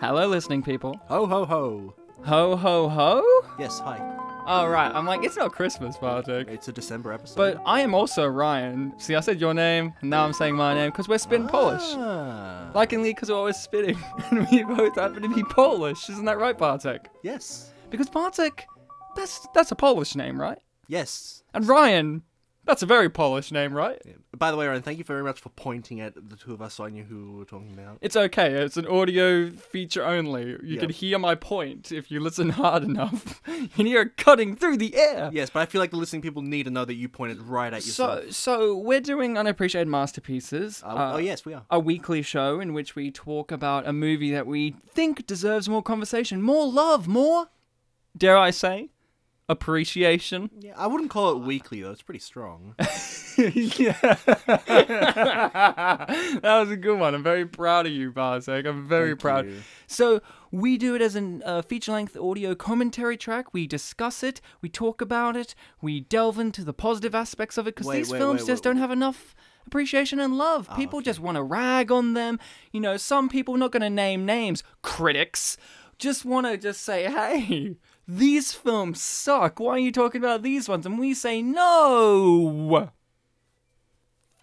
Hello, listening people. Ho ho ho. Ho, ho, ho? Yes, hi. Oh, right. I'm like, it's not Christmas, Bartek. It's a December episode. But I am also Ryan. See, I said your name, and now I'm saying my name because we're spin Polish. Ah, Likingly because we're always spitting, and we both happen to be Polish. Isn't that right, Bartek? yes. Because Bartek, that's that's a Polish name, right? Yes. And Ryan, that's a very Polish name, right? Yeah. By the way, Ryan, thank you very much for pointing at the two of us so I knew who we were talking about. It's okay. It's an audio feature only. You Yeah. can hear my point if you listen hard enough. you can hear it cutting through the air. Yes, but I feel like the listening people need to know that you pointed right at yourself. So, so we're doing unappreciated masterpieces. Uh, uh, oh, yes, we are. a weekly show in which we talk about a movie that we think deserves more conversation, more love, more, dare I say, appreciation. Yeah, I wouldn't call it weekly, though. It's pretty strong. yeah. that was a good one. I'm very proud of you, Bartek. I'm very Thank proud. you. So, we do it as a uh, feature length audio commentary track. We discuss it, we talk about it, we delve into the positive aspects of it because Wait, these wait, films wait, just wait, Ah, don't have enough appreciation and love. people just want to rag on them. You know, some people, we're not going to name names, critics, just want to just say, hey, these films suck. Why are you talking about these ones? And we say, no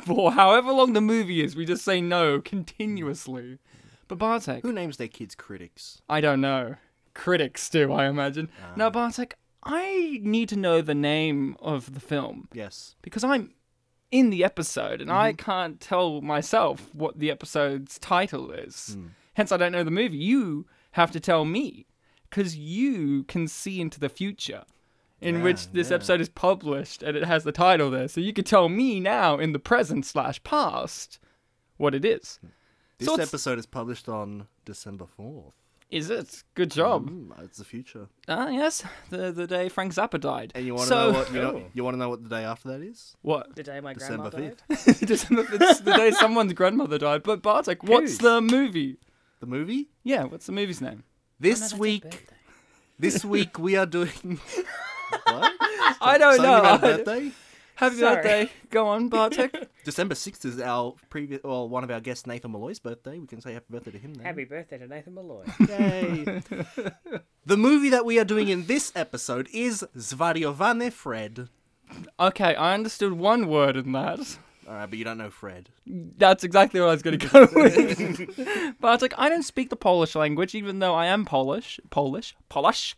for however long the movie is, we just say no continuously. But Bartek, Who names their kids critics? I don't know. Critics do, I imagine. Now, Bartek, I need to know the name of the film Yes. because I'm in the episode and I Mm-hmm. can't tell myself what the episode's title is. Hmm. Hence, I don't know the movie. You have to tell me because you can see into the future in which this episode is published and it has the title there. So you could tell me now in the present slash past what it is. Hmm. This So it's- episode is published on December 4th. Is it? Good job. Mm, it's the future. Ah, yes, the the day Frank Zappa died. And you want to so, know what you, know, you want to know what the day after that is? what? The day my December grandma died. 5th. December, it's the day someone's grandmother died. But Bartek, what's Whose? the movie? The movie? Yeah, what's the movie's name? This Another week, birthday. this week we are doing. what? I don't Something know. about I- birthday? Happy Sorry. birthday. Go on, Bartek. December 6th is our previous, well, one of our guests, Nathan Malloy's birthday. We can say happy birthday to him then. Happy birthday to Nathan Malloy. Yay. the movie that we are doing in this episode is Zvariovane Fred. okay, I understood one word in that. Alright, but you don't know Fred. That's exactly what I was going to go with. Bartek, I don't speak the Polish language, even though I am Polish. Polish? Polish?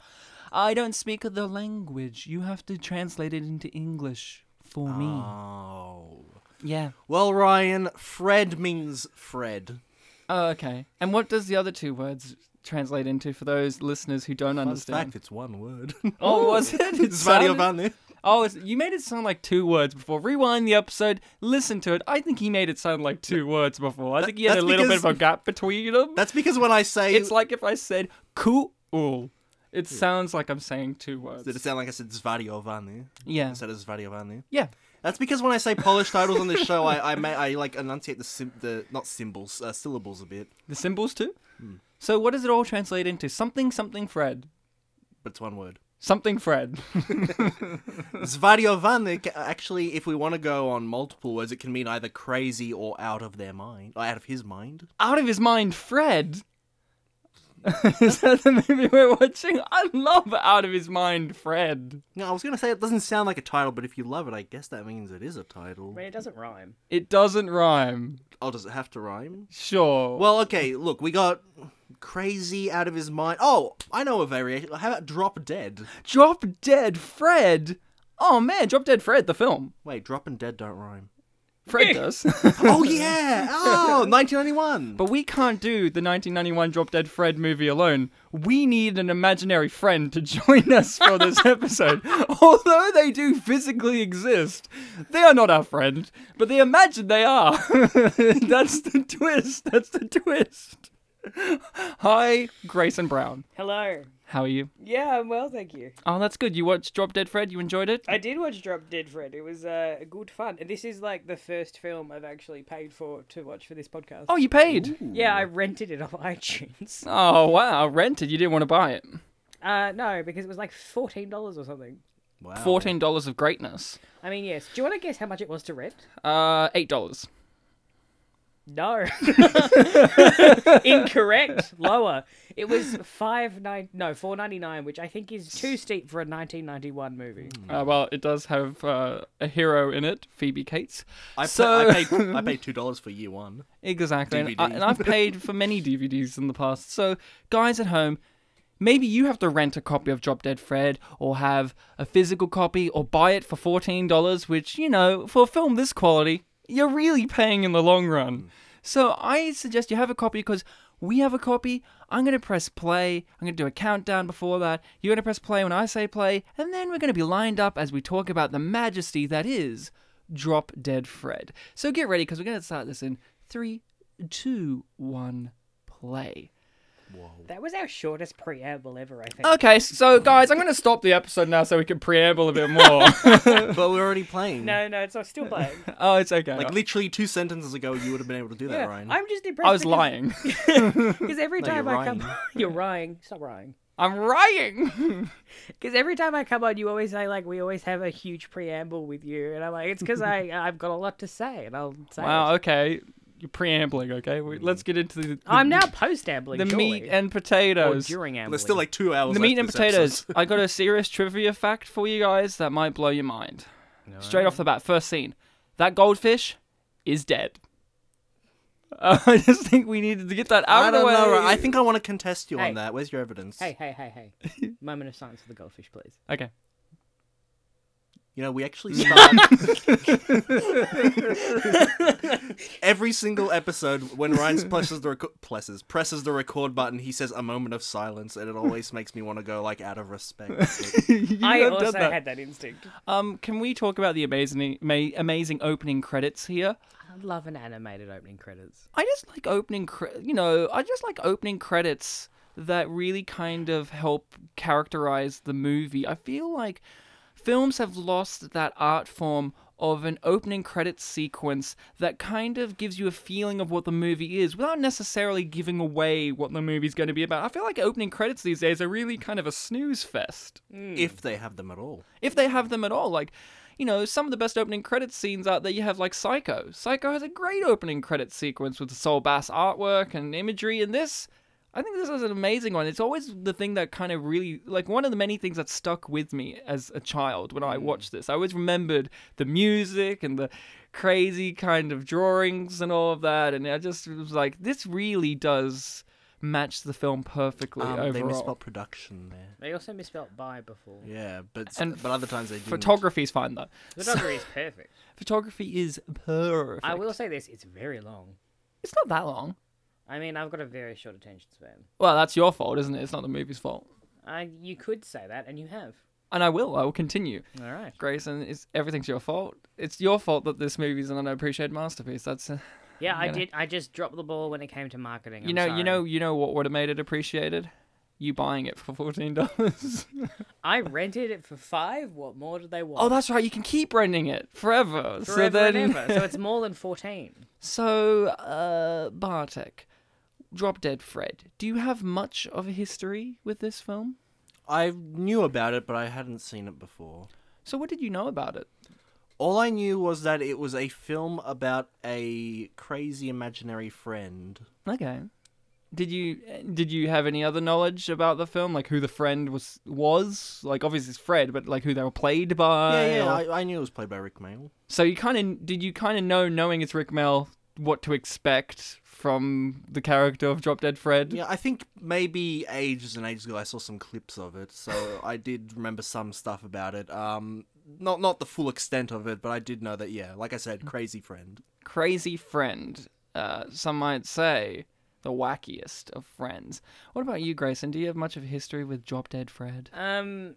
I don't speak the language. You have to translate it into English for me. Oh. Yeah. Well, Ryan, Fred means Fred. Oh, okay. And what does the other two words translate into for those listeners who don't Fun understand? fact, it's one word. Oh, was it? It sounded- Zvariovane. Oh, it's, you made it sound like two words before. Rewind the episode, listen to it. I think he made it sound like two words before. I think he had a that's little because- bit of a gap between them. That's because when I say It's like if I said cool. It sounds like I'm saying two words. Did it sound like I said Zvariovane Yeah. instead of Zvariovane? Yeah. That's because when I say Polish titles on this show, I I, may, I like enunciate the sim- the not symbols uh, syllables a bit, The symbols too? Hmm. So what does it all translate into? Something, something, Fred. but it's one word. Something, Fred. Zvariovane ca- actually, if we want to go on multiple words, it can mean either crazy or out of their mind, or out of his mind. Out of his mind, Fred. Is that the movie we're watching? I love Out of His Mind, Fred. No, I was gonna say it doesn't sound like a title, but if you love it, I guess that means it is a title. I mean, it doesn't rhyme. It doesn't rhyme. Oh, does it have to rhyme? Sure. Well, okay. Look, we got crazy out of his mind. Oh, I know a variation. How about drop dead? Drop Dead Fred. Oh man, Drop Dead Fred, the film. Wait, drop and dead don't rhyme. Fred does. oh yeah! Oh, 1991. but we can't do the 1991 Drop Dead Fred movie alone. We need an imaginary friend to join us for this episode. Although they do physically exist, they are not our friend, but they imagine they are. That's the twist. That's the twist. Hi, Grayson Brown. Hello. How are you? Yeah, I'm well, thank you. Oh, that's good. You watched Drop Dead Fred? You enjoyed it? I did watch Drop Dead Fred. It was uh, good fun. And This is like the first film I've actually paid for to watch for this podcast. Oh, you paid. Yeah, I rented it on iTunes. Oh, wow. Rented. You didn't want to buy it. Uh, no, because it was like $14 or something. Wow. Fourteen dollars of greatness. I mean, yes. Do you want to guess how much it was to rent? Uh, eight dollars. No. Incorrect. Lower. It was five nine no, four ninety nine, which I think is too steep for a nineteen ninety one movie. Hmm. Uh, well, it does have uh, a hero in it, Phoebe Cates. I, pa- So- I paid I paid two dollars for year one. Exactly. And, I, DVD. and I've paid for many DVDs in the past. So, guys at home, maybe you have to rent a copy of Drop Dead Fred or have a physical copy or buy it for $14, which, you know, for a film this quality, you're really paying in the long run. So, I suggest you have a copy because we have a copy. I'm going to press play. I'm going to do a countdown before that. You're going to press play when I say play. And then we're going to be lined up as we talk about the majesty that is Drop Dead Fred. So get ready because we're going to start this in three, two, one, play. That was our shortest preamble ever, I think. Okay, so guys, I'm going to stop the episode now so we can preamble a bit more. but we're already playing. No, no, it's I'm still playing. oh, it's okay. Like literally two sentences ago, you would have been able to do that, Yeah, Ryan. I'm just impressed. I was because- lying. Because every No, you're time I lying. come, you're lying. Stop lying. I'm lying. Because every time I come on, you always say like we always have a huge preamble with you, and I'm like, it's because I I've got a lot to say, and I'll say. it. wow, okay. You're preambling, okay? We, let's get into the, the, I'm now post ambling. the meat and potatoes. during ambling. There's still like two hours. the left meat and of this potatoes. episode. I got a serious trivia fact for you guys that might blow your mind. Straight off the bat, first scene, that goldfish is dead. Uh, I just think we needed to get that out I of the don't way. know. Ryan. I think I want to contest you Hey. on that. Where's your evidence? Hey, hey, hey, hey! Moment of silence for the goldfish, please. Okay. You know, we actually start every single episode when Ryan presses the reco- presses presses the record button. He says a moment of silence, and it always makes me want to go like out of respect. But You I have also done that. had that instinct. Um, can we talk about the amazing, ma- amazing opening credits here? I love an animated opening credits. I just like opening, cre- you know, I just like opening credits that really kind of help characterize the movie. I feel like films have lost that art form of an opening credits sequence that kind of gives you a feeling of what the movie is without necessarily giving away what the movie's going to be about. I feel like opening credits these days are really kind of a snooze fest if they have them at all, if they have them at all. Like, you know, some of the best opening credit scenes out there, you have like Psycho. Psycho has a great opening credit sequence with the Soul Bass artwork and imagery, and this. I think this is an amazing one. It's always the thing that kind of really, like, one of the many things that stuck with me as a child when Mm. I watched this. I always remembered the music and the crazy kind of drawings and all of that. And I just was like, this really does match the film perfectly um, overall. they misspelled production there. They also misspelled by before. Yeah, but And but other times they didn't. Photography's fine though. The number is perfect. Photography is perfect. I will say this: it's very long. It's not that long. I mean, I've got a very short attention span. Well, that's your fault, isn't it? It's not the movie's fault. I, you could say that, and you have. And I will. I will continue. All right. Grayson, it's, everything's your fault. It's your fault that this movie's an unappreciated masterpiece. That's uh, Yeah, I You know. did. I just dropped the ball when it came to marketing. you I'm know, sorry. you know, you know what would have made it appreciated? You buying it for fourteen dollars. I rented it for five. What more do they want? oh, that's right. You can keep renting it forever. so Forever then, and ever. So it's more than fourteen. so uh, Bartek, Drop Dead Fred. Do you have much of a history with this film? I knew about it, but I hadn't seen it before. So what did you know about it? All I knew was that it was a film about a crazy imaginary friend. Okay. Did you did you have any other knowledge about the film, like who the friend was was like obviously it's Fred, but like who they were played by? yeah, yeah, or- I, I knew it was played by Rick Mayall. So you kind of did you kind of know, knowing it's Rick Mel, what to expect from the character of Drop Dead Fred? Yeah, I think maybe ages and ages ago I saw some clips of it, so I did remember some stuff about it. Um, not not the full extent of it, but I did know that. Yeah, like I said, crazy friend. Crazy friend, uh, some might say, the wackiest of friends. What about you, Grayson? Do you have much of a history with Drop Dead Fred? Um,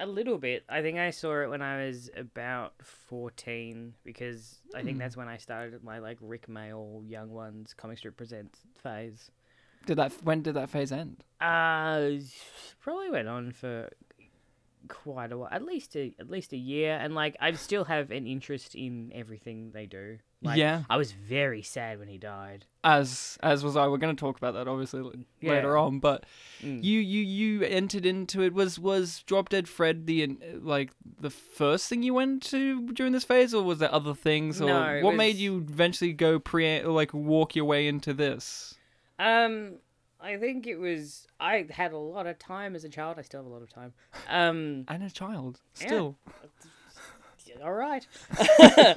a little bit. I think I saw it when I was about fourteen because I Hmm. think that's when I started my like Rick Mayall Young Ones comic strip presents phase. Did that when did that phase end? Uh, probably went on for quite a while, at least a, at least a year, and like I still have an interest in everything they do. Like, Yeah. I was very sad when he died. as as was I. We're going to talk about that obviously l- Yeah. later on, but Mm. you you you entered into it. Was was Drop Dead Fred the in- like the first thing you went to during this phase, or was there other things, or No, it what made was- you eventually go pre like walk your way into this? Um, I think it was. I had a lot of time as a child. I still have a lot of time. Um, And a child Yeah. still. all right.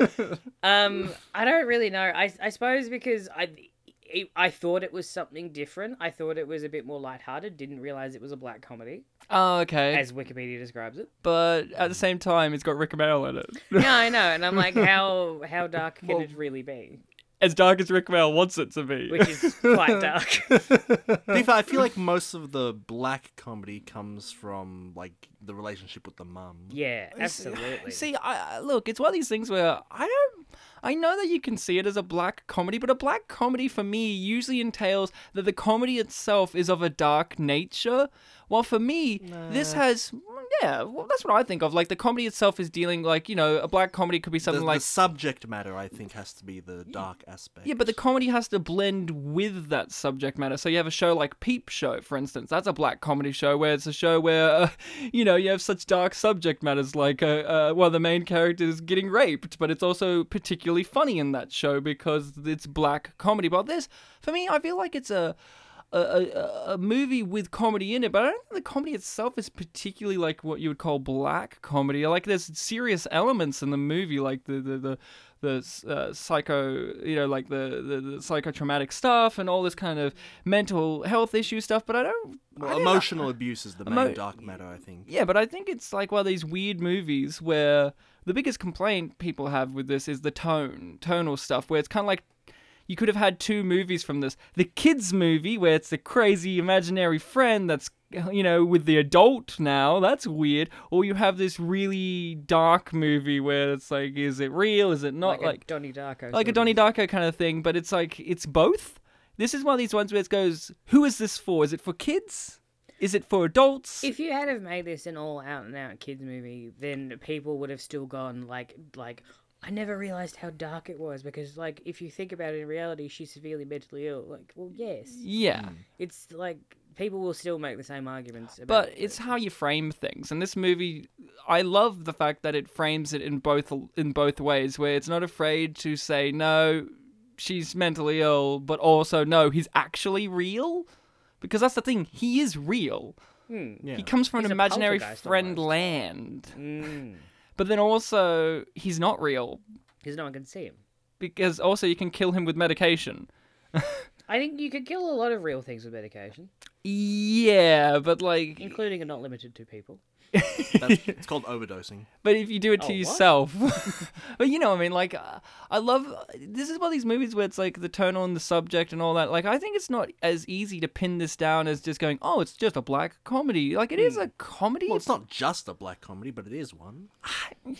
um, I don't really know. I I suppose because I. It, I thought it was something different. I thought it was a bit more lighthearted. Didn't realize it was a black comedy, Oh, okay. as Wikipedia describes it. But at the same time, it's got Rick Mail in it. yeah, I know, and I'm like, how how dark can Well- it really be? as dark as Rick Mail wants it to be. Which is quite dark. To be fair, I feel like most of the black comedy comes from like the relationship with the mum. yeah, absolutely. See, I, I- look, it's one of these things where I don't. I know that you can see it as a black comedy, but a black comedy for me usually entails that the comedy itself is of a dark nature. While for me, this has. Yeah, well, that's what I think of. Like, the comedy itself is dealing, like, you know, a black comedy could be The, something the like. subject matter, I think, has to be the dark aspect. Yeah, but the comedy has to blend with that subject matter. So you have a show like Peep Show, for instance. That's a black comedy show where it's a show where, uh, you know, you have such dark subject matters like uh, uh, one of the main characters getting raped, but it's also particularly funny in that show because it's black comedy. But this, for me, I feel like it's a. A, a, a movie with comedy in it, but I don't think the comedy itself is particularly like what you would call black comedy. Like there's serious elements in the movie, like the the the, the uh, psycho, you know, like the, the the psychotraumatic stuff and all this kind of mental health issue stuff. But I don't. I well, don't- emotional abuse is the main Emo- dark matter, I think. yeah, but I think it's like one of these weird movies where the biggest complaint people have with this is the tone, tonal stuff, where it's kind of like you could have had two movies from this. The kids' movie, where it's the crazy imaginary friend that's, you know, with the adult now, that's weird. Or you have this really dark movie where it's like, is it real? Is it not? like, Like, a Donnie Darko. like a sort of- Donnie Darko kind of thing, but it's like it's both. This is one of these ones where it goes, who is this for? Is it for kids? Is it for adults? If you had have made this an all out and out kids movie, then people would have still gone like like I never realized how dark it was because like if you think about it in reality, she's severely mentally ill. Like, well, yes, yeah. it's like people will still make the same arguments. About but it. it's how you frame things and this movie i love the fact that it frames it in both in both ways where it's not afraid to say no she's mentally ill but also no he's actually real because that's the thing he is real Hmm. Yeah. he comes from He's an a imaginary poltergeist friend almost. land Mm. but then also he's not real because no one can see him. because also you can kill him with medication I think you could kill a lot of real things with medication, yeah but like including and not limited to people. That's, it's called overdosing. But if you do it Oh, to what? yourself, but you know, what I mean, like, uh, I love this is one of these movies where it's like the tone on the subject and all that. Like, I think it's not as easy to pin this down as just going, oh, it's just a black comedy. Like, it is a comedy. Well, it's not just a black comedy, but it is one. Yeah,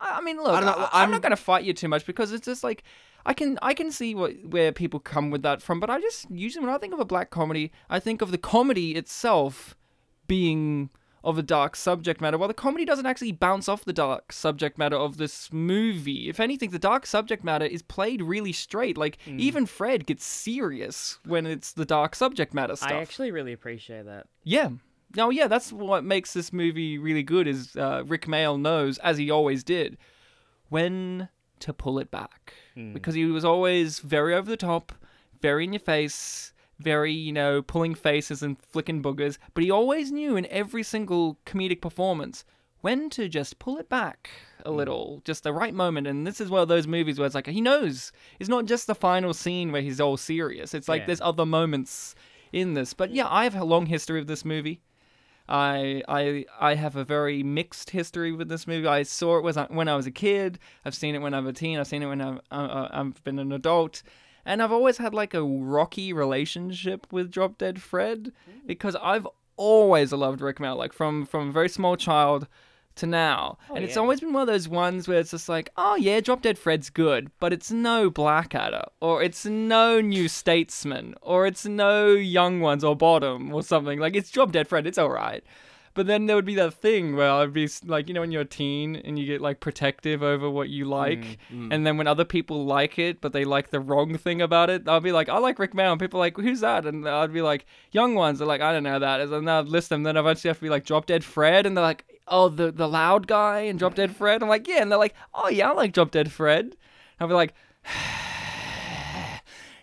I, I mean, look, I don't know, I, am I'm- not going to fight you too much because it's just like I can I can see what where people come with that from, but I just usually when I think of a black comedy, I think of the comedy itself being of a dark subject matter. While the comedy doesn't actually bounce off the dark subject matter of this movie. If anything, the dark subject matter is played really straight. Like even Fred gets serious when it's the dark subject matter stuff. I actually really appreciate that. Yeah. No, yeah, that's what makes this movie really good is uh, Rick Mail knows, as he always did, when to pull it back. Because he was always very over the top, very in your face, very, you know, pulling faces and flicking boogers. But he always knew in every single comedic performance when to just pull it back a little, just the right moment. And this is one of those movies where it's like, he knows. It's not just the final scene where he's all serious. It's like Yeah. there's other moments in this. But yeah, I have a long history of this movie. I I I have a very mixed history with this movie. I saw it was when I was a kid. I've seen it when I'm a teen. I've seen it when I've uh, I've been an adult, and I've always had like a rocky relationship with Drop Dead Fred because I've always loved Rick Mail, like from from a very small child to now, and it's yeah. always been one of those ones where it's just like, oh yeah, Drop Dead Fred's good, but it's no Blackadder, or it's no New Statesman, or it's no Young Ones or Bottom or something. Like it's Drop Dead Fred, it's all right. But then there would be that thing where I'd be s- like, you know, when you're a teen and you get like protective over what you like, and then when other people like it, but they like the wrong thing about it, I'll be like, I like Rick Mail, and people are like, who's that? And I'd be like, young ones are like, I don't know that, and then I'd list them. Then eventually I have to be like, Drop Dead Fred, and they're like, oh, the the loud guy and Drop Dead Fred. I'm like, yeah, and they're like, oh yeah, I like Drop Dead Fred. I'll be like,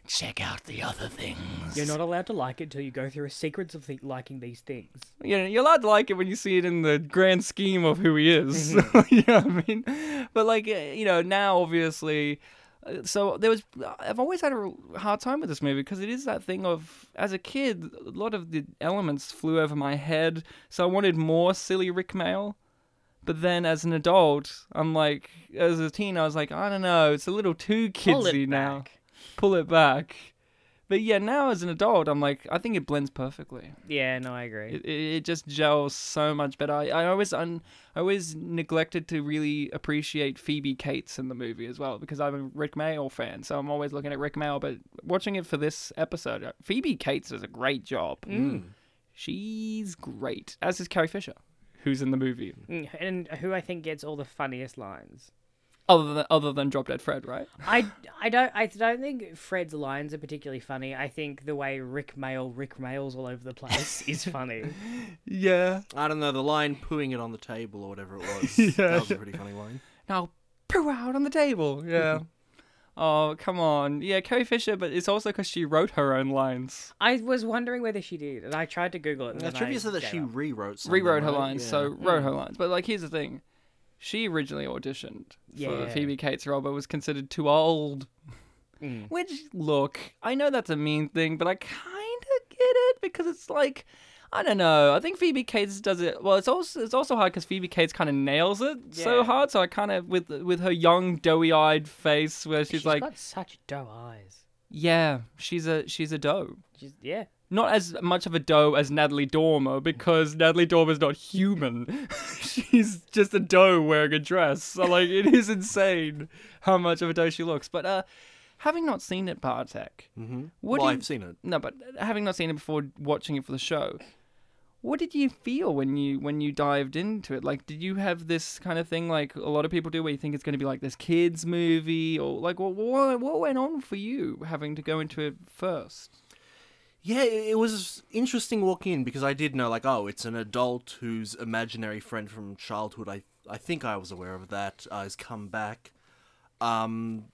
check out the other things. You're not allowed to like it until you go through a sequence of the- liking these things. you know, you're allowed to like it when you see it in the grand scheme of who he is. Mm-hmm. you know what I mean? But like, uh, you know, now obviously, uh, so there was. I've always had a r- hard time with this movie because it is that thing of as a kid, a lot of the elements flew over my head, so I wanted more silly Rick Mail. But then, as an adult, I'm like, as a teen, I was like, I don't know, it's a little too kidsy Pull it now. back. Pull it back. But yeah, now as an adult, I'm like, I think it blends perfectly. Yeah, no, I agree. It, it, it just gels so much better. I, I always un, I always neglected to really appreciate Phoebe Cates in the movie as well because I'm a Rick Mail fan, so I'm always looking at Rick Mail. But watching it for this episode, uh, Phoebe Cates does a great job. She's great, as is Carrie Fisher, who's in the movie. Mm, And who I think gets all the funniest lines. Other than other than Drop Dead Fred, right? I, I don't I don't think Fred's lines are particularly funny. I think the way Rick Mail Rick Mails all over the place is funny. Yeah. I don't know the line pooing it on the table or whatever it was. Yeah. That was a pretty funny line. Now poo out on the table. Yeah. oh come on, yeah, Carrie Fisher, but it's also because she wrote her own lines. I was wondering whether she did, and I tried to Google it. And The then I trivia said that gave she up. rewrote something, rewrote her right? lines, Yeah. so wrote her lines. But like, here's the thing: she originally auditioned for Yeah. Phoebe Cates role, but was considered too old. Mm. Which, look, I know that's a mean thing, but I kind of get it because it's like, I don't know. I think Phoebe Cates does it well. It's also it's also hard because Phoebe Cates kind of nails it so Yeah. hard. So I kind of with with her young, doughy-eyed face, where she's, She's like, got such doe eyes. yeah, she's a she's a doe She's, yeah. not as much of a doe as Natalie Dormer because Natalie Dormer's not human. She's just a doe wearing a dress. So like it is insane how much of a doe she looks. But uh having not seen it Bartek. Mm-hmm. What Well, do you, I've seen it. No, but having not seen it before watching it for the show, what did you feel when you when you dived into it? Like did you have this kind of thing like a lot of people do where you think it's going to be like this kids movie or like what what, what went on for you having to go into it first? Yeah, it it was interesting walking in because I did know, like, oh, it's an adult whose imaginary friend from childhood, I, I think I was aware of that, uh, has come back. Um,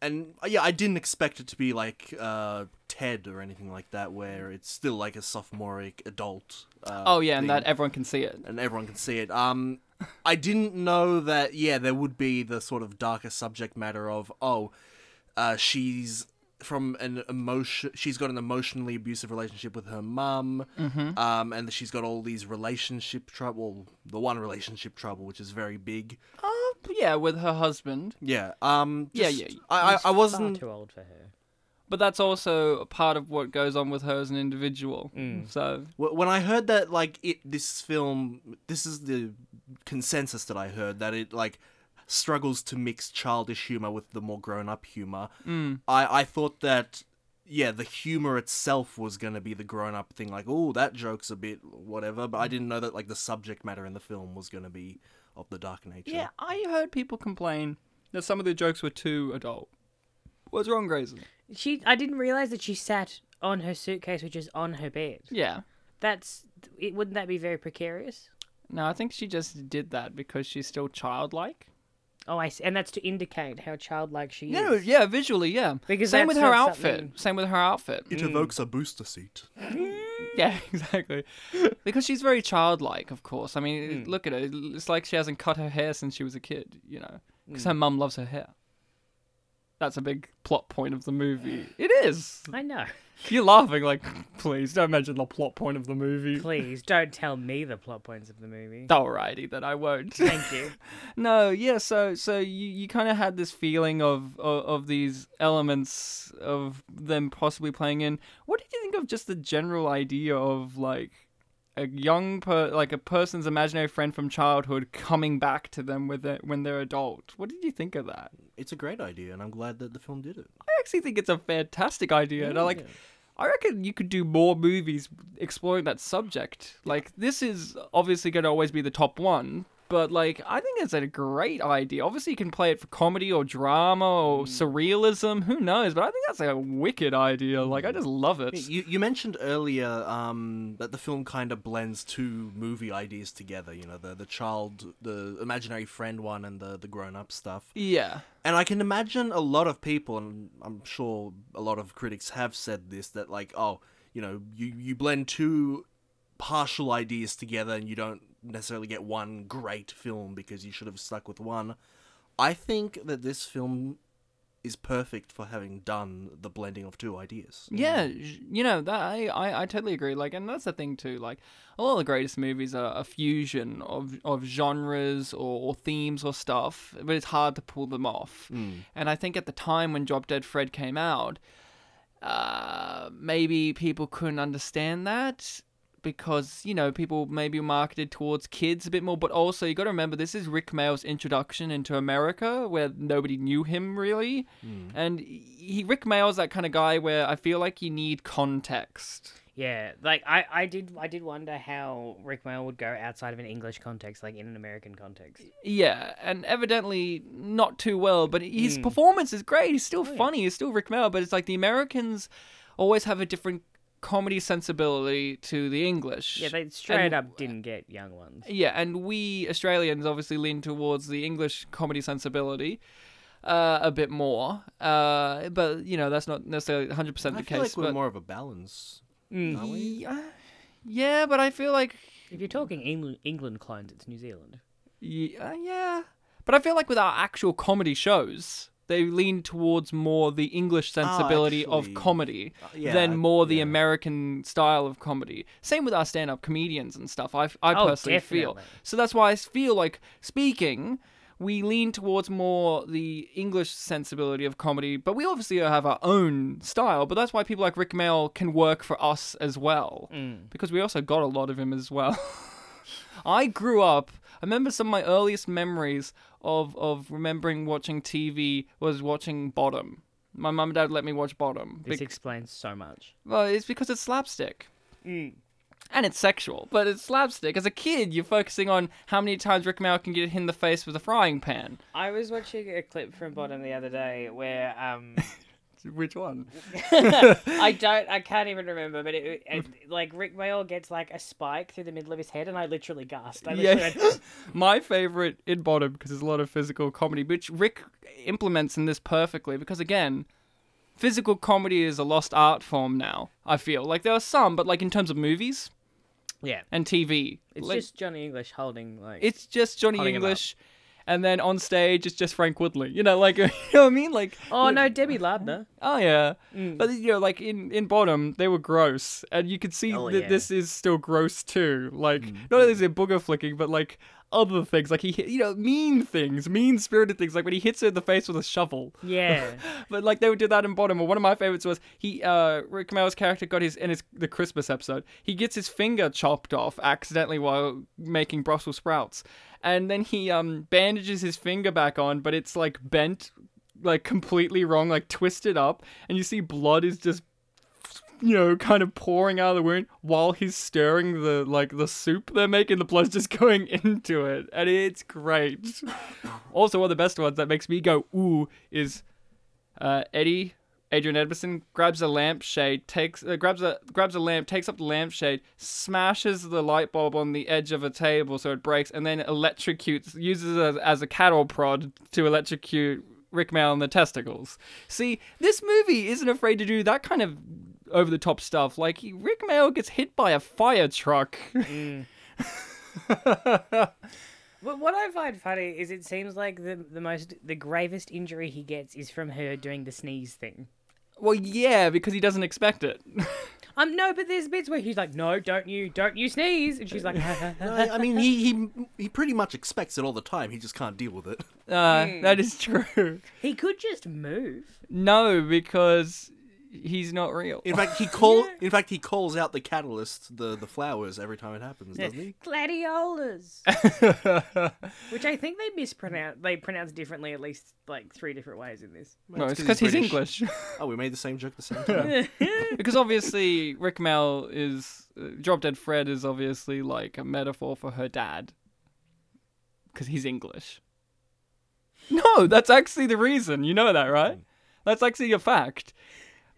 and uh, yeah, I didn't expect it to be like uh, Ted or anything like that, where it's still like a sophomoric adult. Uh, Oh yeah, and thing. that everyone can see it. and everyone can see it. Um, I didn't know that. Yeah, there would be the sort of darker subject matter of oh, uh, she's from an emotion. She's got an emotionally abusive relationship with her mum, Mm-hmm. um, and she's got all these relationship trouble. The one relationship trouble, which is very big. Uh, yeah, with her husband. Yeah. Um. Yeah, just- yeah. I I, I Far wasn't too old for her. But that's also a part of what goes on with her as an individual. So, Wh- when I heard that, like it, this film, this is the consensus that I heard that it like struggles to mix childish humor with the more grown-up humor. I I thought that yeah, the humor itself was gonna be the grown-up thing, like oh that joke's a bit whatever, but I didn't know that like the subject matter in the film was gonna be of the dark nature. yeah, I heard people complain that some of the jokes were too adult. What's wrong, Grayson? She. I didn't realize that she sat on her suitcase, which is on her bed. Yeah. That's. It, wouldn't that be very precarious? No, I think she just did that because she's still childlike. Oh, I see. And that's to indicate how childlike she Yeah, is. yeah, visually, yeah. Because Same that's with her not outfit. something- Same with her outfit. It evokes a booster seat. Yeah, exactly. Because she's very childlike, of course. I mean, look at her. It's like she hasn't cut her hair since she was a kid, you know, because her mum loves her hair. That's a big plot point of the movie. It is. I know. You're laughing, like, please don't mention the plot point of the movie. Please don't tell me the plot points of the movie. Alrighty, then I won't. Thank you. no, yeah. So, so you, you kind of had this feeling of, of of these elements of them possibly playing in. What did you think of just the general idea of like a young per like a person's imaginary friend from childhood coming back to them with it when they're adult? What did you think of that? It's a great idea, and I'm glad that the film did it. I actually think it's a fantastic idea. And I like, I reckon you could do more movies exploring that subject. Like this is obviously going to always be the top one, but like I think it's a great idea. Obviously, you can play it for comedy or drama or surrealism. Who knows? But I think that's a wicked idea. Like I just love it. You, you mentioned earlier um, that the film kind of blends two movie ideas together. You know, the the child, the imaginary friend one, and the the grown up stuff. Yeah. And I can imagine a lot of people, and I'm sure a lot of critics have said this, that like, oh, you know, you you blend two partial ideas together, and you don't necessarily get one great film because you should have stuck with one. I think that this film is perfect for having done the blending of two ideas. Yeah, j- you know that I, I I totally agree. Like, and that's the thing too. Like, a lot of the greatest movies are a fusion of of genres or, or themes or stuff, but it's hard to pull them off. And I think at the time when Drop Dead Fred came out, uh, maybe people couldn't understand that because you know people maybe marketed towards kids a bit more but also you got to remember this is rick mail's introduction into america where nobody knew him really Hmm. and he rick mail's that kind of guy where i feel like you need context Yeah, like I, I did, I did wonder how Rick Mail would go outside of an English context, like in an American context. yeah and evidently not too well but his Hmm. performance is great he's Oh, still funny he's still rick mail but it's like the americans always have a different comedy sensibility to the english Yeah, they straight up didn't get young ones. Yeah, and we Australians obviously lean towards the English comedy sensibility uh, a bit more. Uh, but you know that's not necessarily 100 percent I the feel case. like we're but more of a balance. aren't we? yeah, yeah, but I feel like If you're talking England, England clones, it's New Zealand. yeah, uh, yeah, but I feel like with our actual comedy shows. They lean towards more the English sensibility Ah, actually, Uh, of comedy yeah, I- than more the yeah. American style of comedy. Same with our stand-up comedians and stuff. I, I Oh, personally feel. definitely. So that's why I feel like speaking, we lean towards more the English sensibility of comedy, but we obviously have our own style. But that's why people like Rick Mail can work for us as well, Mm. because we also got a lot of him as well. I grew up. I remember some of my earliest memories of of remembering watching TV was watching Bottom. My mum and dad let me watch Bottom. This bec- explains so much. well, it's because it's slapstick. Mm. And it's sexual, but it's slapstick. As a kid, you're focusing on how many times Rick Mail can get hit in the face with a frying pan. I was watching a clip from Bottom the other day where um, Which one? I don't, I can't even remember, but it, it like Rick Mail gets like a spike through the middle of his head, and I literally gasped. I literally Yeah. went, My favorite in Bottom, because there's a lot of physical comedy, which Rick implements in this perfectly, because again, physical comedy is a lost art form now, I feel. Like, there are some, but like in terms of movies yeah. and TV, It's like, just Johnny English holding like it's just Johnny Cutting 'em up. English. And then on stage, it's just Frank Woodley. You know, like, you know what I mean? Like, Oh no, Mm. Debbie Lardner. Oh yeah, but you know, like in in bottom they were gross, and you could see Oh, that yeah. Mm. this is still gross too. Like not only is it booger flicking, but like other things, like he hit, you know mean things, mean spirited things, like when he hits her in the face with a shovel. Yeah. But like they would do that in bottom. Or one of my favorites was he uh Rick Mail's character got his in his the Christmas episode. He gets his finger chopped off accidentally while making Brussels sprouts, and then he um bandages his finger back on, but it's like bent, like completely wrong, like twisted up, and you see blood is just you know kind of pouring out of the wound while he's stirring the like the soup they're making the blood's just going into it and it's great also one of the best ones that makes me go ooh is uh, Eddie Adrian Edmondson grabs a lampshade, takes uh, grabs a grabs a lamp, takes up the lampshade, smashes the light bulb on the edge of a table so it breaks, and then electrocutes uses it as, as a cattle prod to electrocute Rick Mail in the testicles. See, this movie isn't afraid to do that kind of over the top stuff. Like he- Rick Mail gets hit by a fire truck. But what I find funny is it seems like the the most the gravest injury he gets is from her doing the sneeze thing. well, yeah, because he doesn't expect it. Um, no, but there's bits where he's like, "No, don't you, don't you sneeze," and she's like, No, I I mean, he, he he pretty much expects it all the time. He just can't deal with it. Uh, That is true. "He could just move." No, because he's not real. In fact, he call. In fact, he calls out the catalyst, the the flowers, every time it happens, doesn't he? Gladiolas, which I think they mispronounce. They pronounce differently at least like three different ways in this. no, it's because he's English. Oh, we made the same joke the same time. because obviously Rick Mel is uh, Drop Dead Fred is obviously like a metaphor for her dad because he's English. No, that's actually the reason. You know that, right? That's actually a fact.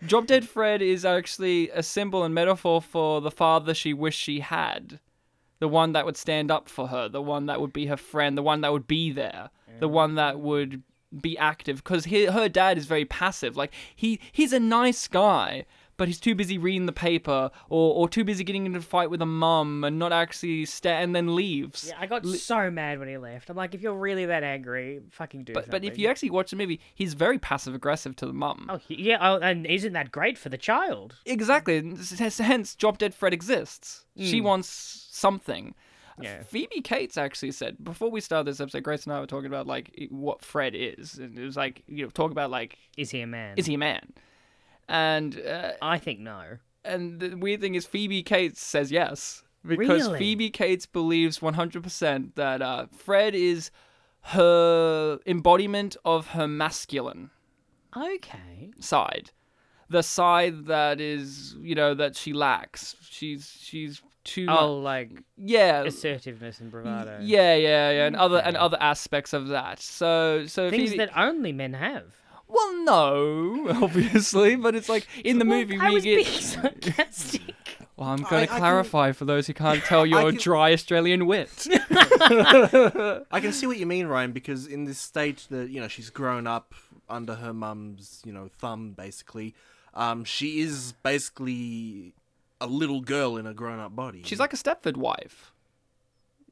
Drop Dead Fred is actually a symbol and metaphor for the father she wished she had. The one that would stand up for her, the one that would be her friend, the one that would be there, the one that would be active because her dad is very passive. Like he he's a nice guy, but he's too busy reading the paper or, or too busy getting into a fight with a mum and not actually stay and then leaves. Yeah, I got so mad when he left. I'm like, if you're really that angry, fucking do But, but if something. you actually watch the movie, he's very passive aggressive to the mum. Oh, he- yeah, oh, and isn't that great for the child? Exactly. and s- s- Hence, Drop Dead Fred exists. She wants something. Mm. Yeah. Phoebe Cates actually said before we started this episode, Grace and I were talking about like i- what Fred is, and it was like you know talk about like Is he a man? is he a man, and uh, I think no. and the weird thing is Phoebe Cates says yes because Really? Phoebe Cates believes 100% that uh, Fred is her embodiment of her masculine Okay. side, the side that is you know that she lacks. She's she's too mu- Oh, like yeah. assertiveness and bravado. uh, Yeah, yeah, yeah, and other and other aspects of that. So, so Things Phoebe, that only men have. well, no, obviously, but it's like in the movie I we was get. being sarcastic. Well, I'm I- I going to can- clarify for those who can't tell your can- dry Australian wit. I can see what you mean, Ryan, because in this state that you know she's grown up under her mum's you know thumb, basically, um, she is basically a little girl in a grown up body. She's like a Stepford wife.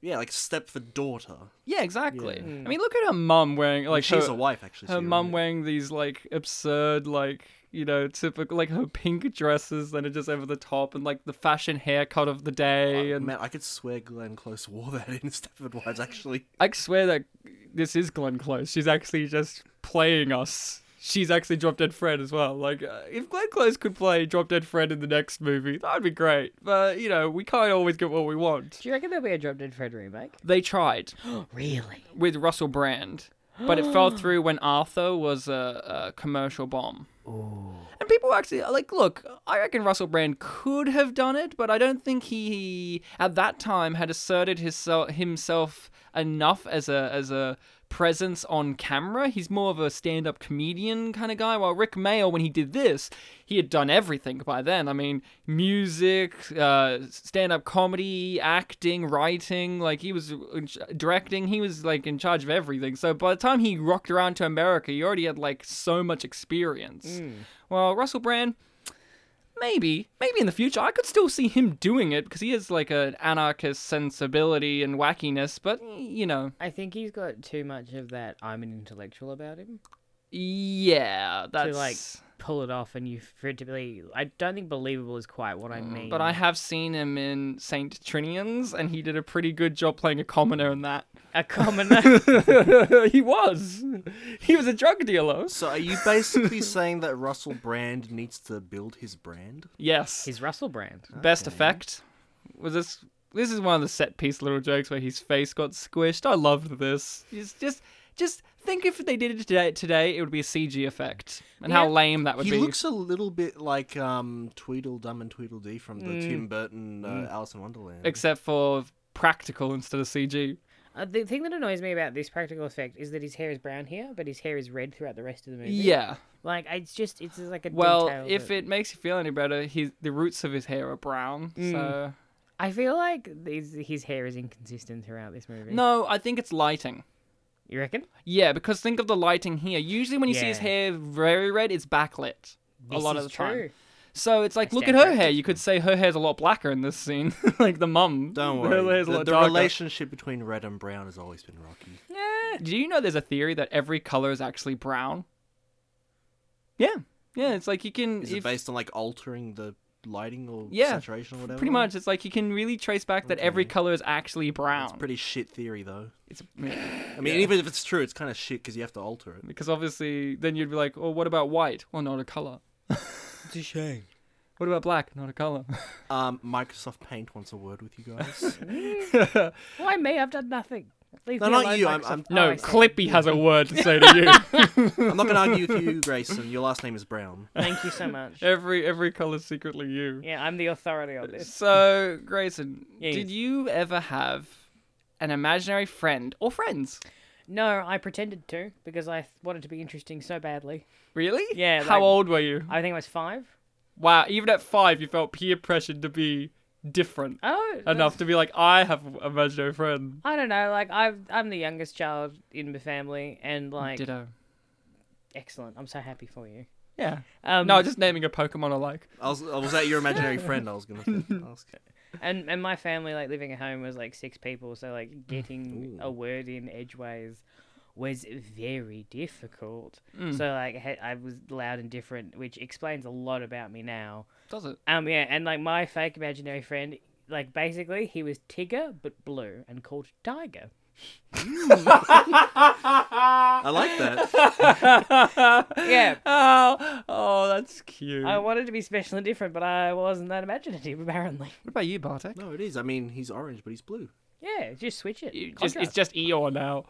yeah, like Stepford daughter. Yeah, exactly. I mean, look at her mum wearing like she's her, a wife, actually. so her you're mum right. wearing these like absurd like you know typical like her pink dresses that are just over the top and like the fashion haircut of the day Uh, and Man, I could swear Glenn Close wore that in Stepford Wives, actually. I swear that this is Glenn Close. She's actually just playing us. She's actually Drop Dead Fred as well. Like, uh, if Glenn Close could play Drop Dead Fred in the next movie, that'd be great. But, you know, we can't always get what we want. Do you reckon there'll be a Drop Dead Fred remake? They tried really? with Russell Brand, but it fell through when Arthur was a, a commercial bomb. And people actually like look. I reckon Russell Brand could have done it, but I don't think he at that time had asserted his, himself enough as a as a presence on camera. He's more of a stand-up comedian kind of guy. While Rick Mayo, when he did this, he had done everything by then. I mean, music, uh, stand-up comedy, acting, writing. Like he was in ch- directing. He was like in charge of everything. So by the time he rocked around to America, he already had like so much experience. Well, Russell Brand, maybe, maybe in the future, I could still see him doing it because he has like an anarchist sensibility and wackiness. But you know, I think he's got too much of that I'm an intellectual about him yeah, that's to like pull it off and you for it to be I don't think believable is quite what I mean. Mm, But I have seen him in Saint Trinian's, and he did a pretty good job playing a commoner in that. a commoner he was, he was a drug dealer. So are you basically saying that Russell Brand needs to build his brand? Yes, is Russell Brand. best effect was this this is one of the set piece little jokes where his face got squished i loved this just just just think if they did it today today it would be a cg effect and how Yeah. lame that would He be looks a little bit like um, Tweedledum and Tweedledee from the Tim Burton uh, Alice in Wonderland. except for practical instead of cg Uh, the thing that annoys me about this practical effect is that his hair is brown here, but his hair is red throughout the rest of the movie. yeah Like it's just it's just like a well detail if that- it makes you feel any better his the roots of his hair are brown Mm. so I feel like his, his hair is inconsistent throughout this movie. no i think it's lighting You reckon? yeah because think of the lighting here usually when you see his Yeah. hair very red it's backlit a This lot is of the time true. So it's like, look at stand her corrected. hair. You could say her hair's a lot blacker in this scene, like the mum. Don't Her worry. hair's a The, lot the darker. relationship between red and brown has always been rocky. Yeah. Do you know there's a theory that every color is actually brown? Yeah, yeah. It's like you can, Is if, it based on like altering the lighting or Yeah, saturation or whatever? pretty much. It's like you can really trace back that every color is actually brown. It's pretty shit theory though. It's- yeah. I mean, even if it's true, it's kind of shit because you have to alter it. because obviously, then you'd be like, "Oh, what about white? Well, not a color." It's a shame. What about black? Not a color. Um, Microsoft Paint wants a word with you guys. Why me? I've done nothing. Leave No, me not alone, you, I'm- Microsoft. I'm- No, Oh, I see. Clippy has a word to say to you. I'm not going to argue with you, Grayson. Your last name is Brown. Thank you so much. every every color's secretly you. Yeah, I'm the authority on this. So, Grayson, Yes. did you ever have an imaginary friend or friends? No, I pretended to because I th- wanted to be interesting so badly. Really? Yeah, How like- old were you? I think I was five. Wow, even at five, you felt peer pressured to be different Oh, enough to be like, I have an imaginary friend. I don't know. Like I've, I'm the youngest child in my family, Oh, and like Ditto. excellent. I'm so happy for you. Yeah. Um, No, just naming a Pokemon alike. I was, I was that your imaginary friend? I was going to ask. and and my family like living at home was like six people, so Mm. like getting a word in edgeways was very difficult. Mm. So like I had- I was loud and different, which explains a lot about me now. Does it? Um, yeah, and like my fake imaginary friend, like basically he was Tigger but blue and called Tiger. I like that. Yeah. Oh, oh, that's cute. I wanted to be special and different, but I wasn't that imaginative apparently. What about you, Bartek? No, it is. I mean, he's orange, but he's blue. Yeah, just switch it. You just, it's Contrast. just Eeyore now.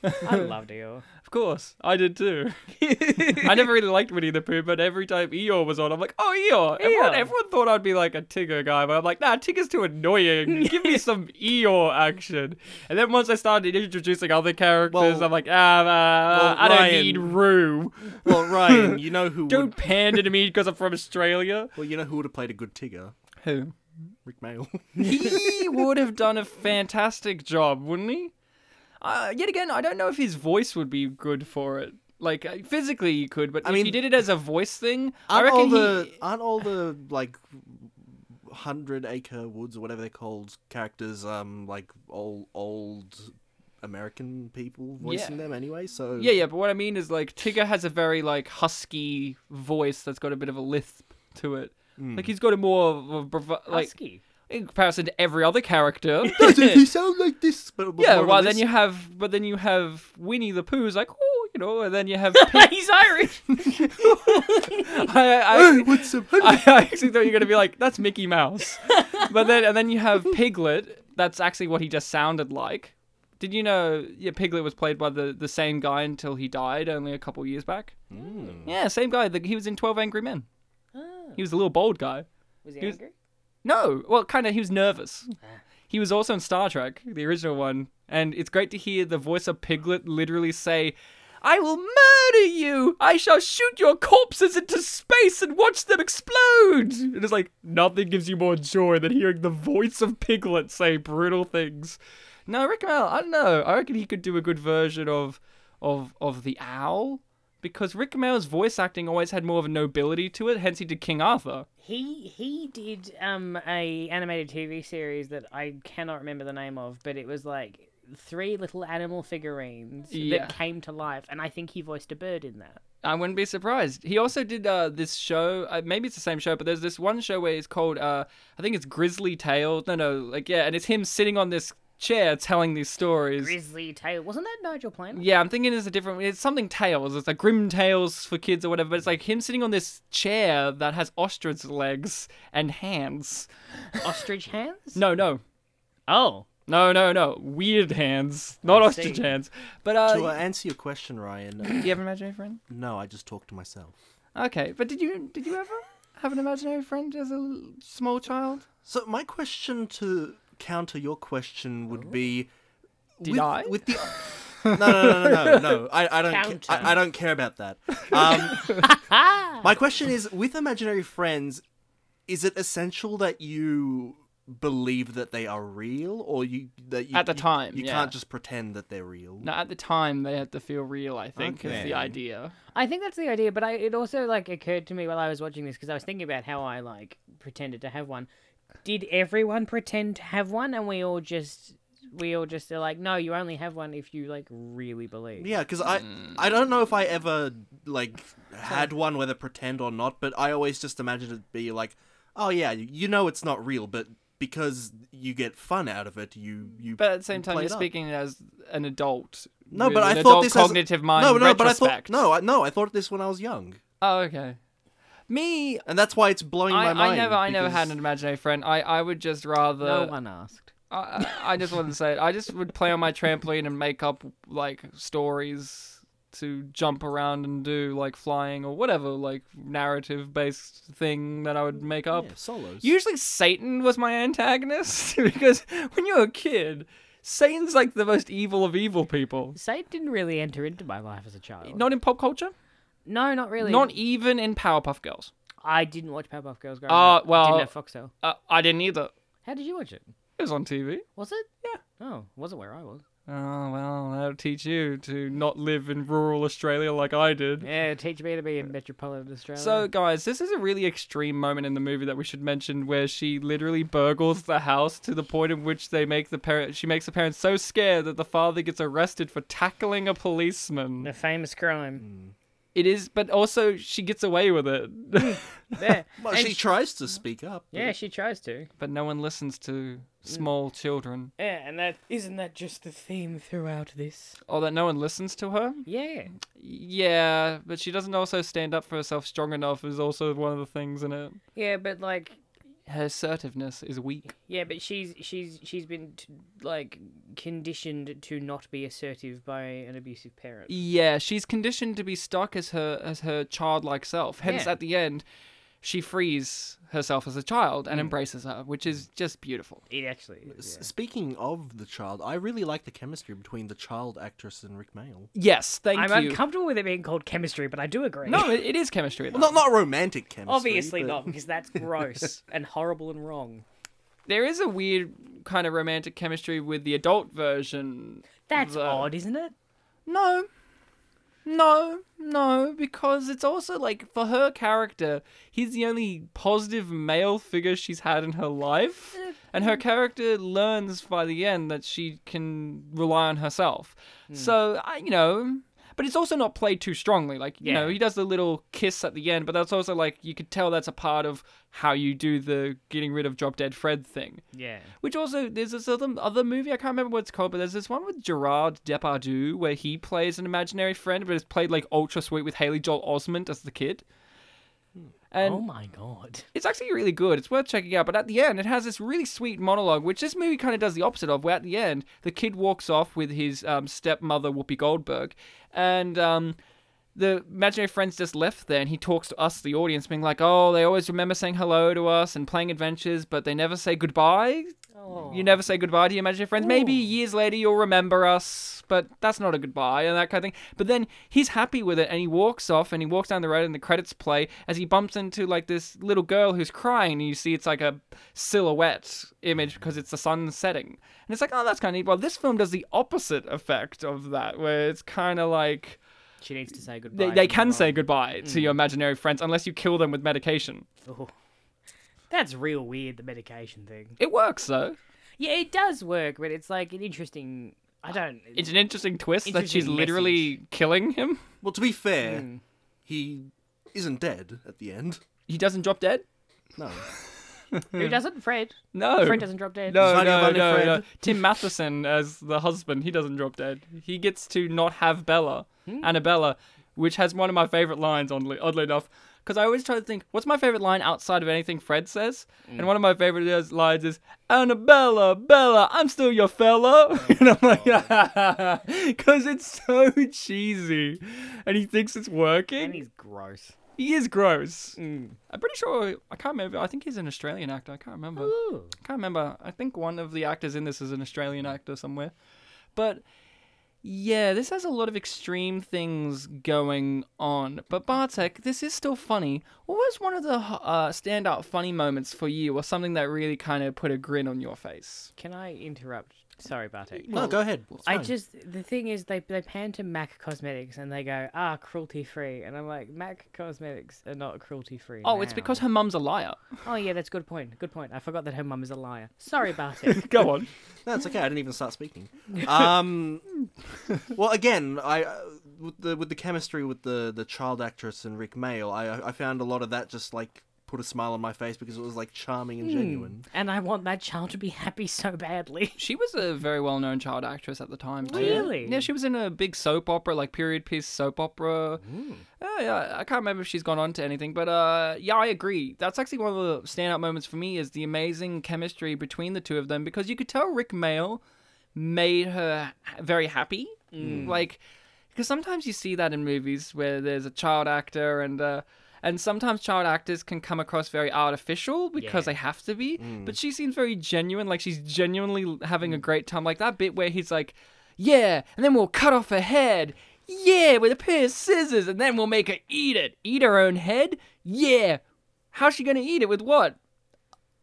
I loved Eeyore. Of course, I did too. I never really liked Winnie the Pooh, but every time Eeyore was on, I'm like, oh, Eeyore. Everyone, Eeyore. everyone thought I'd be like a Tigger guy, but I'm like, nah, Tigger's too annoying. Give me some Eeyore action. And then once I started introducing other characters, Well- I'm like, ah, ah, ah, well, I don't Ryan- need Roo. Well, Ryan, you know who Don't would, pander to me because I'm from Australia. well, you know who would have played a good Tigger? Who? Rick Mail. he would have done a fantastic job, wouldn't he? Uh, yet again, I don't know if his voice would be good for it. Like uh, physically, you could, but I if mean- you did it as a voice thing, I aren't reckon all the he. aren't all the like hundred acre woods or whatever they're called characters um like old old American people voicing them anyway? So Yeah, yeah, but what I mean is like Tigger has a very like husky voice that's got a bit of a lisp to it. Hmm. Like he's got a more of a brav- like Husky. in comparison to every other character. Doesn't he sound like this? But with yeah, more of a well then lisp? you have, but then you have Winnie the Pooh's like, oh, you know, and then you have. He's Irish. I, I, Hey, what's up? I I actually thought you were gonna be like, that's Mickey Mouse. But then and then you have Piglet, that's actually what he just sounded like. Did you know yeah, Piglet was played by the, the same guy until he died only a couple years back? Yeah, same guy. The, he was in Twelve Angry Men. Oh. He was a little bold guy. Was He he was- angry? No, well kinda he was nervous. He was also in Star Trek, the original one, and it's great to hear the voice of Piglet literally say I will murder you! I shall shoot your corpses into space and watch them explode! And it's like, nothing gives you more joy than hearing the voice of Piglet say brutal things. No, Rick Mel, I don't know. I reckon he could do a good version of of of the owl. Because Rick Mail's voice acting always had more of a nobility to it, hence he did King Arthur. He he did um a animated TV series that I cannot remember the name of, but it was like three little animal figurines Yeah. that came to life, and I think he voiced a bird in that. I wouldn't be surprised. He also did uh, this show. Uh, maybe it's the same show, but there's this one show where it's called, uh, I think it's Grizzly Tales. No, no, like yeah, and it's him sitting on this chair telling these stories. Grizzly Tail wasn't that Nigel Planer? yeah, I'm thinking it's a different. It's something tales. It's like Grim Tales for kids or whatever. But it's like him sitting on this chair that has ostrich legs and hands. Ostrich hands? No, no, Oh, no, no, no. Weird hands, not I see. ostrich hands. But to uh, uh, answer your question, Ryan, do uh, you have an imaginary friend? no, I just talked to myself. Okay, but did you did you ever have an imaginary friend as a l- small child? So my question to counter your question would be: Oh. Did with, I? With the no, no, no, no, no, no. I, I don't. Counter. Ca- I, I don't care about that. Um, my question is: with imaginary friends, is it essential that you believe that they are real, or you that you, At the you- time, you yeah. can't just pretend that they're real? No, at the time they had to feel real. I think is Okay. the idea. I think that's the idea, but I, it also like occurred to me while I was watching this because I was thinking about how I like pretended to have one. Did everyone pretend to have one, and we all just we all just are like, no, you only have one if you like really believe. Yeah, because I I don't know if I ever like had one, whether pretend or not, but I always just imagined it be like, oh yeah, you- you know it's not real, but because you get fun out of it, you you. But at the same time, play you're it up. speaking as an adult. No, with but an I adult thought this as- cognitive mind. No, no, but I retrospect. thought no, I, no, I thought this when I was young. Oh, okay. Me, and that's why it's blowing I, my mind. I never, I never had because- an imaginary friend. I, I would just rather. no one asked. I, I- I just wanted to say it. I just would play on my trampoline and make up like stories to jump around and do like flying or whatever like narrative based thing that I would make up. Yeah, solos. Usually Satan was my antagonist because when you're a kid, Satan's like the most evil of evil people. Satan didn't really enter into my life as a child. Not in pop culture, no, not really. not even in Powerpuff Girls. I didn't watch Powerpuff Girls growing Uh, up. well- didn't have Foxtel. Uh, I didn't either. How did you watch it? It was on TV. Was it? Yeah. Oh, wasn't where I was. Oh well, that'll teach you to not live in rural Australia like I did. Yeah, teach me to be in metropolitan Australia. So, guys, this is a really extreme moment in the movie that we should mention, where she literally burgles the house to the point in which they make the parent. She makes the parents so scared that the father gets arrested for tackling a policeman. the famous crime. It is, but also she gets away with it. There. Well, And she tries to speak up. but- yeah, she tries to. but no one listens to small children, Yeah, and that isn't that just the theme throughout this? or that no one listens to her. Yeah. Yeah, but she doesn't also stand up for herself strong enough. Is also one of the things in it. Yeah, but like Her assertiveness is weak. yeah, but she's she's she's been t- like conditioned to not be assertive by an abusive parent. Yeah, she's conditioned to be stuck as her as her childlike self. Hence, Yeah. at the end, she frees herself as a child and embraces her, which is just beautiful. It actually is. S- Speaking of the child, I really like the chemistry between the child actress and Rick Mayall. Yes, thank I'm you. uncomfortable with it being called chemistry, but I do agree. no, it, it is chemistry. Though. Well, not not romantic chemistry. obviously but- not, because that's gross and horrible and wrong. There is a weird kind of romantic chemistry with the adult version. That's The- odd, isn't it? No. No, no, because it's also like for her character, he's the only positive male figure she's had in her life. And her character learns by the end that she can rely on herself. So, I, you know, but it's also not played too strongly. Like, you Yeah. know, he does the little kiss at the end, but that's also like you could tell that's a part of how you do the getting rid of Drop Dead Fred thing. Yeah. Which also there's this other other movie I can't remember what it's called, but there's this one with Gerard Depardieu where he plays an imaginary friend, but it's played like ultra sweet with Haley Joel Osment as the kid. And oh my god. it's actually really good. It's worth checking out. But at the end, it has this really sweet monologue, which this movie kind of does the opposite of. Where at the end, the kid walks off with his um, stepmother Whoopi Goldberg, and um, the imaginary friends just left there, and he talks to us, the audience, being like, "Oh, they always remember saying hello to us and playing adventures, but they never say goodbye. You never say goodbye to your imaginary friends. Maybe years later you'll remember us, but that's not a goodbye and that kind of thing. But then he's happy with it and he walks off and he walks down the road and the credits play as he bumps into like this little girl who's crying and you see it's like a silhouette image because it's the sun setting. And it's like, oh, that's kind of neat. Well, this film does the opposite effect of that, where it's kind of like She needs to say goodbye. they, they can say goodbye to your imaginary friends unless you kill them with medication. Oh. That's real weird, the medication thing. It works though. Yeah, it does work, but it's like an interesting. I don't. It's an interesting twist that she's Interesting literally killing him. Well, to be fair, he isn't dead at the end. He doesn't drop dead. No. Who doesn't? Fred. No. Fred doesn't drop dead. Oh. No, He's not no, your no, Bunny no. Fred. Tim Matheson as the husband, he doesn't drop dead. He gets to not have Bella, Hmm. Annabella, which has one of my favorite lines, oddly, oddly enough. Because I always try to think, what's my favorite line outside of anything Fred says? Hmm. And one of my favorite is- lines is, Annabella, Bella, I'm still your fella. and Oh, I'm like, because it's so cheesy. And he thinks it's And working. he's gross. He is gross. I'm pretty sure, I can't remember. I think he's an Australian actor. I can't remember Ooh. can't remember. I think one of the actors in this is an Australian actor somewhere. But yeah, this has a lot of extreme things going on. But Bartek, this is still funny. What was one of the uh, standout funny moments for you, or something that really kind of put a grin on your face? Can I interrupt? Sorry, Bartek. no, go ahead. It's I fine. just the thing is they they pan to Mac Cosmetics and they go ah cruelty free and I'm like Mac Cosmetics are not cruelty free. Oh, it's because her mum's a liar. oh yeah that's good point good point I forgot that her mum is a liar. Sorry Bartek. Go on. No, it's okay. I didn't even start speaking. Um, well, again, I uh, with the with the chemistry with the the child actress and Rick Mayall, I I found a lot of that just like put a smile on my face because it was like charming and genuine. And I want that child to be happy so badly. She was a very well known child actress at the time. Too. Really? Yeah, she was in a big soap opera, like period piece soap opera. Oh, yeah, I can't remember if she's gone on to anything, but uh, yeah, I agree. That's actually one of the standout moments for me is the amazing chemistry between the two of them because you could tell Rick Mail made her ha- very happy. Like, because sometimes you see that in movies where there's a child actor and. Uh, and sometimes child actors can come across very artificial because Yeah. they have to be. Mm. But she seems very genuine, like she's genuinely having a great time. Like that bit where he's like, "Yeah," and then we'll cut off her head. Yeah, with a pair of scissors, and then we'll make her eat it. Eat her own head. Yeah. How's she gonna eat it? With what?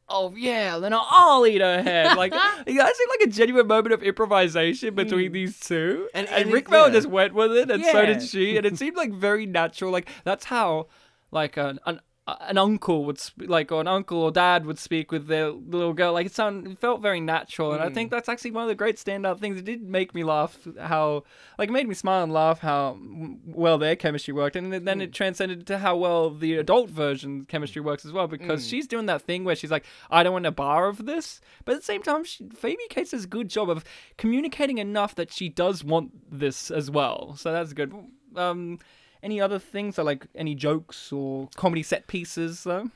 Oh yeah, then I'll eat her head. Like that seemed like a genuine moment of improvisation between these two. Mm. And, And- and and it- Rick Bell yeah. just went with it, and so did Yeah. she. And it seemed like very natural. Like that's how, like an an, an uncle would sp- like or an uncle or dad would speak with their little girl. Like it sound it felt very natural, and I think that's actually one of the great standout things. It did make me laugh how like it made me smile and laugh how mm, well their chemistry worked, and then it transcended to how well the adult version chemistry works as well because she's doing that thing where she's like, I don't want a bar of this, but at the same time, she, Phoebe Cates does a good job of communicating enough that she does want this as well. So that's good. Um, any other things, or like any jokes or comedy set pieces, though,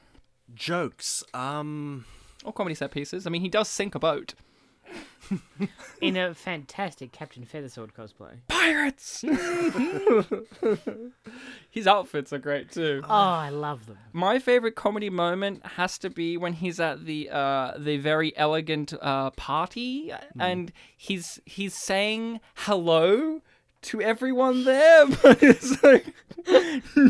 Jokes. Um, or comedy set pieces? I mean, he does sink a boat. In a fantastic Captain Feathersword cosplay. Pirates. His outfits are great too. Oh, I love them. My favorite comedy moment has to be when he's at the uh, the very elegant uh, party and he's he's saying hello to everyone there, but it's like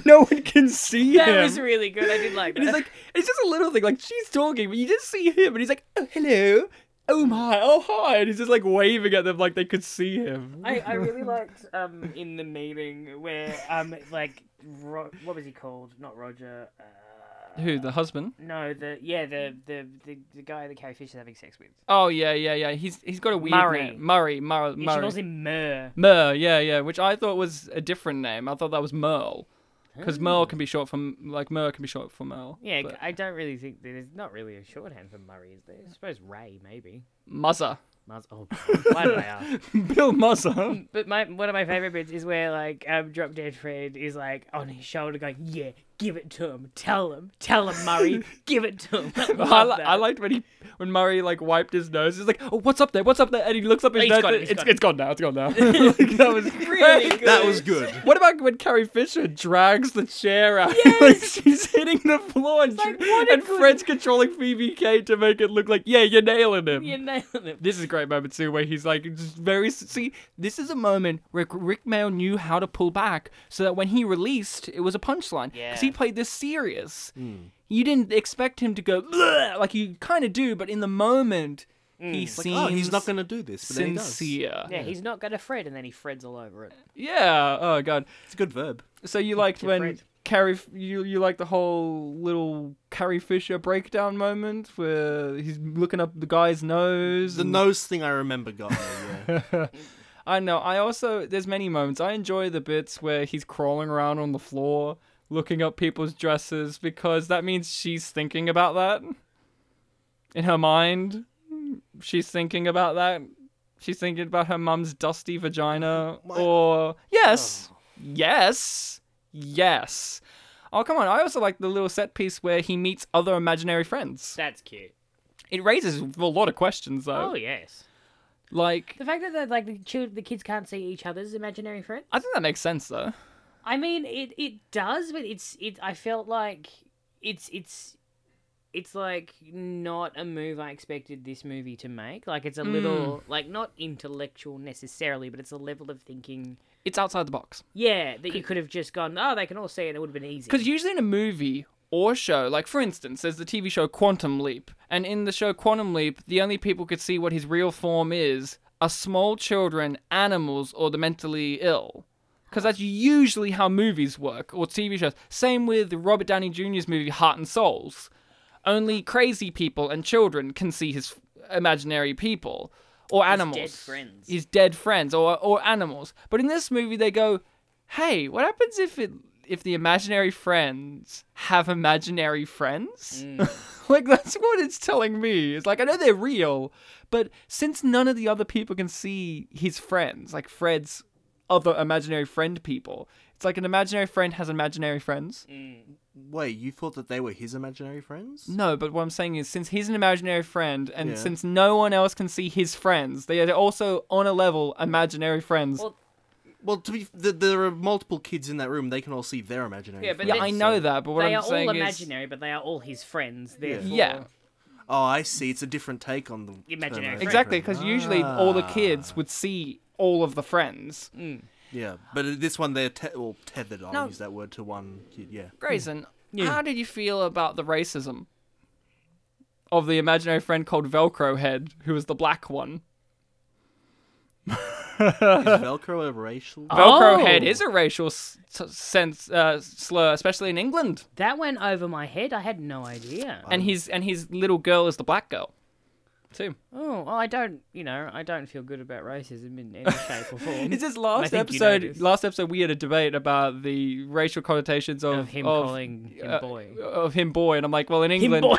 no one can see That him. was really good. I did like that. And he's like, it's just a little thing. Like she's talking, but you just see him, and he's like, oh hello, oh my, oh hi, and he's just like waving at them like they could see him. I, I really liked um in the meeting where um like Ro- what was he called? Not Roger. Uh, Who the husband? No, the yeah the the the, the guy that Carrie Fisher's having sex with. Oh yeah, yeah, yeah. He's he's got a weird Murray. name. Murray, Murray, She Murray. calls him Mer. Mer, yeah, yeah, which I thought was a different name. I thought that was Merle, because Merle can be short for like Mer can be short for Merle. Oh. Yeah, but- I don't really think there's not really a shorthand for Murray, is there? I suppose Ray maybe. Muzzer, Mars. Oh, God, why did I ask? Bill Muzzer. But my one of my favorite bits is where like um, Drop Dead Fred is like on his shoulder going, "Yeah, give it to him. Tell him. Tell him, Murray. give it to him." I, I, love li- that. I liked when he when Murray like wiped his nose. He's like, "Oh, what's up there? What's up there?" And he looks up his He's nose. got it, and he's it's, got it. it's gone now. It's gone now. Like, that was really great. good. that was good. What about when Carrie Fisher drags the chair out? like Yes. she's hitting the floor and, like, dr- what a and good- Fred's controlling Phoebe Kate to make it look like, yeah, you're nailing him. You nailed it. This is a great moment too, where he's like just very. See, this is a moment where Rick Mail knew how to pull back, so that when he released, it was a punchline. Yeah. he played this serious. Hmm. You didn't expect him to go "Bleh," like you kind of do, but in the moment, Hmm. he Like, seems oh, he's not going to do this, but then he does. sincere. Yeah, he's not gonna Fred, and then he freds all over it. Yeah. Oh god. It's a good verb. So you liked when Different. Carrie, F- you you like the whole little Carrie Fisher breakdown moment where he's looking up the guy's nose. The and- nose thing I remember got me. Yeah. I know. I also there's many moments. I enjoy the bits where he's crawling around on the floor looking up people's dresses because that means she's thinking about that. In her mind, she's thinking about that. She's thinking about her mum's dusty vagina My- or yes. Yes. Yes. Oh, come on. I also like the little set piece where he meets other imaginary friends. That's cute. It raises a lot of questions though. Oh yes. Like The fact that they're, like the children, the kids can't see each other's imaginary friends. I think that makes sense though. I mean, it it does, but it's it. I felt like it's it's it's like not a move I expected this movie to make. Like it's a Mm. little like not intellectual necessarily, but it's a level of thinking. It's outside the box. Yeah, that you could have just gone. Oh, they can all see it. It would have been easy. Because usually in a movie or show, like for instance, there's the TV show Quantum Leap, and in the show Quantum Leap, the only people could see what his real form is are small children, animals, or the mentally ill. Because that's usually how movies work or TV shows. Same with Robert Downey Jr.'s movie Heart and Souls. Only crazy people and children can see his f- imaginary people or animals. dead friends. His dead friends or or animals. But in this movie, they go, "Hey, what happens if it if the imaginary friends have imaginary friends. Mm. like that's what it's telling me. It's like I know they're real, but since none of the other people can see his friends, like Fred's other imaginary friend people, it's like an imaginary friend has imaginary friends. Wait, you thought that they were his imaginary friends? No, but what I'm saying is since he's an imaginary friend and Yeah. since no one else can see his friends, they are also on a level imaginary friends. Well, Well, to be, th- there are multiple kids in that room. They can all see their imaginary. Yeah, friends. but yeah, they- I know that, but what they I'm are saying all is imaginary, but they are all his friends. Therefore, yeah. Oh, I see. It's a different take on the term Imaginary friend. Exactly, because usually all the Ah. kids would see all of the friends. Mm. Yeah, but this one they're te- well, tethered. I'll No. use that word to one kid. Yeah. Grayson, Mm. how did you feel about the racism of the imaginary friend called Velcro Head, who was the black one? Is Velcro a racial? Velcro Oh. Head is a racial s- s- sense uh, slur, especially in England. that went over my head. I had no idea. And his and his little girl is the black girl, too. Oh, well, I don't, you know, I don't feel good about racism in any shape or form. It's just I last think you episode. noticed. last episode, we had a debate about the racial connotations of, Of him calling him uh, boy. of him boy, and I'm like, well, in England, boy.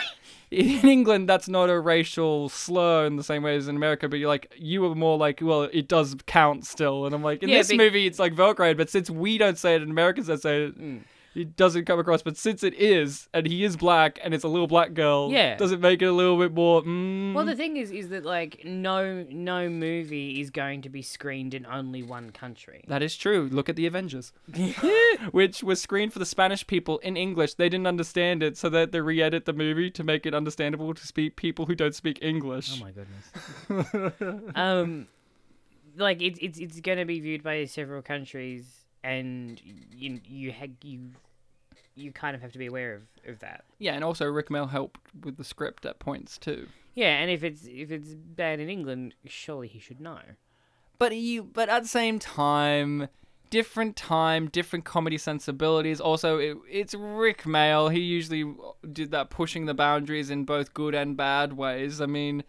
in England, that's not a racial slur in the same way as in America. But you're like, you were more like, well, it does count still, and I'm like, in Yeah, this be- movie, it's like Velcro, but since we don't say it and Americans don't say it. Mm. It doesn't come across, but since it is, and he is black, and it's a little black girl, Yeah. does it make it a little bit more? Mm, Well, the thing is, is that like no, no movie is going to be screened in only one country. That is true. Look at the Avengers, which was screened for the Spanish people in English. They didn't understand it, so that they re-edit the movie to make it understandable to speak people who don't speak English. Oh my goodness. um, like it's it's it's going to be viewed by several countries, and you you ha- you you kind of have to be aware of of that. yeah, and also Rick Mel helped with the script at points too. Yeah, and if it's if it's bad in England, surely he should know. But you, but at the same time, different time, different comedy sensibilities. Also, it, it's Rick Mail. He usually did that pushing the boundaries in both good and bad ways. I mean,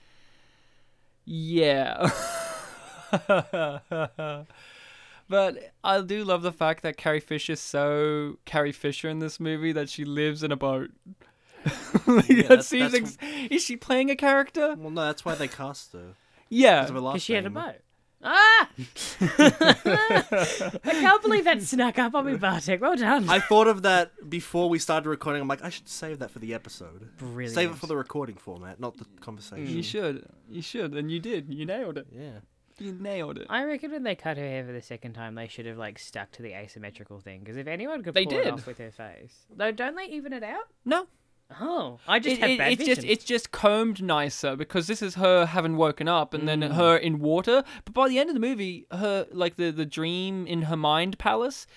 yeah. but I do love the fact that Carrie Fisher's so Carrie Fisher in this movie that she lives in a boat. Like, that that's- seems that's- ex- is she playing a character? Well, no, that's why they cast her. Yeah. Because she had a boat. Ah! I can't believe that snuck up on me, Bartek. Well done. I thought of that before we started recording. I'm like, I should save that for the episode. Brilliant. Save it for the recording format, not the conversation. You should. You should. And you did. You nailed it. Yeah. You nailed it. I reckon when they cut her hair for the second time, they should have like stuck to the asymmetrical thing. Because if anyone could They pull it did. off with her face, though, don't they even it out? No. Oh, I just It- had it- bad it's vision. just it's just combed nicer because this is her having woken up and then her in water. But by the end of the movie, her like the the dream in her mind palace,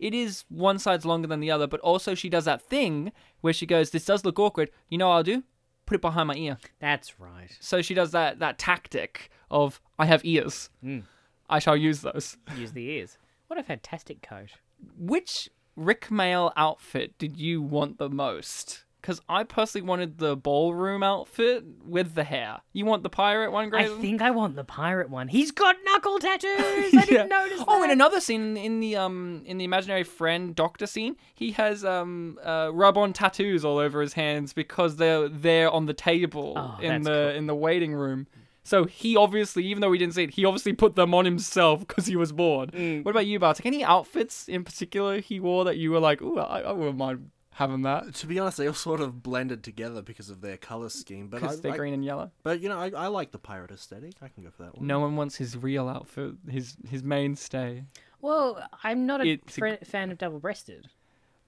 it is one side's longer than the other. But also she does that thing where she goes, "This does look awkward." You know what I'll do? Put it behind my ear. That's right. So she does that that tactic of I have ears. I shall use those. Use the ears. What a fantastic coat. which Rick Mail outfit did you want the most? Because I personally wanted the ballroom outfit with the hair. You want the pirate one, I Grayson? think I want the pirate one. He's got knuckle tattoos. I didn't Yeah. notice. Oh, in that. another scene in the um in the imaginary friend doctor scene, he has um uh, rub on tattoos all over his hands because they're there on the table Oh, in that's the in the waiting room. So he obviously, even though we didn't see it, he obviously put them on himself because he was bored. Mm. What about you, Bartek? Any outfits in particular he wore that you were like, "Ooh, I, I wouldn't mind having that." To be honest, they all sort of blended together because of their color scheme. But I, because they're I- green and yellow. But you know, I, I like the pirate aesthetic. I can go for that one. No one wants his real outfit, his his mainstay. Well, I'm not a It's a fr- fan of double-breasted.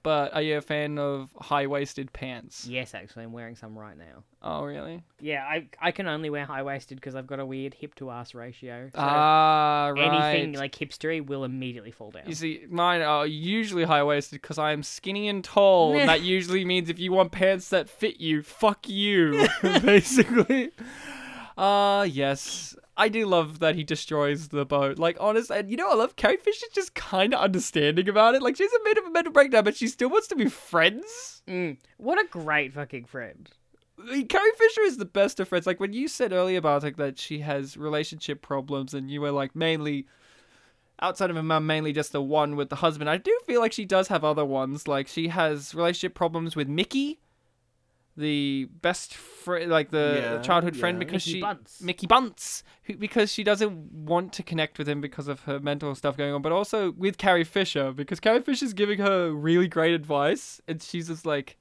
But are you a fan of high waisted pants? Yes, actually, I'm wearing some right now. Oh, really? Yeah, I I can only wear high waisted because I've got a weird hip to ass ratio. So Ah, right. anything like hipstery will immediately fall down. you see, mine are usually high waisted because I am skinny and tall, and that usually means if you want pants that fit you, fuck you, basically. Ah, yes. I do love that he destroys the boat. Like, honest, and you know, I love Carrie Fisher's just kind of understanding about it. Like, she's a bit of a mental breakdown, but she still wants to be friends. Mm. What a great fucking friend. Carrie Fisher is the best of friends. Like when you said earlier about like that she has relationship problems, and you were like mainly outside of Imam, mainly just the one with the husband. I do feel like she does have other ones. Like she has relationship problems with Mickey, the best friend, like the Yeah, childhood friend, yeah. because Mickey she Bunce. Mickey Bunce, who, because she doesn't want to connect with him because of her mental stuff going on, but also with Carrie Fisher because Carrie Fisher's giving her really great advice, and she's just like,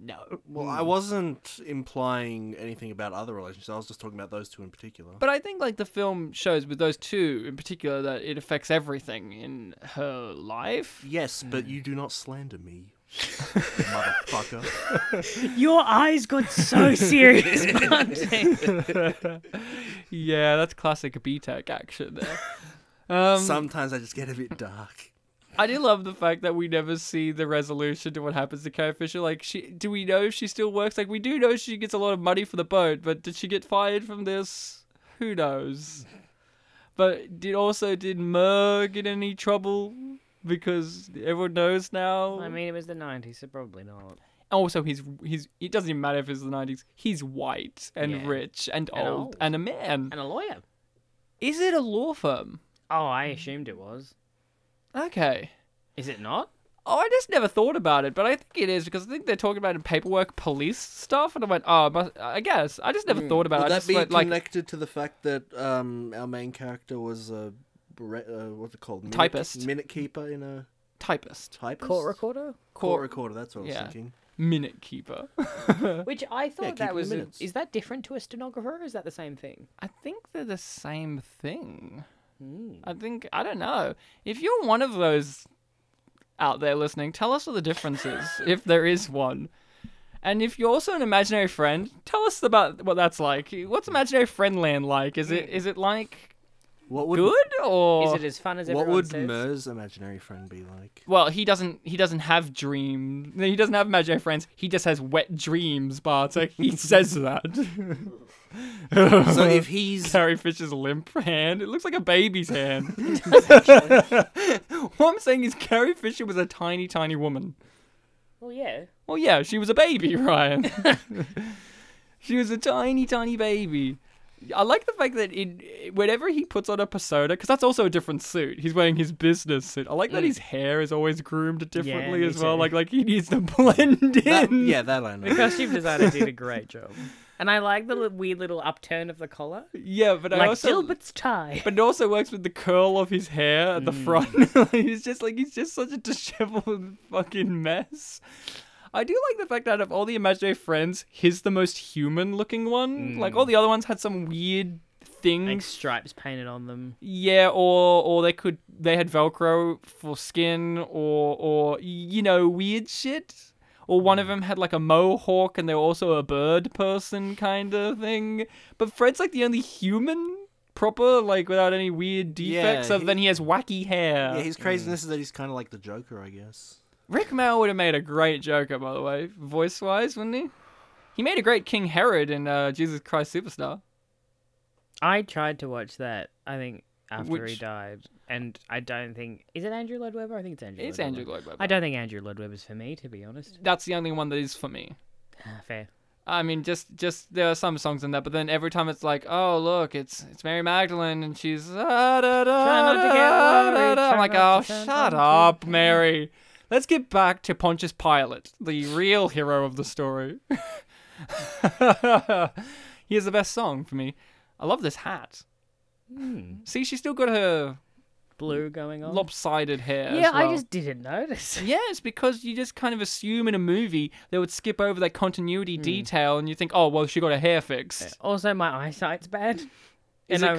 no. Well, I wasn't implying anything about other relationships. I was just talking about those two in particular. But I think like the film shows with those two in particular that it affects everything in her life. yes, Hmm. but you do not slander me, motherfucker. Your eyes got so serious, Monty. yeah, that's classic B-Tech action there. Um, Sometimes I just get a bit dark. I do love the fact that we never see the resolution to what happens to Carrie Fisher. Like, she do we know if she still works? Like, we do know she gets a lot of money for the boat, but did she get fired from this? Who knows? But did also did Mer get any trouble? Because everyone knows now. I mean, it was the 90s, so probably not. also he's he's it doesn't even matter if it's the 90s he's white and Yeah. rich and, And old, old. and a man And a lawyer. is it a law firm Oh, I assumed it was. okay Is it not? oh i just never thought about it but i think it is because i think they're talking about in paperwork police stuff and i went oh I must, i guess i just never thought about Hmm. Would it I that just be went, like connected to the fact that um, our main character was a re- uh, what's it called? Minute, Typist. minute keeper in a typist typist. recorder? Court recorder. That's what I was Yeah. thinking. minute keper Which I thought keeping the that was. a- minutes. is that different to a stenographer? Or is that the same thing? i think they're the same thing Hmm. i think i don't know if you're one of those out there listening tell us what the difference is if there is one and if you're also an imaginary friend tell us about what that's like what's imaginary friend land like is it is it like What Hmm. would good or Is it as fun as what everyone would says? Mer's imaginary friend be like? well he doesn't he doesn't have dream he doesn't have imaginary friends he just has wet dreams bartek he says that So if he's Carrie Fisher's limp hand. It looks like a baby's hand. what I'm saying is Carrie Fisher was a tiny, tiny woman. Well, yeah. Well, yeah, she was a baby, Ryan. she was a tiny, tiny baby. I like the fact that it, whenever he puts on a persona, because that's also a different suit. He's wearing his business suit. I like that his hair is always groomed differently Mm. me as well. too. Like, like he needs to blend in. that, yeah, that I know. Costume designer did a great job. And I like the li- weird little upturn of the collar. yeah. But I Like also Gilbert's tie. But it also works with the curl of his hair at the front. Like, he's just like he's just such a disheveled fucking mess. I do like the fact that out of all the imaginary friends, he's the most human looking one. Like all the other ones had some weird like things. stripes painted on them. Yeah, or or they could they had Velcro for skin or or you know, weird shit. Or one of them had like a mohawk and they were also a bird person kind of thing. But Fred's like the only human proper, like without any weird defects Yeah, other than he has wacky hair. Yeah, his craziness is that he's kind of like the Joker, I guess. Rick Mail would have made a great Joker, by the way, voice wise, wouldn't he? He made a great King Herod in uh, Jesus Christ Superstar. I tried to watch that. I think after he Which- died, and I don't think is it Andrew Lloyd Webber. I think it's Andrew. It's Lloyd Andrew Webber. Lloyd Webber. I don't think Andrew Lloyd Webber's for me, to be honest. That's the only one that is for me. Ah, Fair. I mean, just just there are some songs in that, but then every time it's like, oh look, it's it's Mary Magdalene, and she's ah, da, da, not to get da, da. worried, try I'm like, not oh to turn shut on up, Mary. Let's get back to Pontius Pilate, the real hero of the story. he has the best song for me. I love this hat. Hmm. See, she's still got her Blue going on. lopsided hair. yeah, as well. I just didn't notice. Yeah, it's because you just kind of assume in a movie they would skip over that Hmm. continuity detail, and you think, oh well, she got her hair fixed. Also, my eyesight's bad. Is it And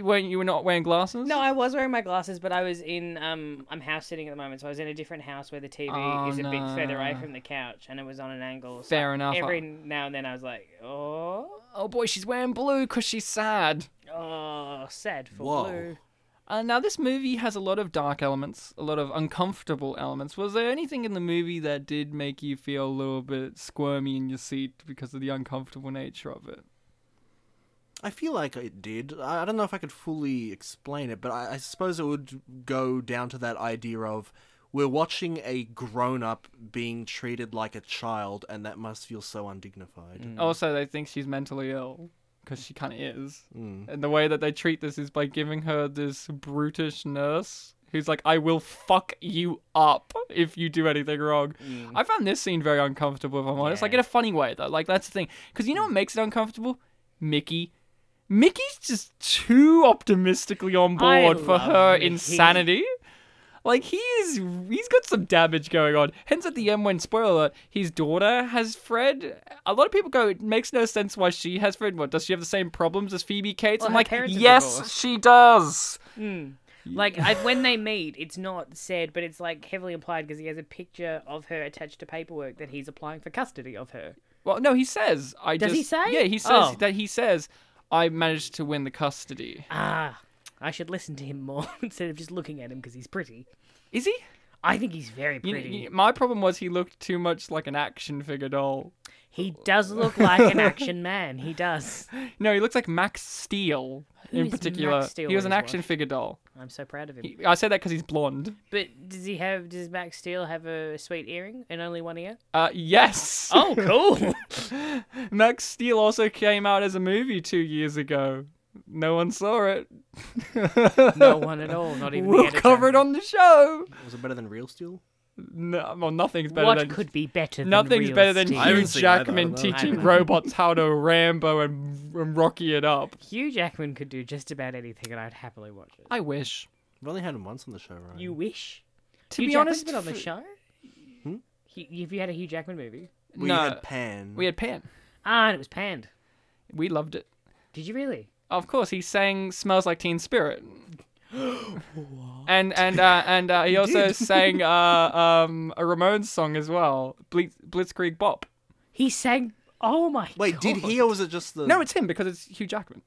co- weren't you were not wearing glasses? No, I was wearing my glasses, but I was in um I'm house sitting at the moment, so I was in a different house where the TV Oh, is a bit further away no. from the couch and it was on an angle. So Fair enough. every now and then I was like, oh, Oh boy, she's wearing blue because she's sad. oh, sad for Whoa. blue. Uh, now this movie has a lot of dark elements, a lot of uncomfortable elements. Was there anything in the movie that did make you feel a little bit squirmy in your seat because of the uncomfortable nature of it? I feel like it did. I I don't know if I could fully explain it, but I, I suppose it would go down to that idea of we're watching a grown up being treated like a child, and that must feel so undignified. Hmm. Mm. Also, they think she's mentally ill. because she kind of is. Mm. Mm. And the way that they treat this is by giving her this brutish nurse who's like, I will fuck you up if you do anything wrong. I found this scene very uncomfortable, if I'm honest. Like, Mm. Yeah. Mm. in a funny way, though. Like, that's the thing. Because you know what makes it uncomfortable? Mickey. Mickey's just too optimistically on I board for love her Mickey. insanity. Like he is, he's got some damage going on. Hence, at the end, when spoiler alert, his daughter has Fred. A lot of people go, it makes no sense why she has Fred. What does she have the same problems as Phoebe Cates? Well, I'm her like, parents are yes, divorced." she does. Like I, when they meet, it's not said, but it's like heavily implied because he has a picture of her attached to paperwork that he's applying for custody of her. Well, no, he says. I Does just, he say? Yeah, he says Oh. that he says I managed to win the custody. Ah, I should listen to him more instead of just looking at him because he's pretty. Is he? I think he's very You- pretty. you- my problem was he looked too much like an action figure doll. He does look like an action man. He does. No, he looks like Max Steel Who in is Max particular. Steel he was in an his action life? figure doll. I'm so proud of him. He- I say that because he's blonde. But does he have? Does Max Steel have a sweet earring and only one ear? Uh, yes. Oh, cool. Max Steel also came out as a movie two years ago. No one saw it. no one at all. Not even. We'll the editor. cover it on the show. Was it better than Real Steel? No, well, nothing's better What than could be better? nothing's than real better than Steel? I Hugh haven't seen either, I Jackman don't know. teaching I- robots how to Rambo and, and Rocky it up. Hugh Jackman could do just about anything, and I'd happily watch it. I wish. We've only had him once on the show, right? You wish. To Hugh be Jackman's honest, been on the f- show. Hmm? He, have you had a Hugh Jackman movie? we no, had Pan. we had Pan. Ah, and it was panned. We loved it. Did you really? Of course, he sang "Smells Like Teen Spirit." And and uh, and uh, he also sang uh, um, a Ramones song as well, Blitz, Blitzkrieg Bop. He sang. Oh my. Wait, did he or was it just the? No, it's him because it's Hugh Jackman.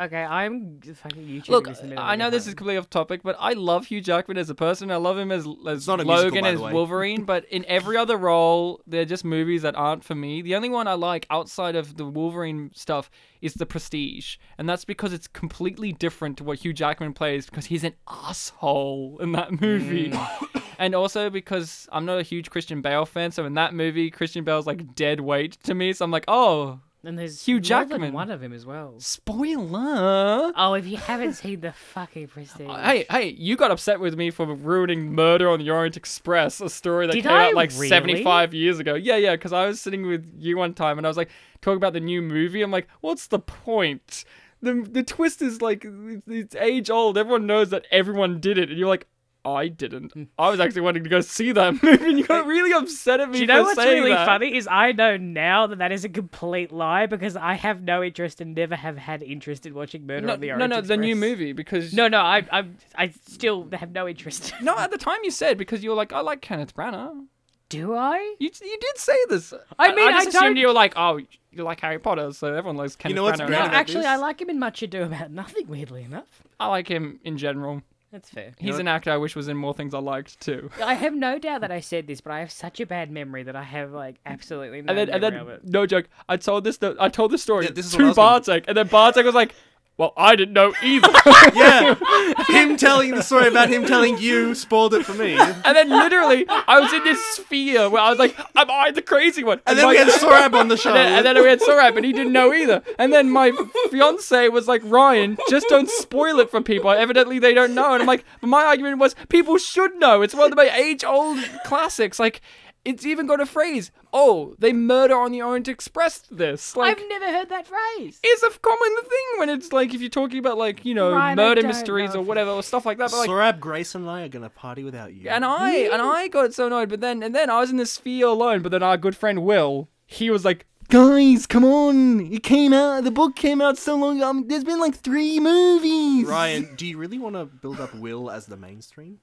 Okay, I'm fucking YouTube. Look, this minute I know this is completely off topic, but I love Hugh Jackman as a person. I love him as, as not a musical, Logan by the as way. Wolverine, but in every other role, they're just movies that aren't for me. The only one I like outside of the Wolverine stuff is The Prestige, and that's because it's completely different to what Hugh Jackman plays because he's an asshole in that movie. Mm. And also because I'm not a huge Christian Bale fan, so in that movie, Christian Bale's like dead weight to me. So I'm like, oh, And there's Hugh more Jackman. Than one of him as well. spoiler! Oh, if you haven't seen the fucking Prestige. Uh, Hey, hey, you got upset with me for ruining Murder on the Orient Express, a story that Did came I out like really? 75 years ago. Yeah, yeah, because I was sitting with you one time and I was like, talking about the new movie. I'm like, what's the point? The, the twist is like, it's- it's age old. Everyone knows that everyone did it. And you're like, I Hmm. didn't. I was actually wanting to go see that movie and you got really upset at me Do you know for what's saying really that. funny is I know now that that is a complete lie because I have no interest and never have had interest in watching Murder No, on the no, Orient no, the new Express. movie because No, no, I, I, I still have no interest. no, at the time you said because you were like, I like Kenneth Branagh. Do I? You, you did say this. I mean, I just I assumed don't- you were like, oh, you like Harry Potter, so everyone likes Kenneth know what's Branagh. great No, about actually, I this? like him in Much Ado About Nothing. Weirdly enough, I like him in general. that's fair. He's an actor I wish was in more things I liked too. I have no doubt that I said this, but I have such a bad memory that I have like absolutely no And then, and memory then, of it. no joke, I told this, I told this story Yeah, this is to what I was Bartek, and then Bartek was like, "Well, I didn't know either." yeah, him telling the story about him telling you spoiled it for me, and and then, literally, I was in this sphere where I was like, "Am I the crazy one?" And, then we my- had Sorab on the show. and then, and then we had Sorab, and he didn't know either. And then my fiance was like, Ryan, just don't spoil it for people. Evidently, they don't know. And I'm like, but my argument was, people should know. It's one of my age old classics. Like, it's even got a phrase, oh, they murder on the Orient Express this. Like, I've never heard that phrase. it's a common thing when it's like, if you're talking about, like, you know, Ryan, I murder don't mysteries know or if- whatever, or stuff like that. But, like, Sorab, Grace, and I are gonna party without you. and I and I got so annoyed. But then and then I was in this sphere alone. But then our good friend Will, he was like, "Guys, come on! It came out. The book came out so long. Um, there's been like three movies." Ryan, do you really want to build up Will as the mainstream?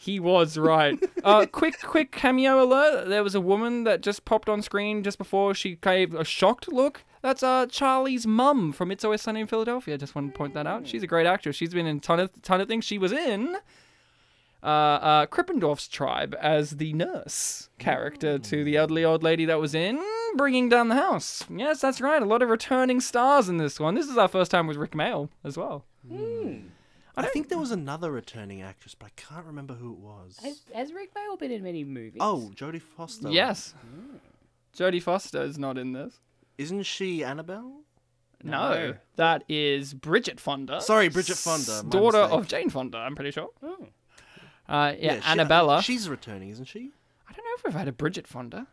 He was right. uh, quick, quick cameo alert! There was a woman that just popped on screen just before she gave a shocked look. That's uh Charlie's mum from It's Always Sunny in Philadelphia. Just wanted to point that out. She's a great actress. She's been in ton of ton of things. She was in uh, uh Krippendorf's Tribe as the nurse character to the elderly old lady that was in Bringing Down the House. Yes, that's right. A lot of returning stars in this one. This is our first time with Rick Mail as well. I, think there was another returning actress, but I can't remember who it was. Has, has Rick Mail been in many movies? Oh, Jodie Foster. Yes. Jodie Foster is not in this. Isn't she Annabelle? No, that is Bridget Fonda. Sorry, Bridget Fonda. my daughter mistake. Oh. of Jane Fonda. I'm pretty sure. Uh, yeah, she- Annabella. she's returning, isn't she? I I don't know if we've had a Bridget Fonda.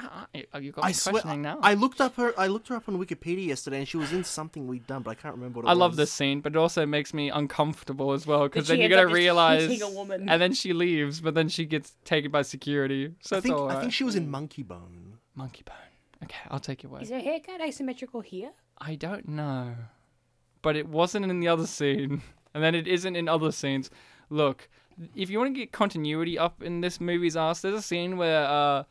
Uh, uh, you got me swear. questioning now. I looked up her. I looked her up on Wikipedia yesterday, and she was in something we'd done, but I can't remember what. It I love was. this scene, but it also makes me uncomfortable as well because That then she you're gonna ends up just realize, hitting a woman. and then she leaves, but then she gets taken by security. So I it's think. all I right. think she was in Monkey Bone. Monkey bone. Okay, I'll take your word. Is her haircut asymmetrical here? I don't know, but it wasn't in the other scene, and then it isn't in other scenes. Look, if you want to get continuity up in this movie's ass, there's a scene where uh,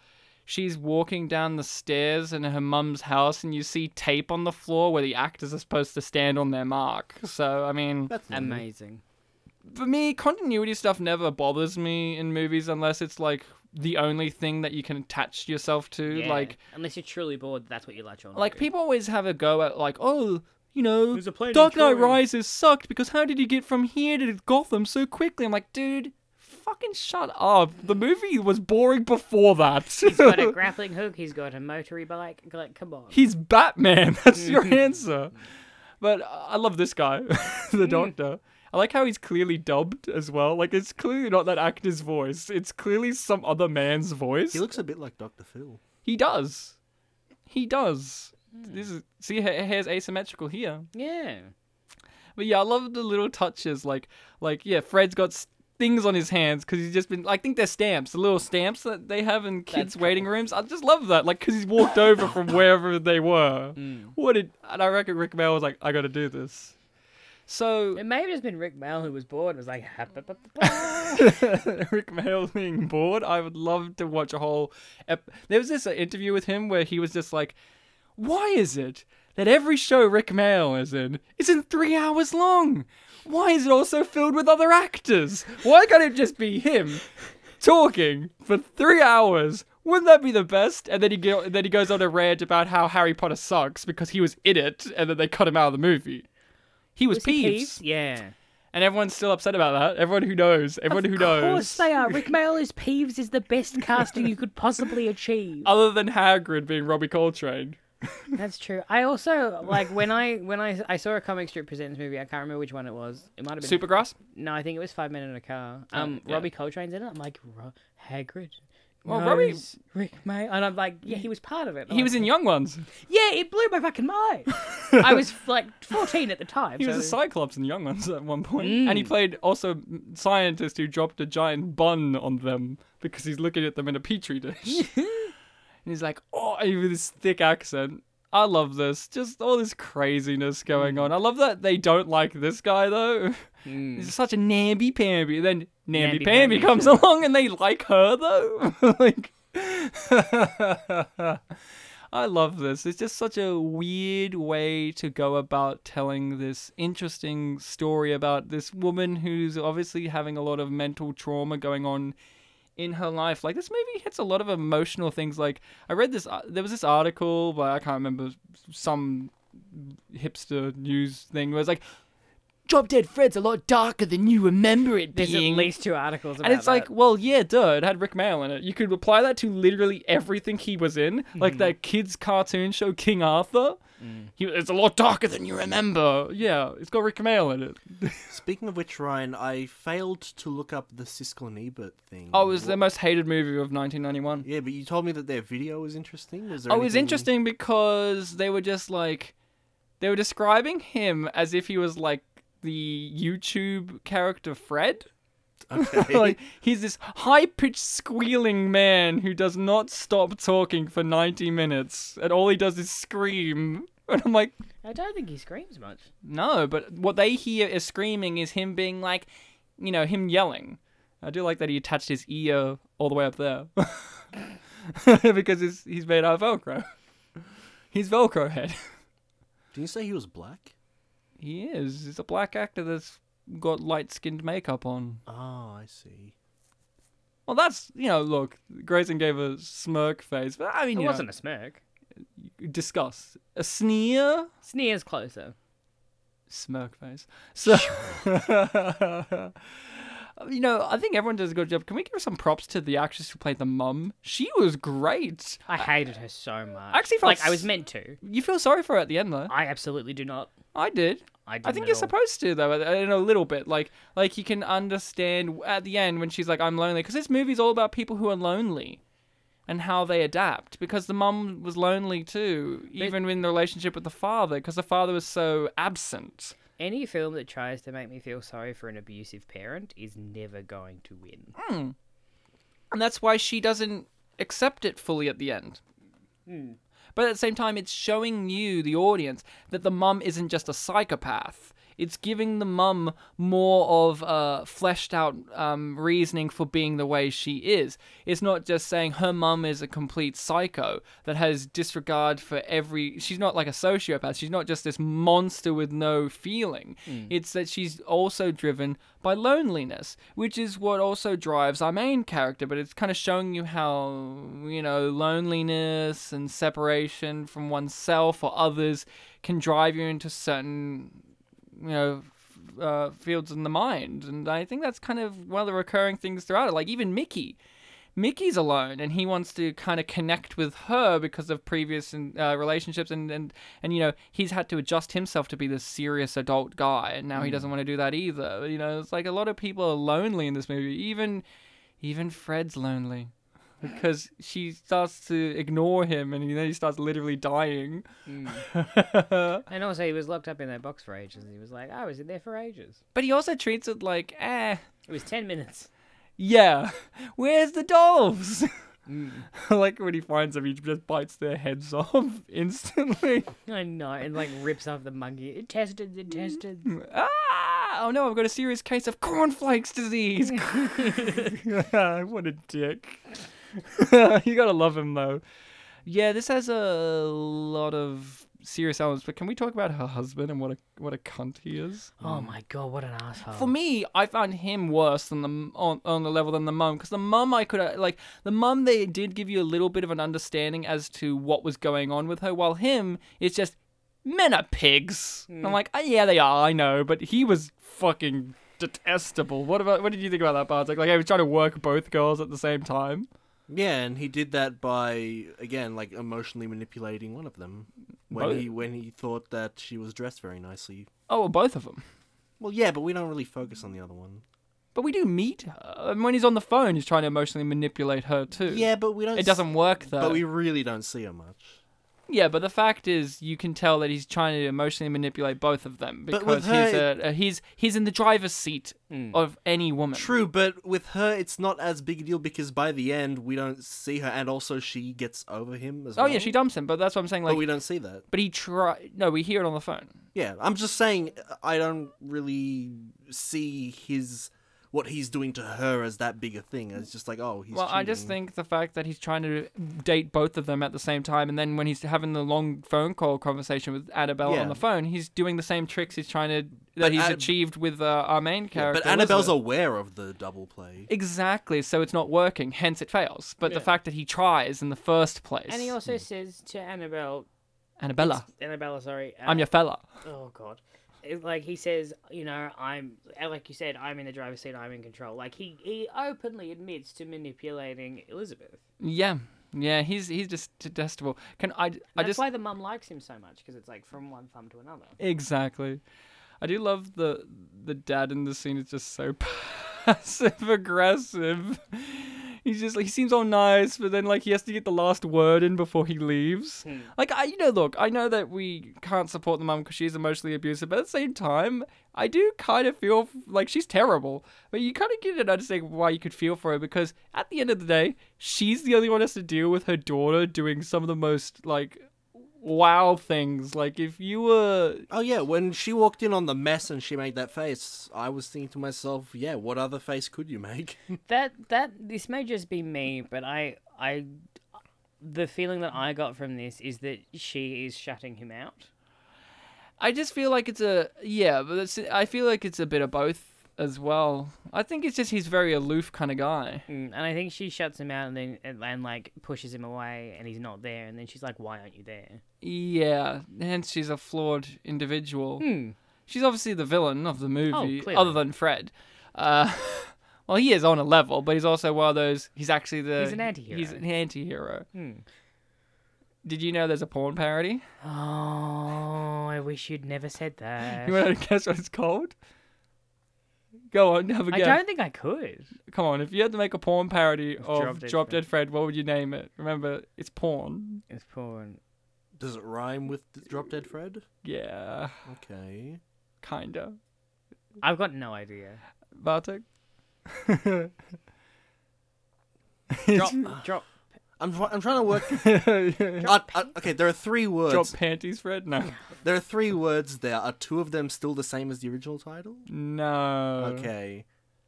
she's walking down the stairs in her mum's house, and you see tape on the floor where the actors are supposed to stand on their mark. So I mean. Mm-hmm. That's not- Amazing. for me, continuity stuff never bothers me in movies unless it's like the only thing that you can attach yourself to. Yeah. Like, unless you're truly bored, that's what you latch on. like to. people always have a go at like, oh, you know, There's a plane in Dark Knight Troy." Rises sucked because how did he get from here to Gotham so quickly? I'm like, dude, fucking shut up. The movie was boring before He's got a that. grappling hook. He's got a motory bike. Like, come on. He's Batman. That's your answer. But I love this guy, the doctor. I like how he's clearly dubbed as well. Like it's clearly not that actor's voice. It's clearly some other man's voice. He looks a bit like Doctor Phil. He does. He does. Hmm. This is see her hair's asymmetrical here. Yeah. But yeah, I love the little touches. Like like yeah, Fred's got s- things on his hands because he's just been. I think they're stamps, the little stamps that they have in kids' That's cool. waiting rooms. I just love that. Like because he's walked over from wherever they were. Mm. What did and I reckon Rick Mail was like, I got to do this. So It may have just been Rick Mel who was bored and was like, "Ha, ba, ba, ba, ba." Rick Mail being bored, I would love to watch a whole. Ep- there was this uh, interview with him where he was just like, "Why is it that every show Rick Mail is in isn't three hours long? Why is it also filled with other actors? Why can't it just be him talking for three hours?" Wouldn't that be the best? And then he go, then he goes on a rant about how Harry Potter sucks because he was in it, and then they cut him out of the movie. He was, Was he Peeves, Peeves? Yeah. and everyone's still upset about that. Everyone who knows, everyone who knows. Of course they are. Rick Mail as Peeves is the best casting you could possibly achieve. other than Hagrid being Robbie Coltrane. That's true. I also like when I when I I saw a comic strip presents movie. I can't remember which one it was. It might have been Supergrass? No, I think it was Five Men in a Car. Um, Uh, yeah. Robbie Coltrane's in it. I'm like Ro- Hagrid. Well, Well, Robbie- Rick Mail, and I'm like, yeah, he was part of it. He was in Young Ones. yeah, it blew my fucking mind. I was like 14 at the time. He was so- a Cyclops in Young Ones at one point. And he Mm. played also a scientist who dropped a giant bun on them because he's looking at them in a petri dish. and he's like, oh, and with this thick accent. I love this. Just all this craziness going on. I love that they don't like this guy though. He's such a namby pamby. Then Hmm. namby pamby Namby-pamby. comes along and they like her though. like I love this. It's just such a weird way to go about telling this interesting story about this woman who's obviously having a lot of mental trauma going on in her life. Like this movie hits a lot of emotional things. Like I read this, uh, there was this article, but I can't remember some hipster news thing where it's like, "Drop Dead Fred's a lot darker than you remember it There's being." at least two articles about and it's like, that. well, yeah, duh, it had Rick Mail in it. You could apply that to literally everything he was in, Mm. like that kids' cartoon show King Arthur. He, it's a lot darker than you remember. Yeah, it's got Rick Mail in it. Speaking of which, Ryan, I failed to look up the Siskel and Ebert thing. Oh, it was the What- most hated movie of 1991. Yeah, but you told me that their video was interesting. Was there Oh, it was anything- interesting because they were just like, they were describing him as if he was like the YouTube character Fred. Okay. like he's this high-pitched squealing man who does not stop talking for 90 minutes, and all he does is scream. And I'm like, I don't think he screams much. no, but what they hear as screaming is him being like, you know, him yelling. I do like that he attached his ear all the way up there. because he's, he's made out of Velcro. He's Velcro head. Did you say he was black? He is. He's a black actor that's got light skinned makeup on. Oh, I see. Well, that's, you know, look, Grayson gave a smirk face, but I mean, It you wasn't a smirk. know, discuss. A sneer? Sneers closer. smirk face. So, you know, I think everyone does a good job. Can we give some props to the actress who played the mum? She was great. I hated her so much. I actually felt like I was s- meant to. You feel sorry for her at the end, though. I absolutely do not. I did. I, I didn't think at you're all. supposed to though, in a little bit. Like, like you can understand at the end when she's like, "I'm lonely," because this movie's all about people who are lonely, and how they adapt. Because the mum was lonely too, even in the relationship with the father, because the father was so absent. Any film that tries to make me feel sorry for an abusive parent is never going to win. and that's why she doesn't accept it fully at the end. But at the same time, it's showing you, the audience, that the mum isn't just a psychopath. It's giving the mum more of a fleshed out um, reasoning for being the way she is. It's not just saying her mum is a complete psycho that has disregard for every. She's not like a sociopath. She's not just this monster with no feeling. It's that she's also driven by loneliness, which is what also drives our main character. But it's kind of showing you how, you know, loneliness and separation from oneself or others can drive you into certain, you know, f- uh, fields in the mind. And I think that's kind of one of the recurring things throughout it. Like, even Mickey. Mickey's alone and he wants to kind of connect with her because of previous uh, relationships and, and and you know he's had to adjust himself to be this serious adult guy and now he doesn't want to do that either you know it's like a lot of people are lonely in this movie even even Fred's lonely because she starts to ignore him and then he starts literally dying And also, he was locked up in that box for ages. He was like, I was in there for ages. but he also treats it like eh It was 10 minutes. yeah where's the dolls like when he finds them he just bites their heads off instantly I know. And like rips off the monkey. It tested, it tested. Mm. Ah! Oh no, I've got a serious case of cornflakes disease. what a dick. you gotta love him though. Yeah, this has a lot of serious elements, but can we talk about her husband and what a what a cunt he is? Oh my god, what an asshole. For me, I found him worse than the m- on, on the level than the mum because the mum I could uh, like the mum they did give you a little bit of an understanding as to what was going on with her, while him it's just men are pigs. I'm like, oh, yeah, they are, I know, but he was fucking detestable. What about what did you think about that, Bartek? Like, I was trying to work both girls at the same time. Yeah, and he did that by again, like emotionally manipulating one of them when Both. he when he thought that she was dressed very nicely. Oh, well, both of them. Well, yeah, but we don't really focus on the other one. But we do meet her, and when he's on the phone, he's trying to emotionally manipulate her too. Yeah, but we don't. it doesn't work though. But we really don't see her much. Yeah, but the fact is, you can tell that he's trying to emotionally manipulate both of them But because with he's her- a, a, he's he's in the driver's seat Mm. of any woman. True, but with her, it's not as big a deal because by the end we don't see her, and also she gets over him as Oh well. yeah, she dumps him, but that's what I'm saying. Like, But but, we don't see that. he try. No, we hear it on the phone. Yeah, I'm just saying I don't really see his what he's doing to her as that big a thing. It's just like oh, he's. well, I just cheating. think the fact that he's trying to date both of them at the same time, and then when he's having the long phone call conversation with Annabelle Yeah. on the phone, he's doing the same tricks he's trying to that But he's Anna- achieved with uh, our main Yeah, character. but Annabelle's Elizabeth. aware of the double play. exactly so it's not working, hence it fails. But the fact that he tries in the first place, And he also says to Annabelle, Annabella. Annabella, sorry. uh, I'm your fella. Oh god. It's like he says, you know, I'm uh, like you said, I'm in the driver's seat, I'm in control. Like he he openly admits to manipulating Elizabeth. Yeah, yeah. He's he's just detestable. Can I? I That's just why the mum likes him so much because it's like from one thumb to another. exactly. I do love the the dad in the scene is just so passive aggressive. He's just like he seems all nice, but then like he has to get the last word in before he leaves. Like I, you know, look, I know that we can't support the mum because she's emotionally abusive, but at the same time, I do kind of feel f- like she's terrible. But you kind of get an understanding why you could feel for her because at the end of the day, she's the only one who has to deal with her daughter doing some of the most like wow things. Like if you were Oh yeah, when she walked in on the mess and she made that face, I was thinking to myself, yeah, what other face could you make? That that this may just be me, but I I the feeling that I got from this is that she is shutting him out. I just feel like it's a yeah, but it's, I feel like it's a bit of both as well. I think it's just he's very aloof kind of guy. Mm, And I think she shuts him out and then and, and like pushes him away and he's not there and then she's like, Why aren't you there? Yeah, hence she's a flawed individual. Hmm. Oh, She's obviously the villain of the movie, clearly. other than Fred. Uh, Well, he is on a level, but he's also one of those. He's actually the. He's an anti-hero. He's an anti-hero. hmm. Did you know there's a porn parody? Oh, I wish you'd never said that. You want to guess what it's called? Go on, have a I guess. don't think I could. Come on, if you had to make a porn parody of Drop Dead, Fred. Fred, what would you name it? Remember, it's porn. It's porn. Does it rhyme with D- Drop Dead Fred? Yeah, Okay. kinda. I've got no idea. Bartek. Drop, drop. I'm try- I'm trying to work. Drop uh, uh, okay, there are three words. panties, Fred. No, There are three words there. Are two of them still the same as the original title? no. Okay.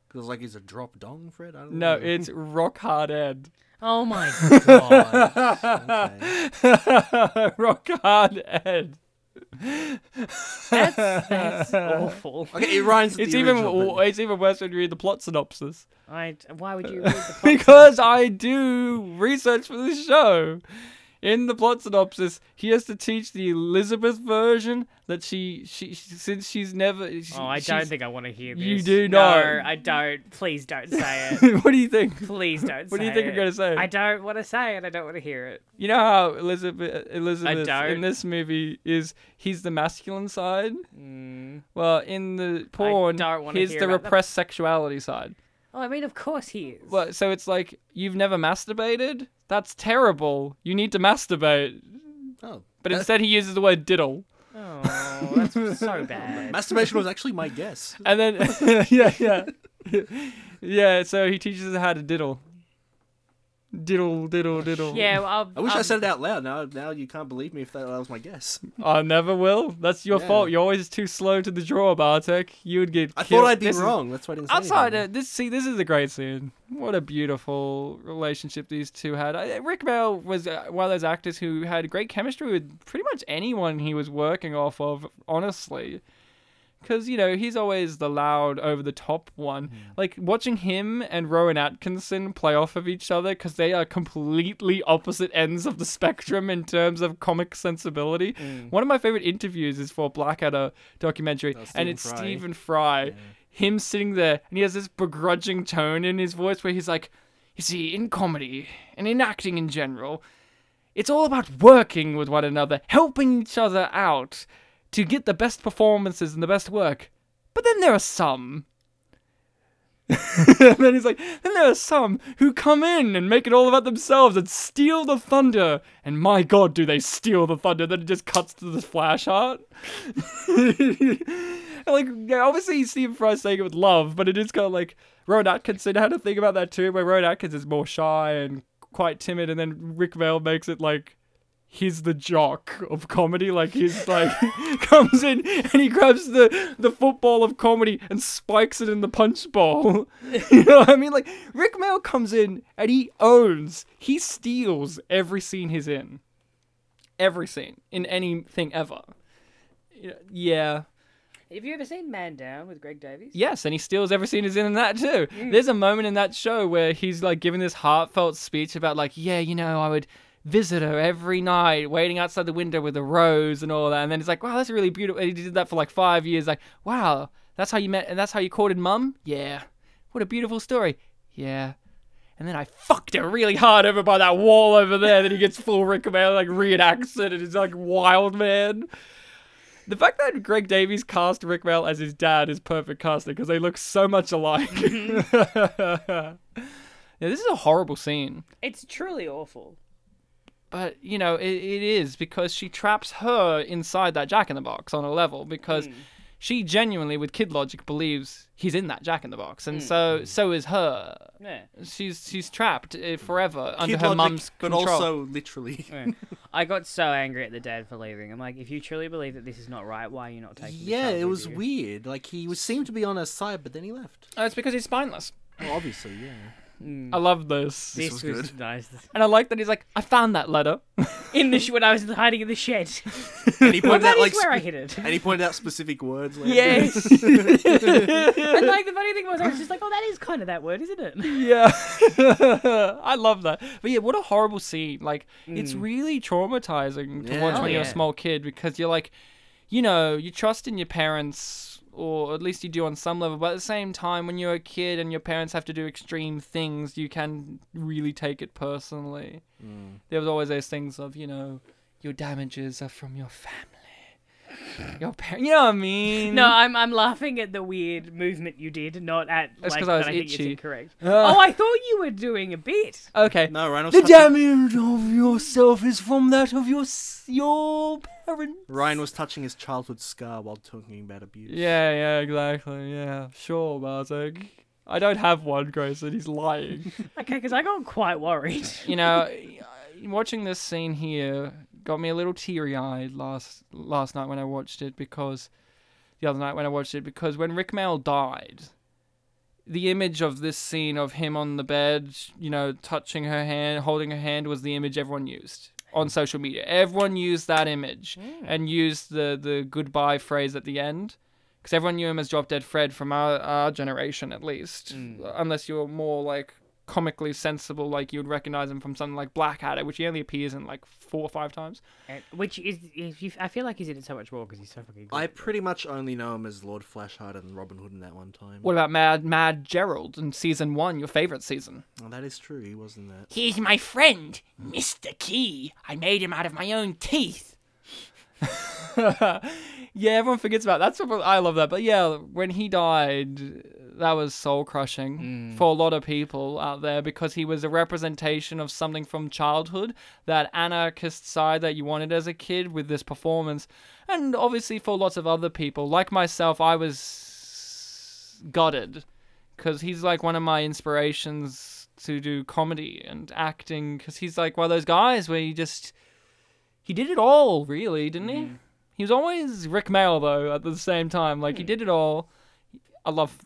Because like, is a drop dong, Fred? I don't Uh-huh. No, know. it's rock hard Ed. Oh my god. okay. rock hard Ed. that's, that's awful. Okay, it rhymes. With It's the even original, it's even worse when you read the plot synopsis I, why would you read the because I do research for this show. In the plot synopsis, he has to teach the Elizabeth version that she she since she's never. She, Oh, I don't she's- think I want to hear this. You do No, know. I don't. Please don't say it. what do you think? Please don't say it. What do you think I'm gonna say? I don't want to say it. I don't want to hear it. You know how Elizabeth Elizabeth don't. in this movie is he's the masculine side. Mm. Well, in the porn, don't wanna he's hear the about that. repressed sexuality side. Oh, I mean, of course he is. Well, so it's like you've never masturbated. That's terrible. You need to masturbate. Oh. But Uh, instead, he uses the word diddle. Oh, that's so bad. masturbation was actually my guess. And then, yeah, yeah, yeah. So he teaches her how to diddle. Diddle, diddle, diddle. Yeah, well, um, I'll, I wish Um, I'll, I said it out loud. Now, now you can't believe me if that, was my guess. I never will. That's your Yeah. fault. You're always too slow to the draw, Bartek. You would get. I killed. thought I'd be This is- wrong. That's why I didn't say Outside anything. of this, see, this is a great scene. What a beautiful relationship these two had. I, Rick Bell was uh, one of those actors who had great chemistry with pretty much anyone he was working off of, honestly. Because, you know, he's always the loud, over the top one. Hmm. Like, watching him and Rowan Atkinson play off of each other, because they are completely opposite ends of the spectrum in terms of comic sensibility. Mm. One of my favorite interviews is for Blackadder documentary, Stephen and it's Fry. Stephen. Stephen Fry, him sitting there, and he has this begrudging tone in his voice where he's like, You see, in comedy and in acting in general, it's all about working with one another, helping each other out to get the best performances and the best work. But then there are some. and then he's like, then there are some who come in and make it all about themselves and steal the thunder. And my god, do they steal the thunder? Then it just cuts to the flash art. And, like yeah, obviously Stephen Fry's saying it with love, but it is kind of like Rowan Atkinson had a thing about that too, where Rowan Atkins is more shy and quite timid, and then Rick Vale makes it like he's the jock of comedy. Like he's like comes in and he grabs the the football of comedy and spikes it in the punch bowl. you know what I mean? Like Rick Mail comes in and he owns, he steals every scene he's in, every scene in anything ever. Yeah. Have you ever seen Man Down with Greg Davies? Yes, and he steals every scene he's in in that too. There's a moment in that show where he's like giving this heartfelt speech about like, yeah, you know, I would visit her every night, waiting outside the window with a rose and all that. And then he's like, wow, that's really beautiful. And he did that for like five years. Like, wow, that's how you met, and that's how you courted mum. Yeah, what a beautiful story. Yeah. And then I fucked her really hard over by that wall over there. Then he gets full Rick Mail, like reenacts it, and he's like wild man. The fact that Greg Davies cast Rick Mail as his dad is perfect casting because they look so much alike. yeah, this is a horrible scene, It's truly awful. but you know it, it is because she traps her inside that Jack in the Box on a level because she genuinely, with kid logic, believes he's in that Jack in the Box, and so so is her. Yeah. She's she's trapped uh, forever under Kid her logic, mum's but control. also literally. Yeah. I got so angry at the dad for leaving. I'm like, if you truly believe that this is not right, why are you not taking? the Yeah, child it with was you? weird. Like he was, seemed to be on her side, but then he left. Oh, it's because he's spineless. Well, obviously, yeah. I love this, This, was was, good. nice. and I like that he's like, I found that letter. In the sh- when I was hiding in the shed. And he pointed that out like, is where I spe- hid it. and he pointed out specific words. Like, Yes. and like the funny thing was, I was just like, oh, that is kind of that word, isn't it? Yeah. I love that. But yeah, what a horrible scene. Like, it's really traumatizing to Mm. Yeah. watch Oh, when you're a yeah. small kid because you're like, you know, you trust in your parents or at least you do on some level. But at the same time, when you're a kid and your parents have to do extreme things, you can really take it personally. Mm. There was always those things of, you know, your damages are from your family, your parents. You know what I mean? No, I'm I'm laughing at the weird movement you did, not at That's like 'cause I was that I think it's itchy. incorrect. Ah. oh, I thought you were doing a bit. Okay. No, Ryan was, The touching, damage of yourself is from that of your s- your parent. Ryan was touching his childhood scar while talking about abuse. Yeah, yeah, exactly. Yeah, sure, Bartek. I don't have one, Grayson. He's lying. Okay, because I got quite worried. you know, I- watching this scene here got me a little teary-eyed last last night when I watched it because the other night when I watched it because when Rick Mail died, the image of this scene of him on the bed, you know, touching her hand, holding her hand was the image everyone used on social media. Everyone used that image and used the the goodbye phrase at the end. Because everyone knew him as Drop Dead Fred from our, our generation, at least. Unless you were more like comically sensible, like you would recognize him from something like Blackadder, which he only appears in like four or five times. And- Which is, if you, I feel like he's in it so much more because he's so fucking. Good. I pretty much only know him as Lord Flashheart and Robin Hood in that one time. What about Mad Mad Gerald in season one, your favorite season? Oh, that is true. He was in that. He's my friend, Mr. Key. I made him out of my own teeth. yeah, everyone forgets about that. That's what I love that. But yeah, when he died, that was soul crushing for a lot of people out there because he was a representation of something from childhood, that anarchist side that you wanted as a kid with this performance. And obviously for lots of other people, like myself, I was gutted because he's like one of my inspirations to do comedy and acting because he's like one of those guys where you just he did it all really didn't he he was always rick mail though at the same time like he did it all i love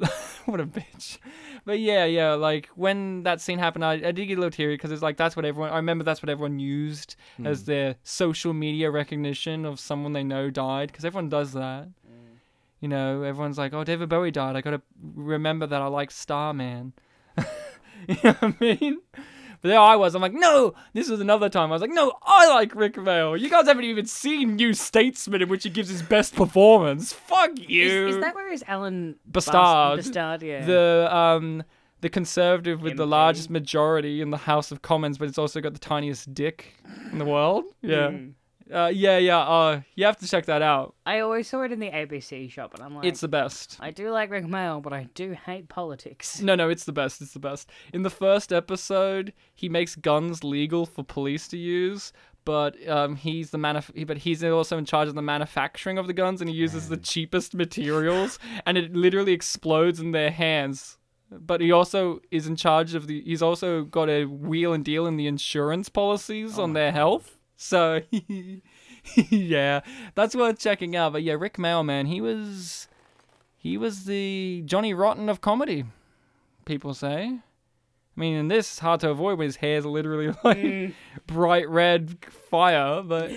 what a bitch but yeah yeah like when that scene happened i, I did get a little teary because it's like that's what everyone i remember that's what everyone used Hmm. as their social media recognition of someone they know died because everyone does that Mm. you know, everyone's like, "Oh, David Bowie died. I gotta remember that I like Starman." you know what I mean? But there I was. I'm like, "No, this was another time." I was like, "No, I like Rick Vale. You guys haven't even seen New Statesman, in which he gives his best performance. Fuck you." Is, is that where is Alan Bastard. Bas- Bastard, yeah. the um the conservative with the MP? largest majority in the House of Commons, but it's also got the tiniest dick in the world? Hmm. Yeah. Uh, yeah, yeah. Uh, you have to check that out. I always saw it in the ABC shop, and I'm like, It's the best. I do like Rick Mail, but I do hate politics. No, no, it's the best. It's the best. In the first episode, he makes guns legal for police to use, but um, he's the manuf- but he's also in charge of the manufacturing of the guns, and he uses the cheapest materials, and it literally explodes in their hands. But he also is in charge of the. He's also got a wheel and deal in the insurance policies on their health. So, yeah, that's worth checking out. But yeah, Rick Mail, man, he was. He was the Johnny Rotten of comedy people say. I mean, in this, it's hard to avoid when his hair's literally like bright red fire. But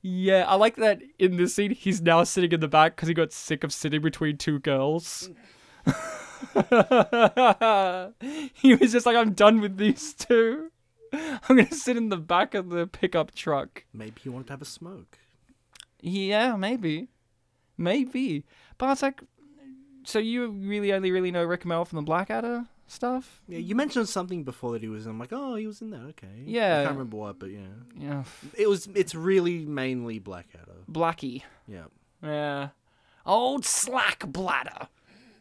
yeah, I like that in this scene, he's now sitting in the back because he got sick of sitting between two girls. he was just like, I'm done with these two. I'm going to sit in the back of the pickup truck. Maybe he wanted to have a smoke. Yeah, maybe. Maybe. But it's like, so you really only really know Rick Mel from the Blackadder stuff? Yeah, you mentioned something before that he was in. I'm like, oh, he was in that. Okay. Yeah. I can't remember what, but yeah, Yeah. it was. It's really mainly Blackadder. Blackie. Yeah. Yeah. Old slack bladder.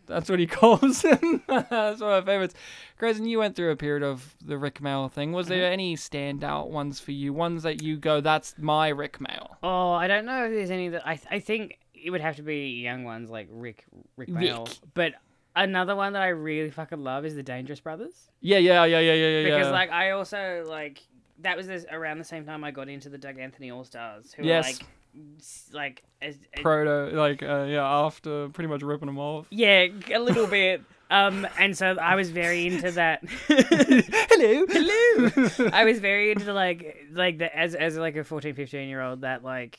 That's what he calls him. That's one of my favorites. Grayson, you went through a period of the Rick Mail thing. Was there any standout ones for you? Ones that you go, that's my Rick Mail. Oh, I don't know if there's any that I. I think it would have to be young ones like Rick, Rick Mail. Rick. But another one that I really fucking love is the Dangerous Brothers. Yeah, yeah, yeah, yeah, yeah, yeah. because yeah. like I also like that was this, around the same time I got into the Doug Anthony All Stars, who Yes. are like s- like as, as- proto, like uh, yeah, after pretty much ripping him off. yeah, a little bit. Um, and so I was very into that. Hello, hello. I was very into like like the as as like a 14, 15 year old that like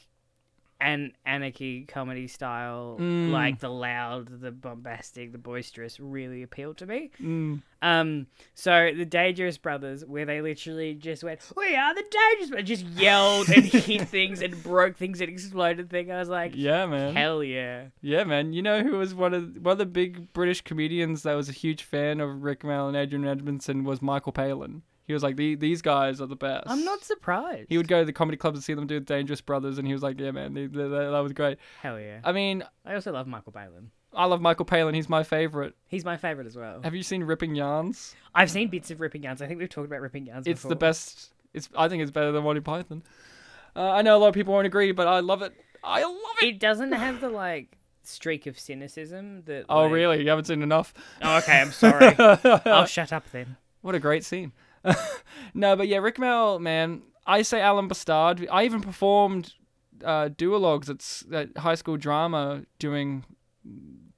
an anarchy comedy style, like the loud, the bombastic, the boisterous, really appealed to me. Mm, Um, so the Dangerous Brothers, where they literally just went, "We are the Dangerous," Brothers," just yelled and hit things and broke things and exploded things. I was like, Yeah, man. "Hell yeah!" Yeah, man. You know who was one of one of the big British comedians that was a huge fan of Rick Mail and Adrian Edmondson was Michael Palin. He was like, "The- these guys are the best. I'm not surprised. He would go to the comedy clubs and see them do Dangerous Brothers, and he was like, "Yeah, man, they, they, that was great." Hell yeah! I mean, I also love Michael Palin. I love Michael Palin. He's my favorite. He's my favorite as well. Have you seen Ripping Yarns? I've seen bits of Ripping Guns. I think we've talked about Ripping Guns. It's the before. best. It's I think it's better than Monty Python. Uh, I know a lot of people won't agree, but I love it. I love it. It doesn't have the like streak of cynicism that. Oh, like- really? You haven't seen enough. Oh, okay, I'm sorry. I'll shut up then. What a great scene. no, but yeah, Rick Mel, man. I say Alan Bastard. I even performed uh, duologues at, s- at high school drama doing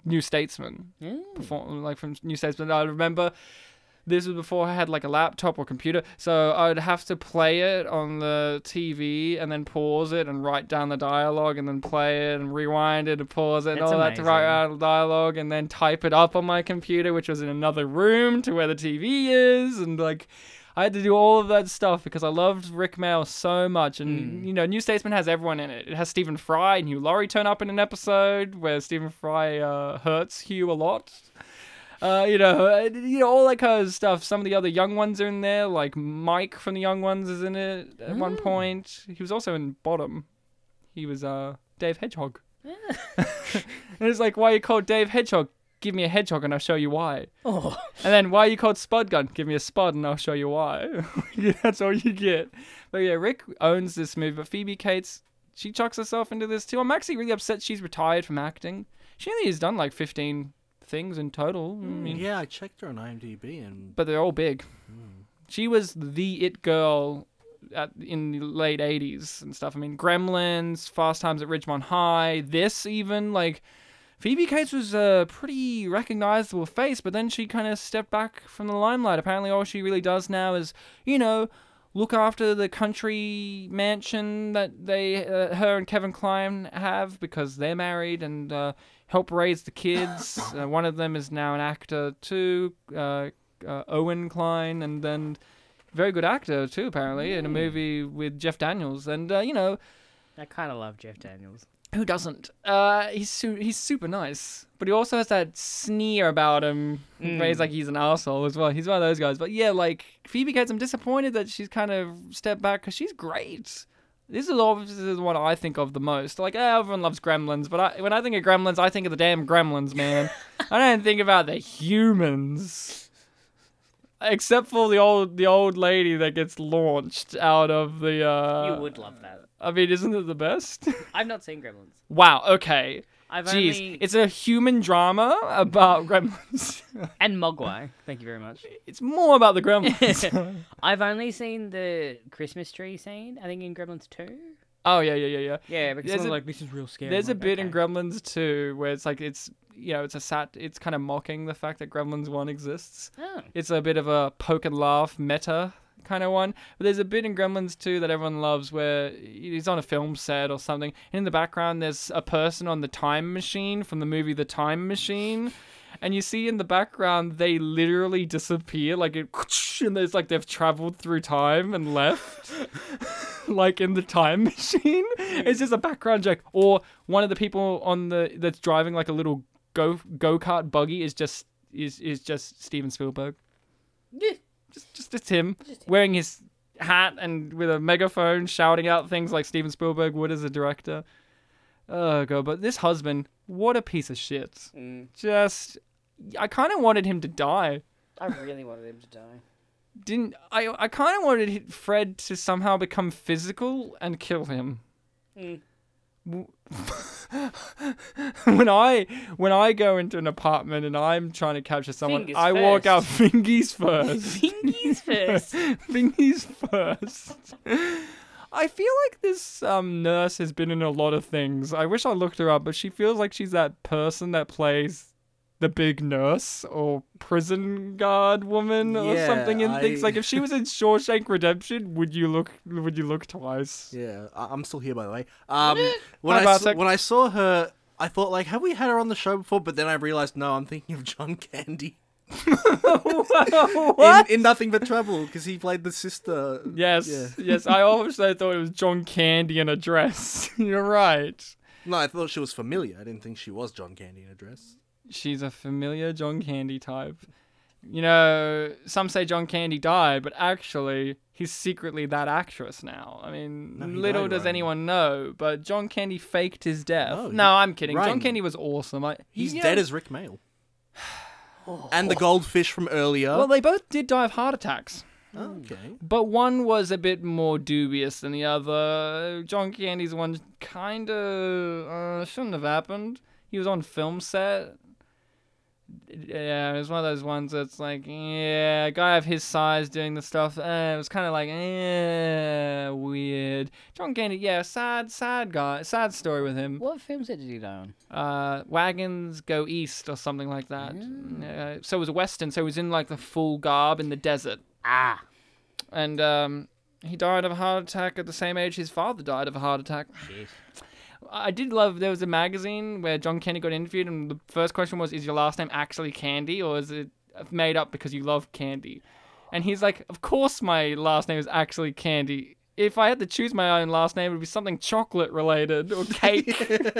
New Statesman. Perform, like from New Statesman. I remember this was before I had like a laptop or computer, so I'd have to play it on the TV and then pause it and write down the dialogue and then play it and rewind it and pause it and That's all that to write amazing. out the dialogue and then type it up on my computer, which was in another room to where the TV is and like. I had to do all of that stuff because I loved Rick Mail so much, and you know, New Statesman has everyone in it. It has Stephen Fry and Hugh Laurie turn up in an episode where Stephen Fry uh, hurts Hugh a lot uh, you know, uh, you know all that kind of stuff. Some of the other young ones are in there, like Mike from the Young Ones is in it at one point. He was also in Bottom. He was uh Dave Hedgehog. and it's like, why are you called Dave Hedgehog? Give me a hedgehog and I'll show you why. Oh, And then why are you called Spud Gun? Give me a Spud and I'll show you why. Yeah, That's all you get. But yeah, Rick owns this movie, but Phoebe Cates, she chucks herself into this too. I'm actually really upset she's retired from acting. She only has done like 15 things in total. Mm, I mean, Yeah, I checked her on IMDb and but they're all big. She was the it girl at, in the late '80s and stuff. I mean, Gremlins, Fast Times at Ridgemont High, this even like Phoebe Cates was a pretty recognizable face, but then she kind of stepped back from the limelight. Apparently, all she really does now is, you know, look after the country mansion that they, uh, her and Kevin Kline have because they're married and uh, help raise the kids. uh, one of them is now an actor too, uh, uh, Owen Klein, and then very good actor too apparently in a movie with Jeff Daniels. And uh, you know, I kind of love Jeff Daniels. who doesn't? Uh, he's su- he's super nice, but he also has that sneer about him. Where Hmm. he's like he's an asshole as well. He's one of those guys. But yeah, like Phoebe Cates, I'm disappointed that she's kind of stepped back because she's great. This is obviously the one I think of the most. Like eh, everyone loves Gremlins, but I, when I think of Gremlins, I think of the damn Gremlins, man. I don't think about the humans, except for the old the old lady that gets launched out of the. Uh, you would love that. I mean, isn't it the best? I've not seen Gremlins. wow. Okay. I've Jeez, only it's a human drama about gremlins. and Mogwai. Thank you very much. it's more about the gremlins. I've only seen the Christmas tree scene. I think in Gremlins two. oh yeah, yeah, yeah, yeah. Yeah, because There's someone's a- like this is real scary. There's I'm a like, bit in "Okay." Gremlins too where it's like it's you know it's a sat it's kind of mocking the fact that Gremlins One exists. Oh. It's a bit of a poke and laugh meta kind of one. But there's a bit in Gremlins too that everyone loves where he's on a film set or something, and in the background there's a person on the time machine from the movie The Time Machine. And you see in the background they literally disappear, like it, and it's like they've traveled through time and left, like in the time machine. It's just a background joke, or one of the people on the that's driving like a little go go kart buggy is just is is just Steven Spielberg Yeah. just just just him wearing his hat and with a megaphone shouting out things like Steven Spielberg would as a director. Oh god, but this husband, what a piece of shit. Mm. Just I kind of wanted him to die. I really wanted him to die. Didn't I I kind of wanted hi- Fred to somehow become physical and kill him. Mm. W- when I when I go into an apartment and I'm trying to capture someone, Fingers I walk first. out fingies first. Fingies first. Thingies first. I feel like this um, nurse has been in a lot of things. I wish I looked her up, but she feels like she's that person that plays the big nurse or prison guard woman or Yeah, something and thinks I- like if she was in Shawshank Redemption, would you look would you look twice? Yeah, I- I'm still here by the way. Um, when Hi, I saw, Bartek. when I saw her, I thought like, have we had her on the show before? But then I realized, no, I'm thinking of John Candy What? in, in Nothing But Trouble because he played the sister. yes. Yeah. Yes, I also thought it was John Candy in a dress. You're right. No, I thought she was familiar. I didn't think she was John Candy in a dress. she's a familiar John Candy type. You know, some say John Candy died, but actually, he's secretly that actress now. I mean, No, he little died, does Ryan. anyone know, but John Candy faked his death. No, No, he- I'm kidding. Ryan- John Candy was awesome. I, He's you know- dead as Rick Mail. And the goldfish from earlier. Well, they both did die of heart attacks, okay. but one was a bit more dubious than the other. John Candy's one kind of uh, shouldn't have happened. He was on film set. Yeah, it was one of those ones that's like, yeah, a guy of his size doing the stuff. Uh, it was kind of like, eh, weird. John Candy, yeah, sad, sad guy, sad story with him. What films did he die on? Uh, wagons go east or something like that. Uh, so it was a western. So he was in like the full garb in the desert Ah, and um, he died of a heart attack at the same age his father died of a heart attack. jeez. I did love there was a magazine where John Candy got interviewed, and the first question was, "Is your last name actually Candy, or is it made up because you love candy?" And he's like, "Of course, my last name is actually Candy." If I had to choose my own last name, it would be something chocolate related or cake.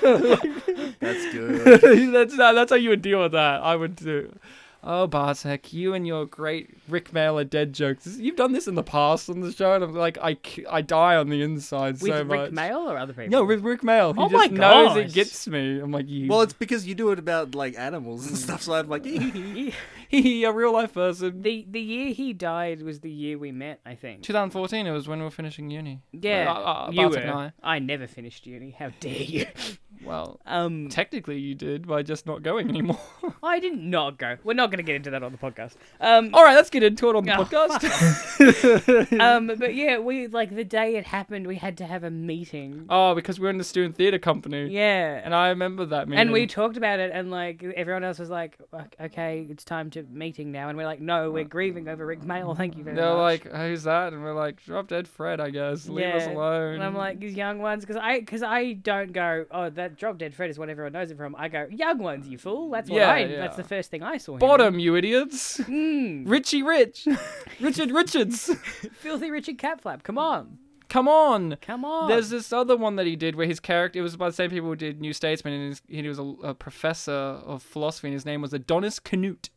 That's good. that's that's how you would deal with that. I would do. Oh, Bartek, you and your great Rick Mailer dead jokes. This- You've done this in the past on the show, and I'm like, I, c- I die on the inside With so Rick much. Mail or other people? No, with Rick Mail. He Oh my just knows gosh. it gets me. I'm like, you. well, it's because you do it about like animals and stuff. So I'm like, Ye- he, a real life person. the the year he died was the year we met, I think. 2014, it was when we were finishing uni. Yeah, Uh, uh, you Bartek and were. I. I. never finished uni. How dare you? Well, Um, technically you did by just not going anymore. I did not go. We're not going to get into that on the podcast. Um, All right, let's get into it on the Oh, podcast. um, but yeah, we like the day it happened, we had to have a meeting. oh, because we're in the student theatre company. Yeah, Oh, And I remember that meeting. and we talked about it, and like everyone else was like, "Ok- "Okay, it's time to meeting now," and we're like, "No, we're grieving over Rick Mail. Thank you very Uh, They're much." like, who's that? And we're like, drop dead Fred, I guess. Leave us Yeah. alone. And I'm like, these young ones, because I, cause I don't go, oh, that Drop Dead Fred is what everyone knows it from. I go, young ones, you fool. That's what Yeah, I, yeah. that's the first thing I saw. him in. bottom, you idiots. Mm, Richie Rich. Richard Richards. filthy Richard Catflap. Come on. Come on. Come on. There's this other one that he did where his character, it was by the same people who did New Statesman, and his, he was a, a professor of philosophy, and his name was Adonis Canute.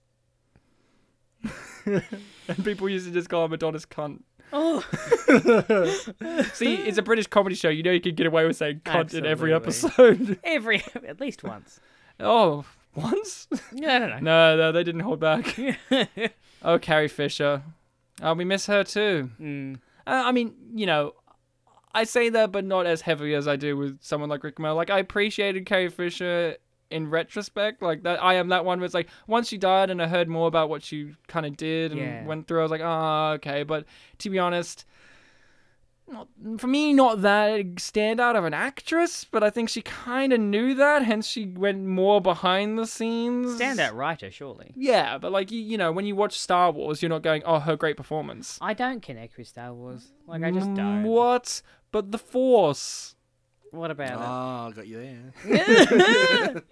and people used to just call him Adonis Cunt. oh, See, it's a British comedy show. You know you could get away with saying cunt in every Absolutely. episode. every, at least once. oh, once? No, no, no. No, no, they didn't hold back. Oh, Carrie Fisher. Oh, we miss her too. Mm. Uh, I mean, you know, I say that, but not as heavily as I do with someone like Rick Mail. Like, I appreciated Carrie Fisher in retrospect. Like, that I am that one where it's like, once she died and I heard more about what she kind of did and Yeah. went through, I was like, ah, okay. But to be honest, not, for me, not that standout of an actress, but I think she kind of knew that, hence she went more behind the scenes. Standout writer, surely. Yeah, but like you, you know, when you watch Star Wars, you're not going, "Oh, her great performance." I don't connect with Star Wars. Like, I just Mm, don't. What, What? But the Force. about ah, got you there. it?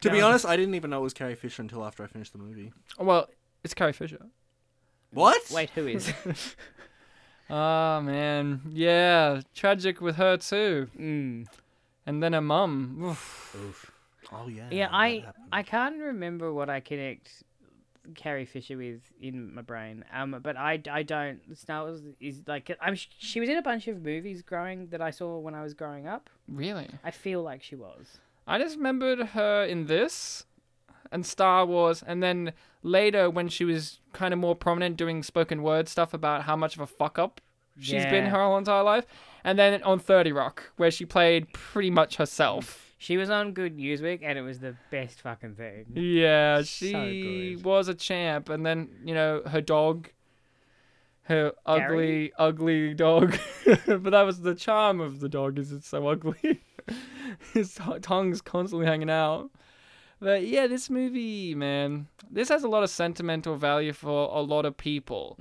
To be Yeah. honest, I didn't even know it was Carrie Fisher until after I finished the Mm. movie. Well, it's Carrie Fisher. What? Wait, who is? Ah man, yeah, tragic with her too, Mm. and then her mum. Oof. Oh yeah. Yeah, that I happened. I can't remember what I connect Carrie Fisher with in my brain. Um, but I, I don't. Star Wars is like I'm. sh- She was in a bunch of movies growing that I saw when I was growing up. Really? I feel like she was. I just remembered her in this, and Star Wars, and then later when she was kind of more prominent doing spoken word stuff about how much of a fuck up she's been Yeah. her whole entire life, and then on Thirty Rock where she played pretty much herself. She was on Good Newsweek, and it was the best fucking thing. Yeah, So she good. was a champ, and then you know her dog, her ugly, ugly dog. but that was the charm of the dog is it's so ugly. His t- tongue's constantly hanging out. But yeah, this movie, man, this has a lot of sentimental value for a lot of people.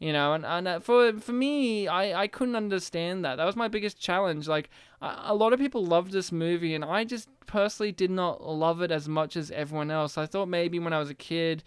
You know, and, and uh, for for me, I, I couldn't understand that. That was my biggest challenge. Like, a, a lot of people loved this movie, and I just personally did not love it as much as everyone else. I thought maybe when I was a kid,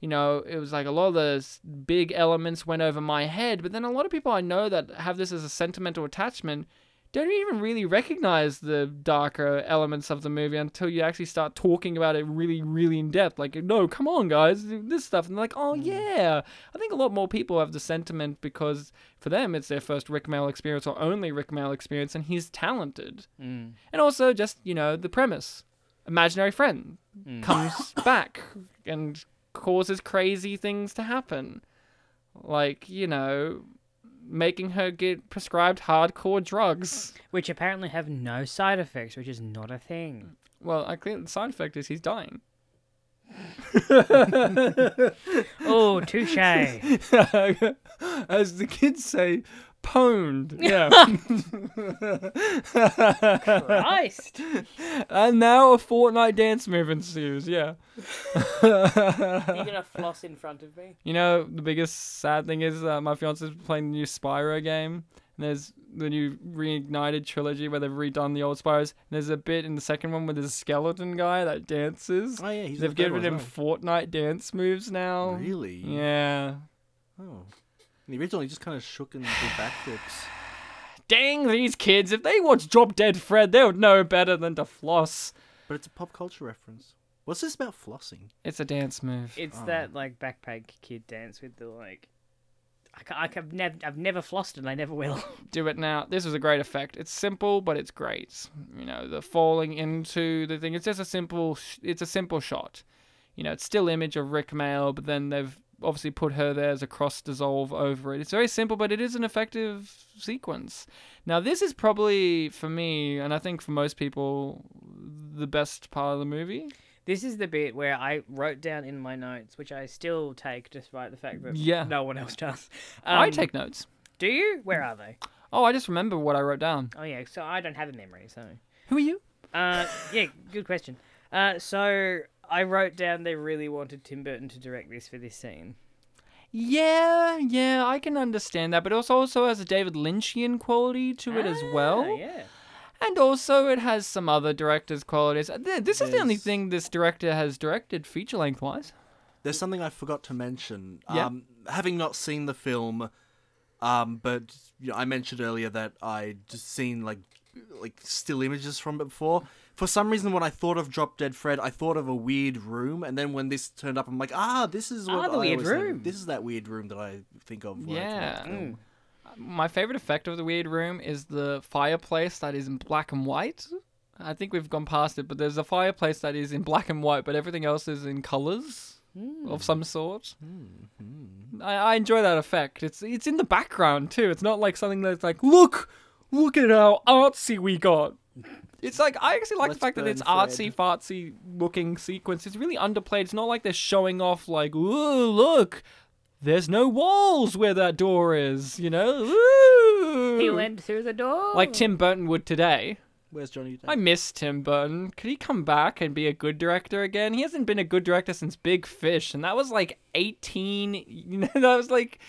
you know, it was like a lot of the s- big elements went over my head. But then a lot of people I know that have this as a sentimental attachment don't even really recognize the darker elements of the movie until you actually start talking about it really, really in depth. Like, no, come on, guys, this stuff. And they're like, oh, yeah. I think a lot more people have the sentiment because for them, it's their first Rick Mail experience or only Rick Mail experience, and he's talented. And also, just, you know, the premise imaginary friend comes back and causes crazy things to happen. Like, you know, making her get prescribed hardcore drugs. Which apparently have no side effects, which is not a thing. Well, I clear the side effect is he's dying. Oh, touche. As the kids say, pwned. Yeah. Christ. and now a Fortnite dance move ensues. Yeah. You're gonna floss in front of me. You know, the biggest sad thing is uh, my fiance's playing the new Spyro game. And there's the new reignited trilogy where they've redone the old Spyros. And there's a bit in the second one with this skeleton guy that dances. Oh, yeah, he's they've in the third given one him as Fortnite dance moves now. Really? Yeah. Oh. And the original, he just kind of shook and did backflips. Dang these kids! If they watch Drop Dead Fred, they would know better than to floss. But it's a pop culture reference. What's this about flossing? It's a dance move. It's that like backpack kid dance with the like. I ca I ca- I've never, I've never flossed and I never will. do it now. This was a great effect. It's simple, but it's great. You know, the falling into the thing. It's just a simple. Sh- it's a simple shot. You know, it's still image of Rick Mail, but then they've obviously put her there as a cross dissolve over it. It's very simple, but it is an effective sequence. Now, this is probably for me, and I think for most people, the best part of the movie. This is the bit where I wrote down in my notes, which I still take despite the fact that Yeah. no one else does. I Um, take notes. Do you? Where are they? Oh, I just remember what I wrote down. Oh yeah. So I don't have a memory. So. Who are you? Uh, yeah. Good question. Uh, so I wrote down they really wanted Tim Burton to direct this for this scene. Yeah, yeah, I can understand that, but also also has a David Lynchian quality to it as well. Ah, yeah. And also, it has some other director's qualities. Uh, th- This is the only Yes. thing this director has directed feature length wise. There's something I forgot to mention. Yeah. Um, having not seen the film, um, but you know, I mentioned earlier that I just seen like like still images from it before. For some reason, when I thought of Drop Dead Fred, I thought of a weird room, and then when this turned up, I'm like, ah, this is what Ah, the I weird always think of. room. This is that weird room that I think of. When I Yeah. think of the film. My favorite effect of the Weird Room is the fireplace that is in black and white. I think we've gone past it, but there's a fireplace that is in black and white, but everything else is in colors of some sort. Mm-hmm. I, I enjoy that effect. It's it's in the background too. It's not like something that's like, look, look at how artsy we got. It's like I actually like Let's the fact that burn it's Fred. artsy fartsy looking sequence. It's really underplayed. It's not like they're showing off like, ooh, look, there's no walls where that door is, you know? Ooh. He went through the door. like Tim Burton would today. Where's Johnny? Depp? I miss Tim Burton. Could he come back and be a good director again? He hasn't been a good director since Big Fish, and that was like 18, you know, that was like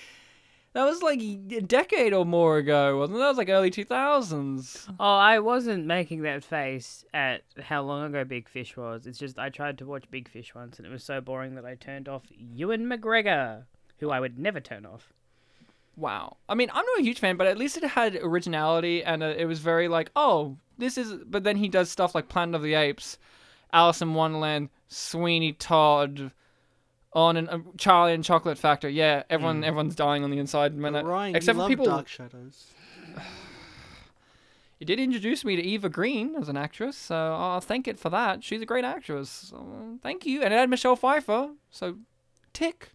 that was like a decade or more ago, wasn't it? That was like early 2000s. Oh, I wasn't making that face at how long ago Big Fish was. It's just I tried to watch Big Fish once and it was so boring that I turned off Ewan McGregor, who I would never turn off. Wow. I mean, I'm not a huge fan, but at least it had originality and uh, it was very like, oh, this is. But then he does stuff like Planet of the Apes, Alice in Wonderland, Sweeney Todd, on and uh, Charlie and Chocolate Factory. Yeah, everyone, everyone's dying on the inside. Man, that- Hmm. Ryan, except you for love people. Dark Shadows. It did introduce me to Eva Green as an actress, so I'll thank it for that. She's a great actress. So, thank you. And it had Michelle Pfeiffer, so tick.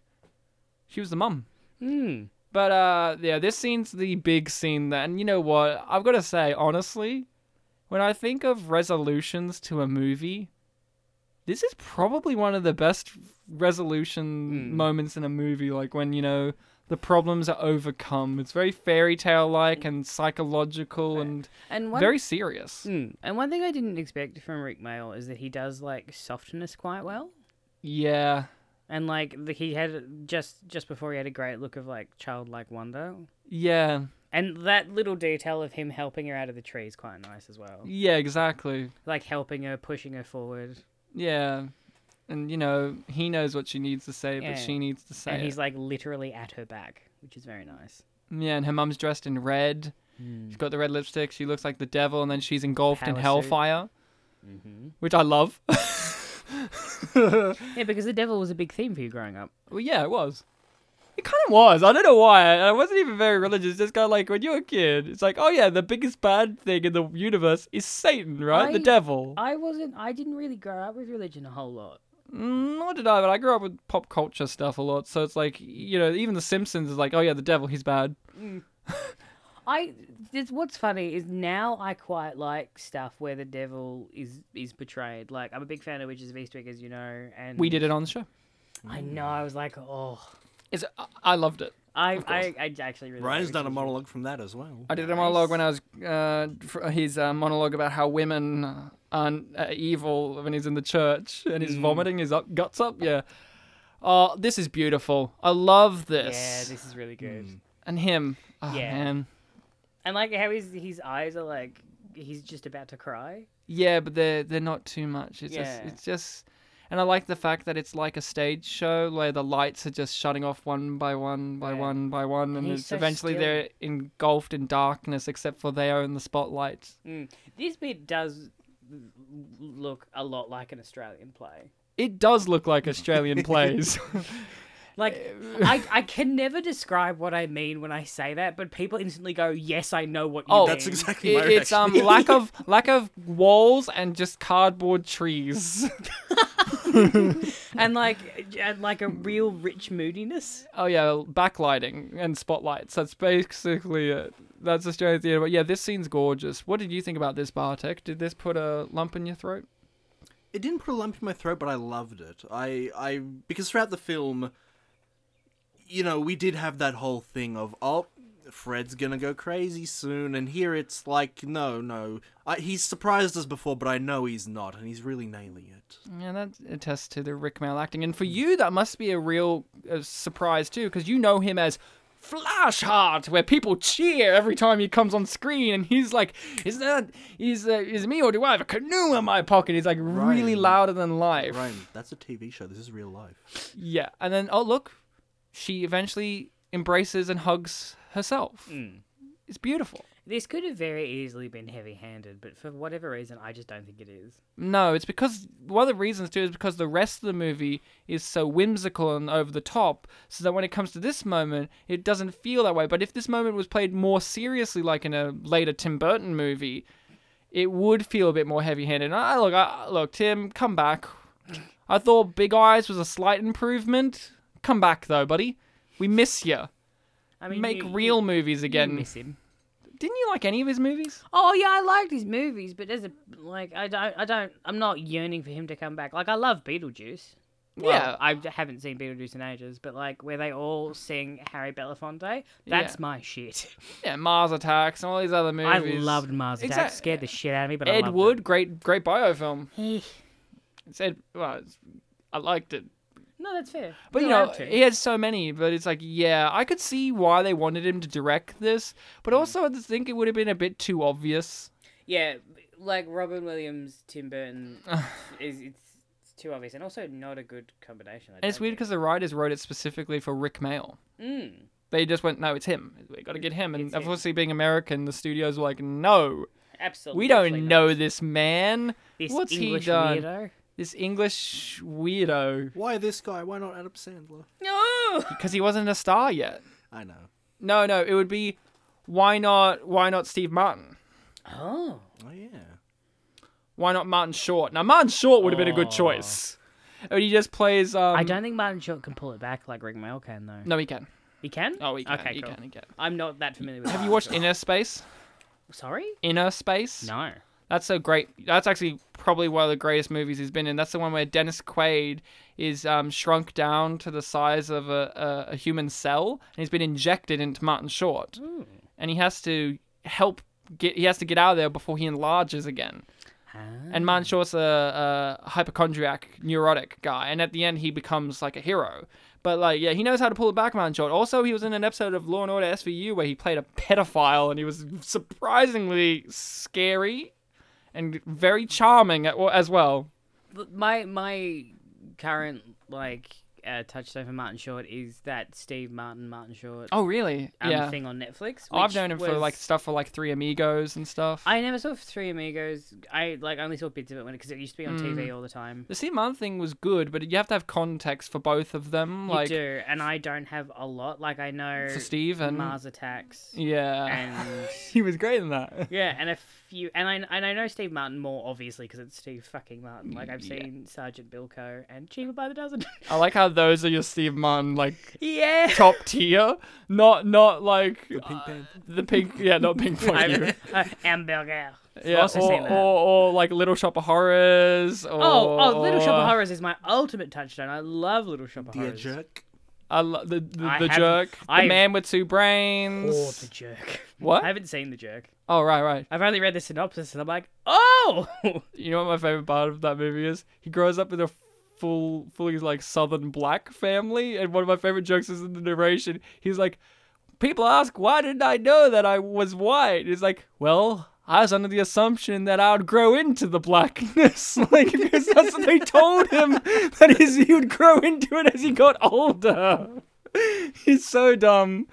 She was the mum. Hmm. But uh, yeah, this scene's the big scene. That, and you know what? I've got to say, honestly, when I think of resolutions to a movie, this Hmm. is probably one of the best resolution moments in a movie. Like when you know the problems are overcome. It's very fairy tale like and psychological and And one very serious. Mm. and one thing I didn't expect from Rick Mail is that he does like softness quite well. Yeah. And like the, he had just just before he had a great look of like childlike wonder. Yeah. And that little detail of him helping her out of the tree is quite nice as well. Yeah, exactly. Like helping her, pushing her forward. Yeah. And you know, he knows what she needs to say, Yeah. but she needs to say and it. he's like literally at her back, which is very nice. Yeah, and her mum's dressed in red. She's got the red lipstick. She looks like the devil, and then she's engulfed Power in suit. hellfire, which I love. well, Mm-hmm. Yeah, because the devil was a big theme for you growing up. yeah, it was. It kind of was. I don't know why. I wasn't even very religious. Just kind of like when you're a kid, it's like, oh yeah, the biggest bad thing in the universe is Satan, right? I- The devil. I wasn't. I didn't really grow up with religion a whole lot. Mm, Nor did I, but I grew up with pop culture stuff a lot. So it's like, you know, even The Simpsons is like, oh yeah, the devil, he's bad. I. It's, what's funny is now I quite like stuff where the devil is is portrayed. Like I'm a big fan of Witches of Eastwick, as you know. And We did it on the show. I know. I was like, oh, It's, I, I loved it. I I, I actually really. like Ryan's done a Witches of- monologue from that as well. I did a monologue when I was uh, fr- his uh, monologue about how women uh, aren't uh, evil when he's in the church and Mm. he's vomiting his up, guts up. Yeah. Oh, this is beautiful. I love this. Yeah, this is really Hmm. good. and him. Oh, Yeah. man. And like how his his eyes are like he's just about to cry. Yeah, but they're they're not too much. It's just Yeah. it's just and I like the fact that it's like a stage show where the lights are just shutting off one by one by Yeah. one by one and, And he's it's so eventually still. they're engulfed in darkness except for they are in the spotlight. Mm. This bit does l- look a lot like an Australian play. It does look like Australian plays. Like I, I can never describe what I mean when I say that, but people instantly go, "Yes, I know what you Oh, mean." That's exactly my It, it's um reaction. lack of lack of walls and just cardboard trees. and like and like a real rich moodiness. oh yeah, backlighting and spotlights. That's basically it. That's Australian theatre. But yeah, this scene's gorgeous. What did you think about this, Bartek? Did this put a lump in your throat? it didn't put a lump in my throat, but I loved it. I, I because throughout the film, you know, we did have that whole thing of oh, Fred's gonna go crazy soon, and here it's like no, no, I, he's surprised us before, but I know he's not, and he's really nailing it. Yeah, that attests to the Rick Mail acting. And for you, that must be a real uh, surprise too, because you know him as Flashheart, where people cheer every time he comes on screen, and he's like, "Is that is uh, is me or do I have a canoe in my pocket?" He's like really Right. louder than life. Ryan, that's a TV show. This is real life. Yeah, and then oh look, she eventually embraces and hugs herself. Mm. It's beautiful. This could have very easily been heavy-handed, but for whatever reason, I just don't think it is. No, it's because one of the reasons too is because the rest of the movie is so whimsical and over the top, so that when it comes to this moment, it doesn't feel that way. But if this moment was played more seriously, like in a later Tim Burton movie, it would feel a bit more heavy-handed. And I look, I, look, Tim, come back. I thought Big Eyes was a slight improvement. Come back though, buddy. We miss you. I mean, Make you- real you- movies you again. miss him. Didn't you like any of his movies? Oh yeah, I like his movies, but there's a like I don't I don't I'm not yearning for him to come back. Like I love Beetlejuice. Well, Yeah. I d- haven't seen Beetlejuice in ages, but like where they all sing Harry Belafonte, that's Yeah. my shit. Yeah, Mars Attacks and all these other I movies. loved Mars Attacks. Exact- Scared the shit out of me, but I Ed loved Wood, great, great biofilm. it. It's Ed. Well, it's, I liked it, no, that's fair. but you You're know, allowed to. he had so many. But it's like, yeah, I could see why they wanted him to direct this, but Hmm. also I just think it would have been a bit too obvious. yeah, like Robin Williams, Tim Burton is it's, it's too obvious, and also not a good combination. I And it's don't weird think. because the writers wrote it specifically for Rick Mail. Mm. They just went, no, it's him. We got to get him. And It's him. obviously, being American, the studios were like, no, absolutely we don't not. know this man. this What's English he done? weirdo. This English weirdo, Why this guy? Why not Adam Sandler? No. because he wasn't a star yet. I know. No, no, it would be why not why not Steve Martin? Oh. Oh yeah. Why not Martin Short? Now Martin Short would have been a good Oh. choice. But he just plays um I don't think Martin Short can pull it back like Rick Mail can, though. No he can. He can? Oh he can Okay, he cool. can he can. I'm not that familiar with Have you Martin watched Short. Inner Space? Sorry? Inner Space? No. That's a great that's actually probably one of the greatest movies he's been in. That's the one where Dennis Quaid is um, shrunk down to the size of a, a, a human cell, and he's been injected into Martin Short, Hmm. and he has to help get he has to get out of there before he enlarges again. And Martin Short's a, a hypochondriac, neurotic guy, and at the end he becomes like a hero. But like, yeah, he knows how to pull it back, Martin Short. Also, he was in an episode of Law and Order SVU where he played a pedophile, and he was surprisingly scary and very charming at, as well. But my my current like uh, touchstone for Martin Short is that Steve Martin Martin Short Oh, really? um, yeah. thing on Netflix. Oh, I've which known him for was- like stuff for like Three Amigos and stuff. I never saw Three Amigos. I like only saw bits of it when because it used to be on TV Mm. all the time. the Steve Martin thing was good, but you have to have context for both of them. like you do, and I don't have a lot. Like I know for Steve and Mars Attacks, yeah, and he was great in that. yeah, and a few, and I and I know Steve Martin more obviously because it's Steve fucking Martin. Like I've Yeah. seen Sergeant Bilko and Cheaper by the Dozen. I like how those are your Steve Martin like yeah. top tier, not not like uh, The Pink Panther. the pink, yeah, not pink for you, I, uh, hamburger. yeah, Oh. also or, seen that. or or like Little Shop of Horrors. Or, Oh, oh, Little Shop or- of Horrors is my ultimate touchstone. I love Little Shop of Dear Horrors. jerk. I lo- the the, I the haven't- jerk, I've- the man with two brains. Or Oh, the jerk. What? I haven't seen the jerk. Oh right, right. I've only read the synopsis and I'm like, oh, You know what my favorite part of that movie is? He grows up in a full, fully like Southern black family, and one of my favorite jokes is in the narration. He's like, "People ask why didn't I know that I was white?" He's like, "Well." I was under the assumption that I would grow into the blackness, like because that's what they told him that is he would grow into it as he got older. He's so dumb.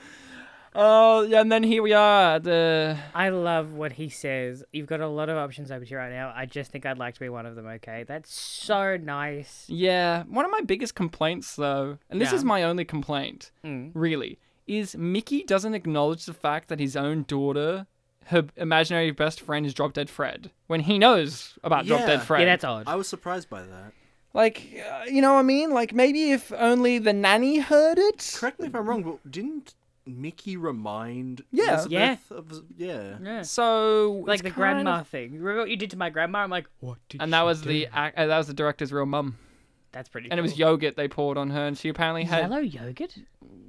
Oh, yeah, and then here we are. The I love what he says. You've got a lot of options open to you right now. I just think I'd like to be one of them. Okay, that's so nice. Yeah, one of my biggest complaints though, and this Yeah. Mm. is my only complaint, really, is Mickey doesn't acknowledge the fact that his own daughter, her imaginary best friend, is Drop Dead Fred when he knows about Drop Yeah. Dead Yeah, Fred. Yeah, that's odd. I was surprised by that. like, uh, you know what I mean? Like maybe if only the nanny heard it. Correct me if I'm wrong, but didn't Mickey remind Yeah. Elizabeth of yeah. yeah. So Like it's the kind grandma of- thing. Remember what you did to my grandma? I'm like, what did? and that she was do?" the ac- uh, that was the director's real mum, That's pretty. and it was cool. yogurt they poured on her, and she apparently had yellow yogurt.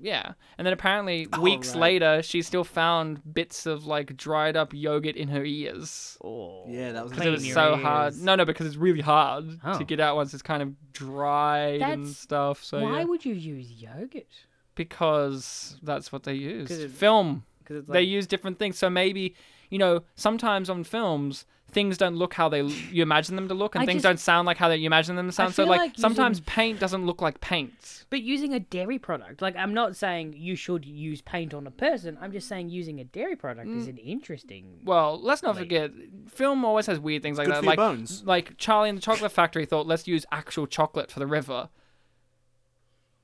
Yeah. And then apparently Oh, weeks right. later, she still found bits of like dried up yogurt in her ears. Oh, Yeah, that was- 'Cause it was In your so hard. ears. No, no, because it's really hard Oh. to get out once it's kind of dried and That's- stuff. So Why yeah. would you use yogurt? because that's what they use. 'Cause it- Film. Because it's they like use different things. So maybe, you know, sometimes on films things don't look how they you imagine them to look and I things just- don't sound like how they, you imagine them to sound. So feel like, like using- sometimes paint doesn't look like paint. But using a dairy product, like I'm not saying you should use paint on a person. I'm just saying using a dairy product Mm. is an interesting. Well, let's not Like- forget, film always has weird things like Good that. for your like, bones. like Charlie and the Chocolate Factory thought, let's use actual chocolate for the river.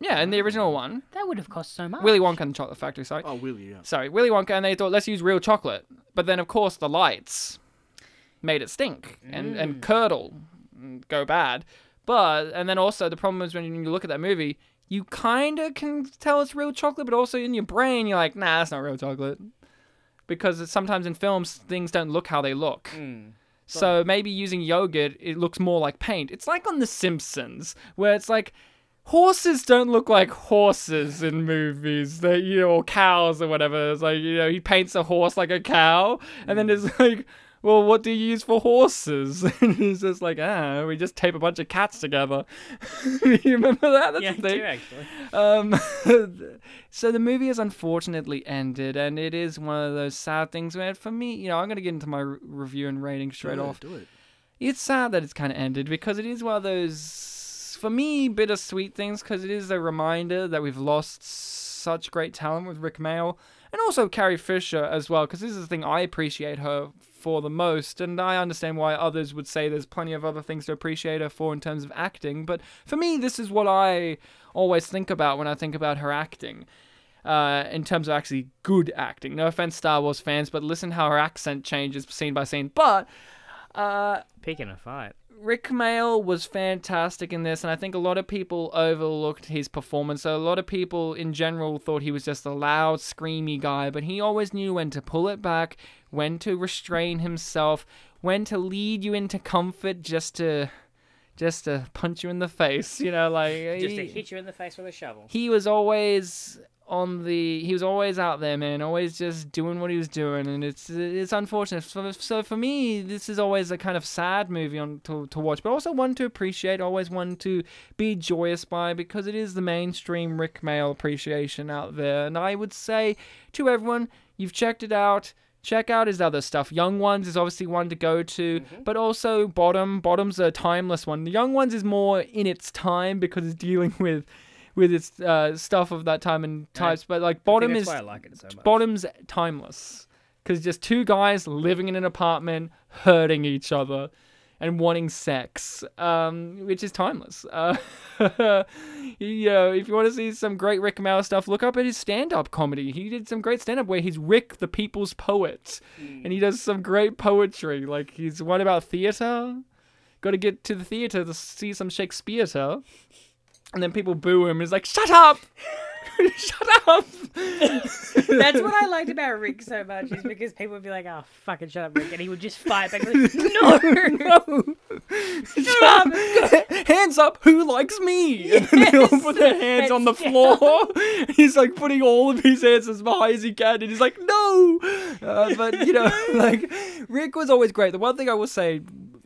Yeah, in the original one, That would have cost so much. Willy Wonka and the Chocolate Factory. Sorry, Mm. Oh, will you? Yeah. sorry, Willy Wonka, and they thought, let's use real chocolate. But then, of course, the lights made it stink and and curdle, and go bad. But and then also the problem is when you look at that movie. You kind of can tell it's real chocolate, but also in your brain, you're like, nah, that's not real chocolate. Because it's- sometimes in films, things don't look how they look. So maybe using yogurt, it looks more like paint. It's like on The Simpsons, where it's like horses don't look like horses in movies, they you know, or cows or whatever. It's like you know, he paints a horse like a cow, and then it's like. Well, what do you use for horses? And he's just like, ah, we just tape a bunch of cats together. you remember that? That's yeah, a I thing. do actually. Um, so the movie has unfortunately ended, and it is one of those sad things where, for me, you know, I'm gonna get into my re- review and rating straight Do it, off. Do it. It's sad that it's kind of ended because it is one of those, for me, bittersweet things because it is a reminder that we've lost such great talent with Rick Mail and also Carrie Fisher as well because this is the thing I appreciate her for the most and I understand why others would say there's plenty of other things to appreciate her for in terms of acting but for me this is what I always think about when I think about her acting uh, in terms of actually good acting no offense Star Wars fans but listen how her accent changes scene by scene but uh, Picking a fight. Rick Mail was fantastic in this, and I think a lot of people overlooked his performance. So a lot of people in general thought he was just a loud, screamy guy, but he always knew when to pull it back, when to restrain himself, when to lead you into comfort just to just to punch you in the face, you know, like Just to he- hit you in the face with a shovel. he was always on the he was always out there man always just doing what he was doing and it's it's unfortunate so, so for me this is always a kind of sad movie on to, to watch but also one to appreciate always one to be joyous by because it is the mainstream rick mail appreciation out there and i would say to everyone you've checked it out check out his other stuff. Young Ones is obviously one to go to, but also Bottom. Bottom's a timeless one. The Young Ones is more in its time because it's dealing with with its uh, stuff of that time and types. But like Bottom that's is why I like it so much. Bottom's timeless because just two guys living in an apartment, hurting each other. And wanting sex, um, which is timeless. Uh, you know, if you want to see some great Rick Mao stuff, look up at his stand-up comedy. He did some great stand-up where he's Rick, the people's poet, Hmm. and he does some great poetry. Like he's one about theater. Got to get to the theater to see some Shakespeare, and then people boo him. He's like, "Shut up! Shut up!" That's what I liked about Rick so much is because people would be like, "Oh, fucking shut up, Rick," and he would just fight back, like, "No, no, shut up!" hands up, who likes me? And they all put their hands on the Hands floor. he's like putting all of his hands as high as he can, and he's like, no. Uh, but you know, like Rick was always great. The one thing I will say,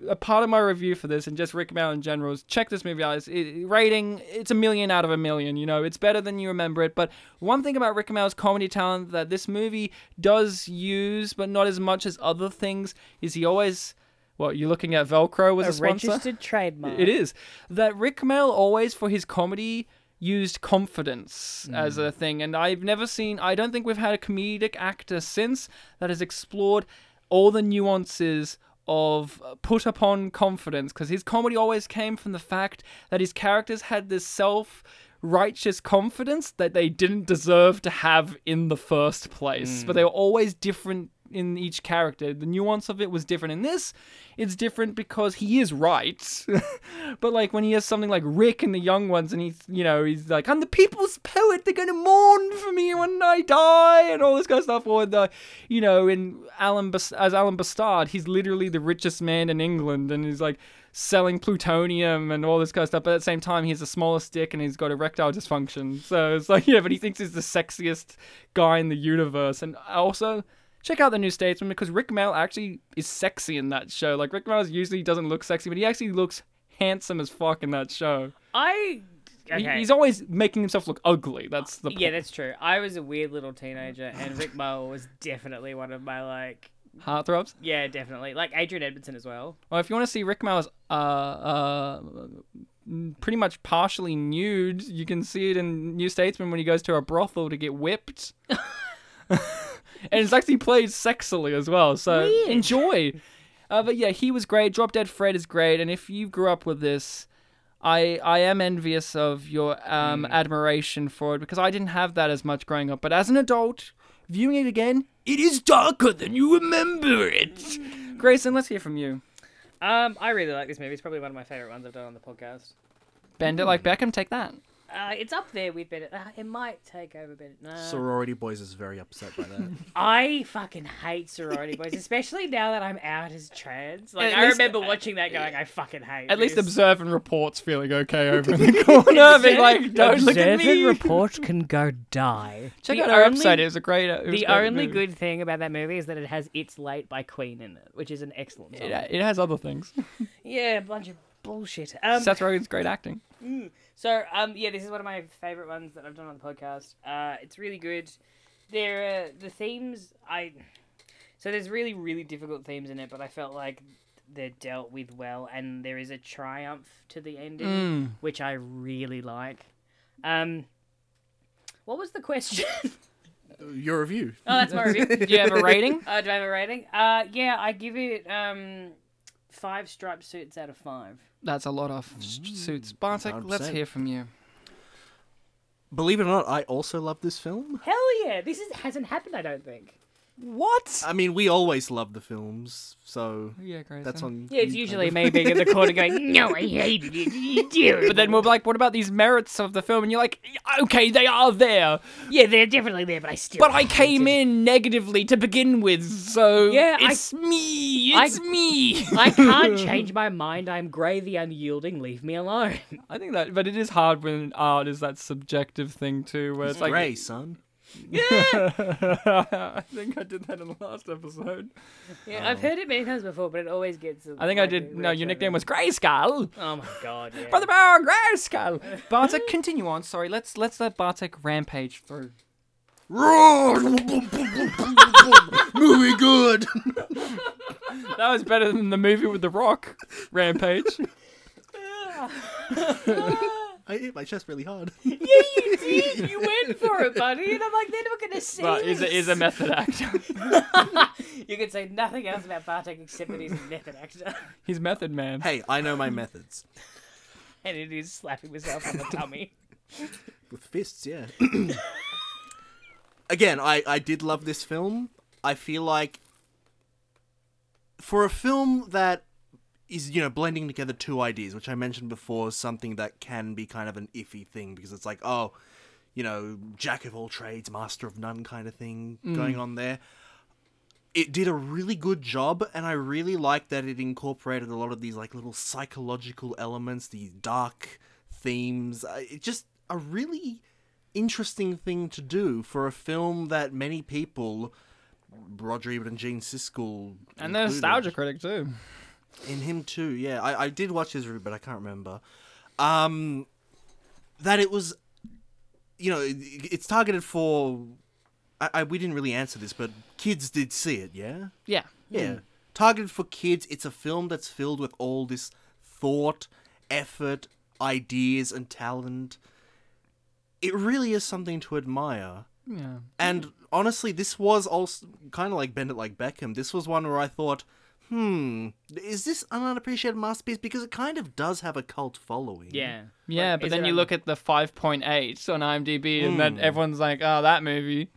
a part of my review for this and just Rick Mao in general is check this movie out. It's, it, rating, it's a million out of a million. You know, it's better than you remember it. But one thing about Rick Mao's comedy talent that this movie does use, but not as much as other things, is he always. What you're looking at Velcro was a, A sponsor. registered trademark. It is that Rick Mail always for his comedy used confidence as a thing, and I've never seen. I don't think we've had a comedic actor since that has explored all the nuances of uh, put upon confidence because his comedy always came from the fact that his characters had this self righteous confidence that they didn't deserve to have in the first place but they were always different in each character. The nuance of it was different. In this, it's different because he is right. but like when he has something like Rick and the young ones, and he's you know he's like, "I'm the people's poet. They're gonna mourn for me when I die," and all this kind of stuff. Or the, you know, in Alan Bas- as Alan Bastard, he's literally the richest man in England, and he's like selling plutonium and all this kind of stuff. But at the same time, he has a smaller stick and he's got erectile dysfunction. So it's like, yeah, but he thinks he's the sexiest guy in the universe. And also, check out the new Statesman because Rick Mail actually is sexy in that show. Like Rick Mail usually doesn't look sexy, but he actually looks handsome as fuck in that show. I. He- Okay. he's always making himself look ugly. That's the point. yeah, that's true. I was a weird little teenager, and Rick Mole was definitely one of my like. heartthrobs. Yeah, definitely. Like Adrian Edmondson as well. Well, if you want to see Rick Mail's uh, uh, pretty much partially nude, you can see it in New Statesman when he goes to a brothel to get whipped. and it's actually played sexily as well. So enjoy. Uh, but yeah, he was great. Drop Dead Fred is great. And if you grew up with this, I I am envious of your um, admiration for it because I didn't have that as much growing up. But as an adult, viewing it again, it is darker than you remember it. Grayson, let's hear from you. Um, I really like this movie. It's probably one of my favorite ones I've done on the podcast. Bend it like Beckham, take that. Uh, it's up there with Bennett. Uh, it might take over Bennett. No. Sorority Boys is very upset by that. I fucking hate sorority boys, especially now that I'm out as trans. Like At I least- remember watching that going, I fucking hate. At least this. observe and report's feeling okay over in the corner. being like, don't look at me. report can go die. Check The out our only- website. It was a great. It was The a great only movie. good thing about that movie is that it has "It's Late" by Queen in it, which is an excellent song. It, it has other things. Yeah, a bunch of bullshit. Um, Seth Rogen's great acting. So, um, yeah, this is one of my favorite ones that I've done on the podcast. Uh, it's really good. There, uh, the themes I, so there's really really difficult themes in it, but I felt like they're dealt with well, and there is a triumph to the ending, which I really like. Um, what was the question? oh, Your review. that's my review. Do you have a rating? Uh, do I have a rating? Uh, yeah, I give it um, five striped suits out of five. That's a lot of s- Mm, suits. Bartek, let us 100%. hear from you. Believe it or not, I also love this film. Hell yeah! This is, hasn't happened, I don't think. What? I mean, we always love the films, so Uh, yeah, Grayson. that's on. Yeah, it's you, usually kind me being in the corner going, "No, I hated it. You do." But then we're like, what about these merits of the film? And you're like, okay, they are there, yeah, they're definitely there, but I still. but I came hated it." in negatively to begin with, so Yeah, I- it's me, I- it's me. I can't change my mind. I'm grey, the unyielding. Leave me alone. I think that, but it is hard when art is that subjective thing too, where it's of. like, Grey, son. I think I did that in the last episode. Yeah, I've heard it many times before, but it always gets. I think I did. No, your nickname was Grayskull. Oh my god, yeah. For the power of Grayskull. Bartek, continue on. Sorry, let's let's let Bartek rampage through. Roar! Movie good. That was better than the movie with the Rock, Rampage. I hit my chest really hard. you did. You went for it, buddy. And I'm like, they're not gonna see well, is a, is a method actor. you can say nothing else about Bartek except that he's a method actor, He's method man. Hey, I know my methods. and it is slapping himself on the tummy. With fists, yeah. Again, I, I did love this film. I feel like for a film that is, you know, blending together two ideas, which I mentioned before, is something that can be kind of an iffy thing because it's like, oh, you know, jack of all trades, master of none kind of thing going on there. It did a really good job, and I really liked that it incorporated a lot of these like little psychological elements, these dark themes. I- It just a really interesting thing to do for a film that many people, Roger Ebert and Gene Siskel, And the included, nostalgia critic too. in him too, yeah. I, I did watch his review, but I can't remember. Um, that it was, you know, it, it's targeted for. I, I we didn't really answer this, but kids did see it, yeah, Yeah. yeah. Targeted for kids. It's a film that's filled with all this thought, effort, ideas, and talent. It really is something to admire. Yeah. And honestly, this was also kind of like Bend It Like Beckham. This was one where I thought, hmm, is this an unappreciated masterpiece? Because it kind of does have a cult following. Yeah. Yeah, Like, but is then it you on- look at the 5.8 on IMDb, and then everyone's like, oh, that movie.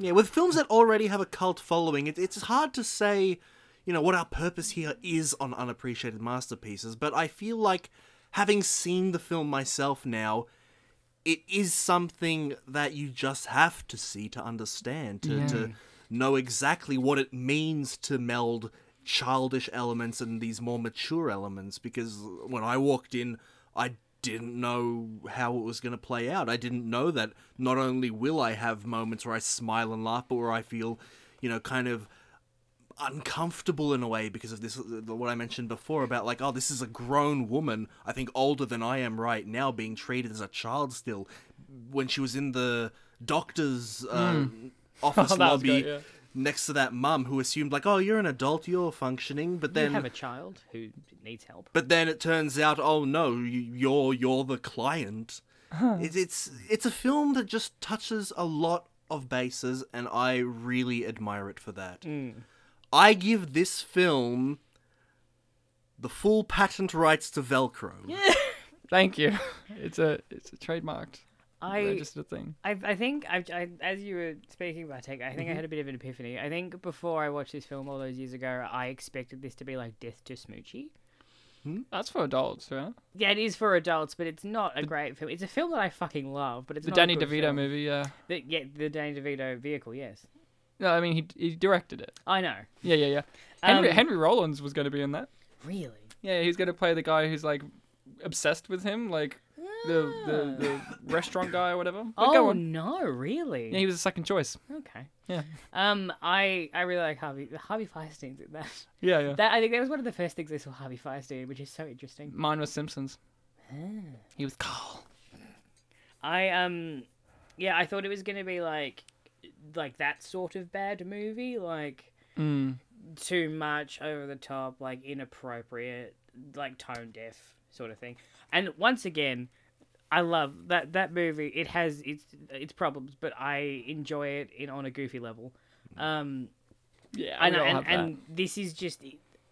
Yeah, with films that already have a cult following, it, it's hard to say, you know, what our purpose here is on unappreciated masterpieces, but I feel like having seen the film myself now, it is something that you just have to see to understand, to, to know exactly what it means to meld childish elements and these more mature elements, because when I walked in, I didn't know how it was going to play out. I didn't know that not only will I have moments where I smile and laugh, but where I feel, you know, kind of uncomfortable in a way because of this what I mentioned before about like oh this is a grown woman I think older than I am right now being treated as a child still when she was in the doctor's uh, office Oh, Hmm. that was lobby great, yeah. next to that mum who assumed like oh you're an adult you're functioning but You then have a child who needs help. but then it turns out, oh no, y- you're you're the client. It, it's it's a film that just touches a lot of bases, and I really admire it for that. I give this film the full patent rights to Velcro. Thank you. It's a it's a trademarked I registered thing. I, I think I, I, as you were speaking about Tech, I think Mm-hmm. I had a bit of an epiphany. I think before I watched this film all those years ago, I expected this to be like Death to Smoochie. That's for adults, yeah. Yeah, it is for adults, but it's not a great film. It's a film that I fucking love, but it's The not Danny a good DeVito film. movie, yeah. The, yeah, the Danny DeVito vehicle. Yes, No, I mean he he directed it. I know. Yeah, yeah, yeah. Henry Um, Henry Rollins was going to be in that. Really? Yeah, he's going to play the guy who's like obsessed with him, like the the, the restaurant guy or whatever. But go Ah. oh on. no, really? Yeah, he was a second choice. Okay. Yeah, Um, I I really like Harvey Harvey Feinstein's in that. yeah, yeah. That I think that was one of the first things I saw Harvey Feinstein, which is so interesting. Mine was Simpsons. Ah. He was Carl. I um yeah, I thought it was gonna be like like that sort of bad movie, like Mm. too much over the top, like inappropriate, like tone deaf sort of thing. And once again, I love that that movie. It has its its problems, but I enjoy it in on a goofy level. Um, Yeah, and we all and, have that. and this is just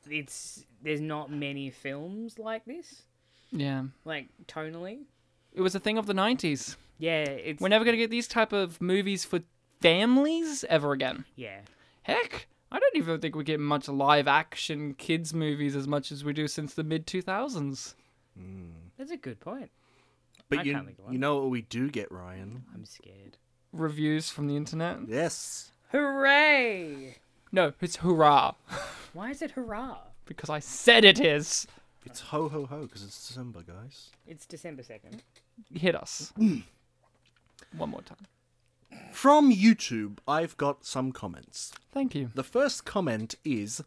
it's there's not many films like this, yeah. like tonally. It was a thing of the '90s. Yeah, it's We're never going to get these type of movies for families ever again. yeah. Heck, I don't even think we get much live action kids movies as much as we do since the mid 2000s. That's a good point. But I you, can't think of one. you know what we do get, Ryan? I'm scared. Reviews from the internet? Yes. Hooray! No, it's hurrah, Why is it hurrah? because I said it is. It's ho ho ho because it's December, guys. It's December 2nd. Hit us. One more time. From YouTube, I've got some comments. Thank you. The first comment is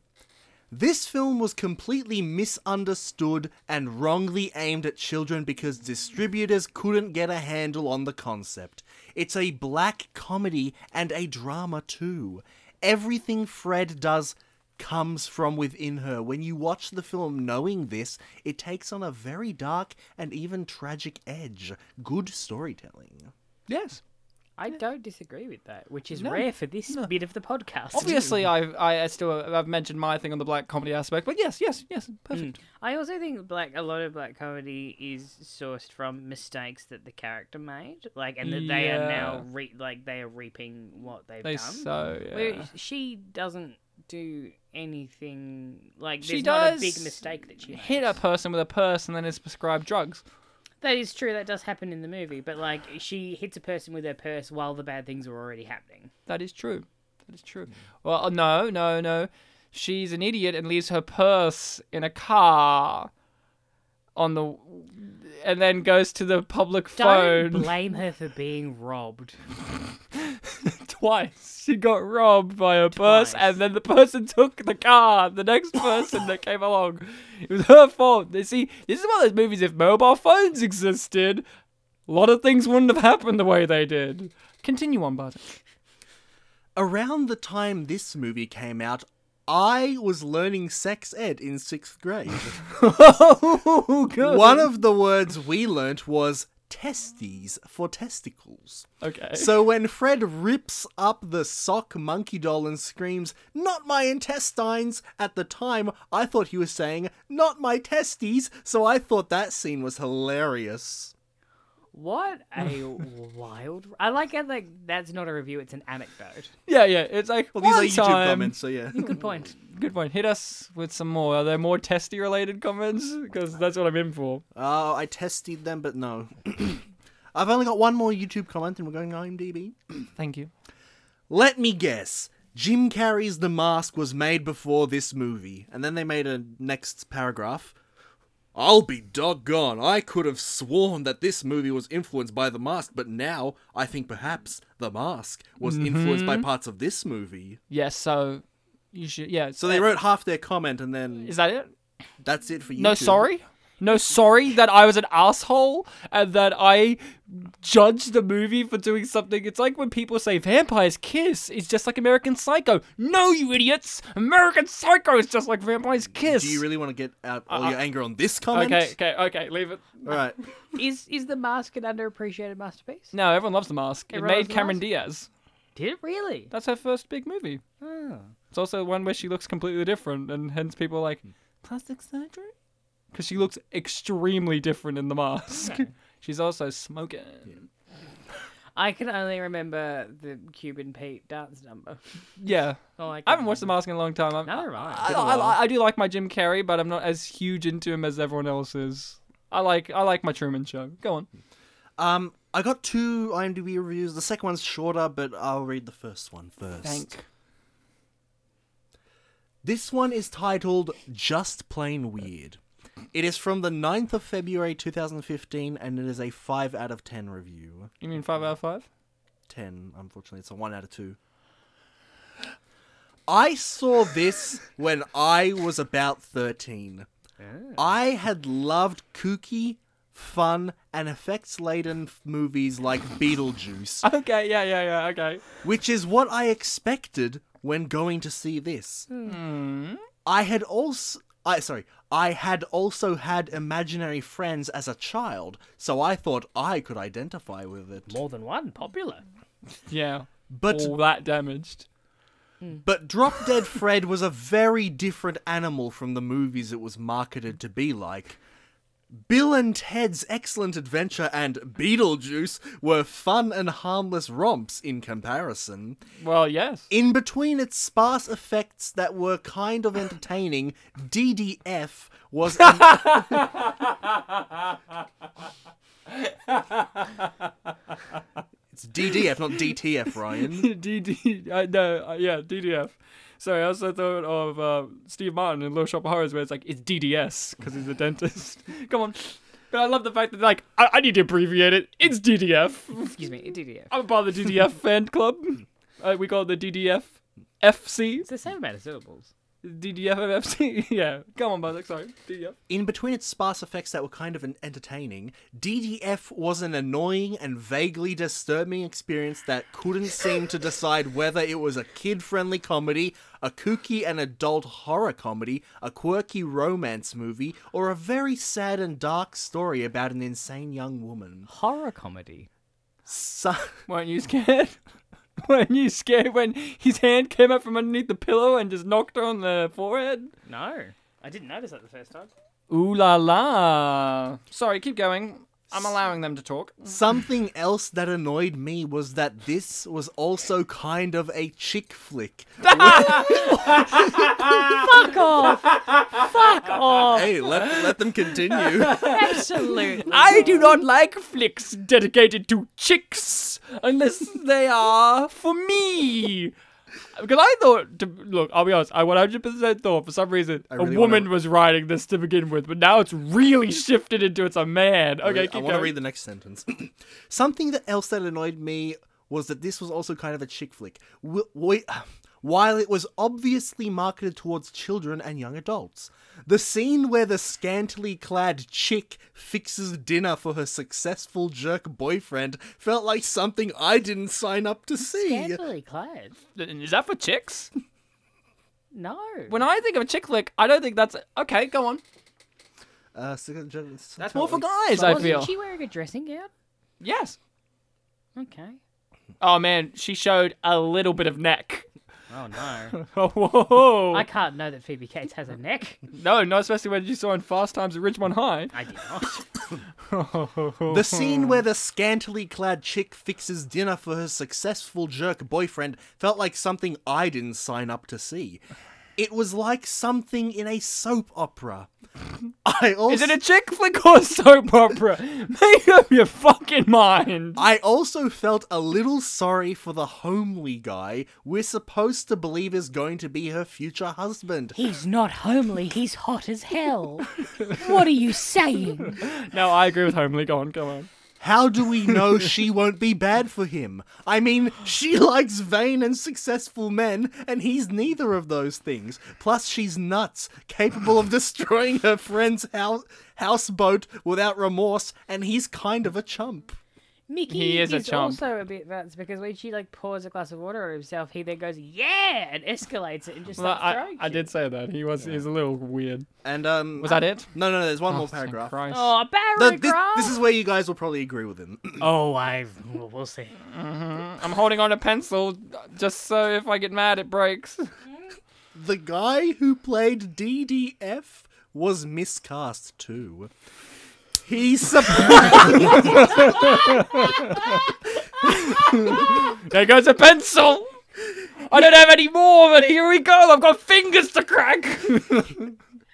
This film was completely misunderstood and wrongly aimed at children because distributors couldn't get a handle on the concept. It's a black comedy and a drama too. Everything Fred does comes from within her. When you watch the film knowing this, it takes on a very dark and even tragic edge. Good storytelling. Yes. I don't disagree with that, which is No, rare for this bit of the podcast. Obviously, I've, I I still I've mentioned my thing on the black comedy aspect, but yes, yes, yes, perfect. I also think black a lot of black comedy is sourced from mistakes that the character made, like, and that they are now re- like they are reaping what they've They done. so yeah. Where she doesn't do anything like she there's does not a big mistake that she makes. hit a person with a purse and then is prescribed drugs. That is true. That does happen in the movie, but like she hits a person with her purse while the bad things are already happening. That is true. That is Mm. true. Well, uh, no, no, no. She's an idiot and leaves her purse in a car on the and then goes to the public Don't phone blame her for being robbed. twice. She got robbed by her purse Twice. and then the person took the car, the next person that came along. It was her fault. You see, this is one of those movies if mobile phones existed, a lot of things wouldn't have happened the way they did. Continue on, Barton. Around the time this movie came out, I was learning sex ed in sixth grade. oh, good. One of the words we learnt was testes for testicles. Okay. So when Fred rips up the sock monkey doll and screams, Not my intestines! At the time, I thought he was saying, Not my testes! So I thought that scene was hilarious. What a wild! I like how like that's not a review; it's an anecdote. Yeah, yeah. It's like Well, one these are YouTube time- comments, so yeah. Good point. Good point. Hit us with some more. Are there more testy related comments? Because that's what I'm in for. Oh, I tested them, but no. I've only got one more YouTube comment and we're going IMDb. Thank you. Let me guess. Jim Carrey's The Mask was made before this movie. And then they made a next paragraph. I'll be doggone. I could have sworn that this movie was influenced by The Mask, but now I think perhaps The Mask was Mm-hmm. influenced by parts of this movie. Yes. so you should. Yeah. uh, So they wrote half their comment and then Is that it? that's it for you. No, sorry. No, sorry that I was an asshole and that I judged the movie for doing something. It's like when people say Vampire's Kiss is just like American Psycho. No, you idiots! American Psycho is just like Vampire's Kiss. Do you really want to get out all your anger on this comment? Uh, okay, okay, okay. Leave it. All right. Hmm. Is is the mask an underappreciated masterpiece? No, everyone loves The Mask. Everyone it loves made The Cameron Mask? Diaz. Did it really? That's her first big movie. Oh. It's also one where she looks completely different, and hence people are like Hmm. plastic surgery, because she looks extremely different in the mask. She's also smoking. I can only remember the Cuban Pete dance number. Yeah, Oh, I, I haven't watched the mask in a long time. I'm, Neither have I. I, I, I, I do like my Jim Carrey, but I'm not as huge into him as everyone else is. I like I like my Truman Show. Go on. Um, I got two IMDb reviews. The second one's shorter, but I'll read the first one first. This one is titled Just Plain Weird. It is from the 9th of February 2015 and it is a 5 out of 10 review. You mean five out of five? 10, unfortunately, it's a 1 out of 2. I saw this when I was about 13. I had loved kooky, fun, and effects laden movies like Beetlejuice Okay. Yeah. Yeah. Yeah. Okay. which is what I expected when going to see this. I had also I sorry, I had also had imaginary friends as a child, so I thought I could identify with it. More than one popular. Yeah. But All that damaged. but Drop Dead Fred was a very different animal from the movies it was marketed to be like. Bill and Ted's Excellent Adventure and Beetlejuice were fun and harmless romps in comparison. Well, yes. In between its sparse effects that were kind of entertaining, DDF was an It's DDF, not DTF, Ryan. DD, uh, no, uh, yeah, DDF. Sorry, I also thought of uh, Steve Martin in Little Shop of Horrors, where it's like it's DDS because he's a dentist. Come on, but I love the fact that like I, I need to abbreviate it. It's DDF. Excuse me, DDF. I'm a part of the DDF fan club. Uh, we call it the DDF FC. It's the same amount of syllables. DDF FC. yeah, come on, Bartek. Sorry, DDF. In between its sparse effects that were kind of an entertaining, DDF was an annoying and vaguely disturbing experience that couldn't seem to decide whether it was a kid friendly comedy, a kooky and adult horror comedy, a quirky romance movie, or a very sad and dark story about an insane young woman. Horror comedy. So- Weren't you scared? Weren't you scared when his hand came out from underneath the pillow and just knocked her on the forehead? No, I didn't notice that the first time. Ooh la la. Sorry, keep going. I'm allowing them to talk. Something else that annoyed me was that this was also kind of a chick flick. Fuck off! Fuck off! Hey, let, let them continue. Absolutely. I do not like flicks dedicated to chicks unless they are for me. Because I thought, to, look, I'll be honest, I 100% thought for some reason really a woman wanna- was writing this to begin with, but now it's really shifted into it's a man. Okay, I keep want to going. read the next sentence. Something that else that annoyed me was that this was also kind of a chick flick. Wi- wi- While it was obviously marketed towards children and young adults, the scene where the scantily clad chick fixes dinner for her successful jerk boyfriend felt like something I didn't sign up to see. Scantily clad. Is that for chicks? No. When I think of a chick flick, I don't think that's. Okay, go on. Uh, so- so- That's more for guys, I Wasn't feel. she wearing a dressing gown? Yes. Okay. Oh man, she showed a little bit of neck. Oh no. Oh, whoa. I can't know that Phoebe Cates has a neck. No, not especially when you saw in Fast Times at Ridgemont High. I did not. The scene where the scantily clad chick fixes dinner for her successful jerk boyfriend felt like something I didn't sign up to see. It was like something in a soap opera. I also Is it a chick flick or a soap opera? Make up your fucking mind. I also felt a little sorry for the homely guy we're supposed to believe is going to be her future husband. He's not homely, he's hot as hell. what are you saying? No, I agree with Homely. Go on, go on. How do we know she won't be bad for him? I mean, she likes vain and successful men, and he's neither of those things. Plus, she's nuts, capable of destroying her friend's house houseboat without remorse, and he's kind of a chump. Mickey He is is, a chump. also a bit nuts because when she like pours a glass of water on himself, he then goes yeah and escalates it and just starts I, throwing. I shit. did say that. He was he's a little weird. And um, Was that it? No, no, no. There's one more paragraph. Christ. Oh, The- paragraph. thi- this is where you guys will probably agree with him. Oh, I. Well, we'll see. I'm holding on a pencil uh, just so if I get mad it breaks. the guy who played DDF was miscast too. He's supposed. There goes a pencil. I don't have any more, but here we go. I've got fingers to crack.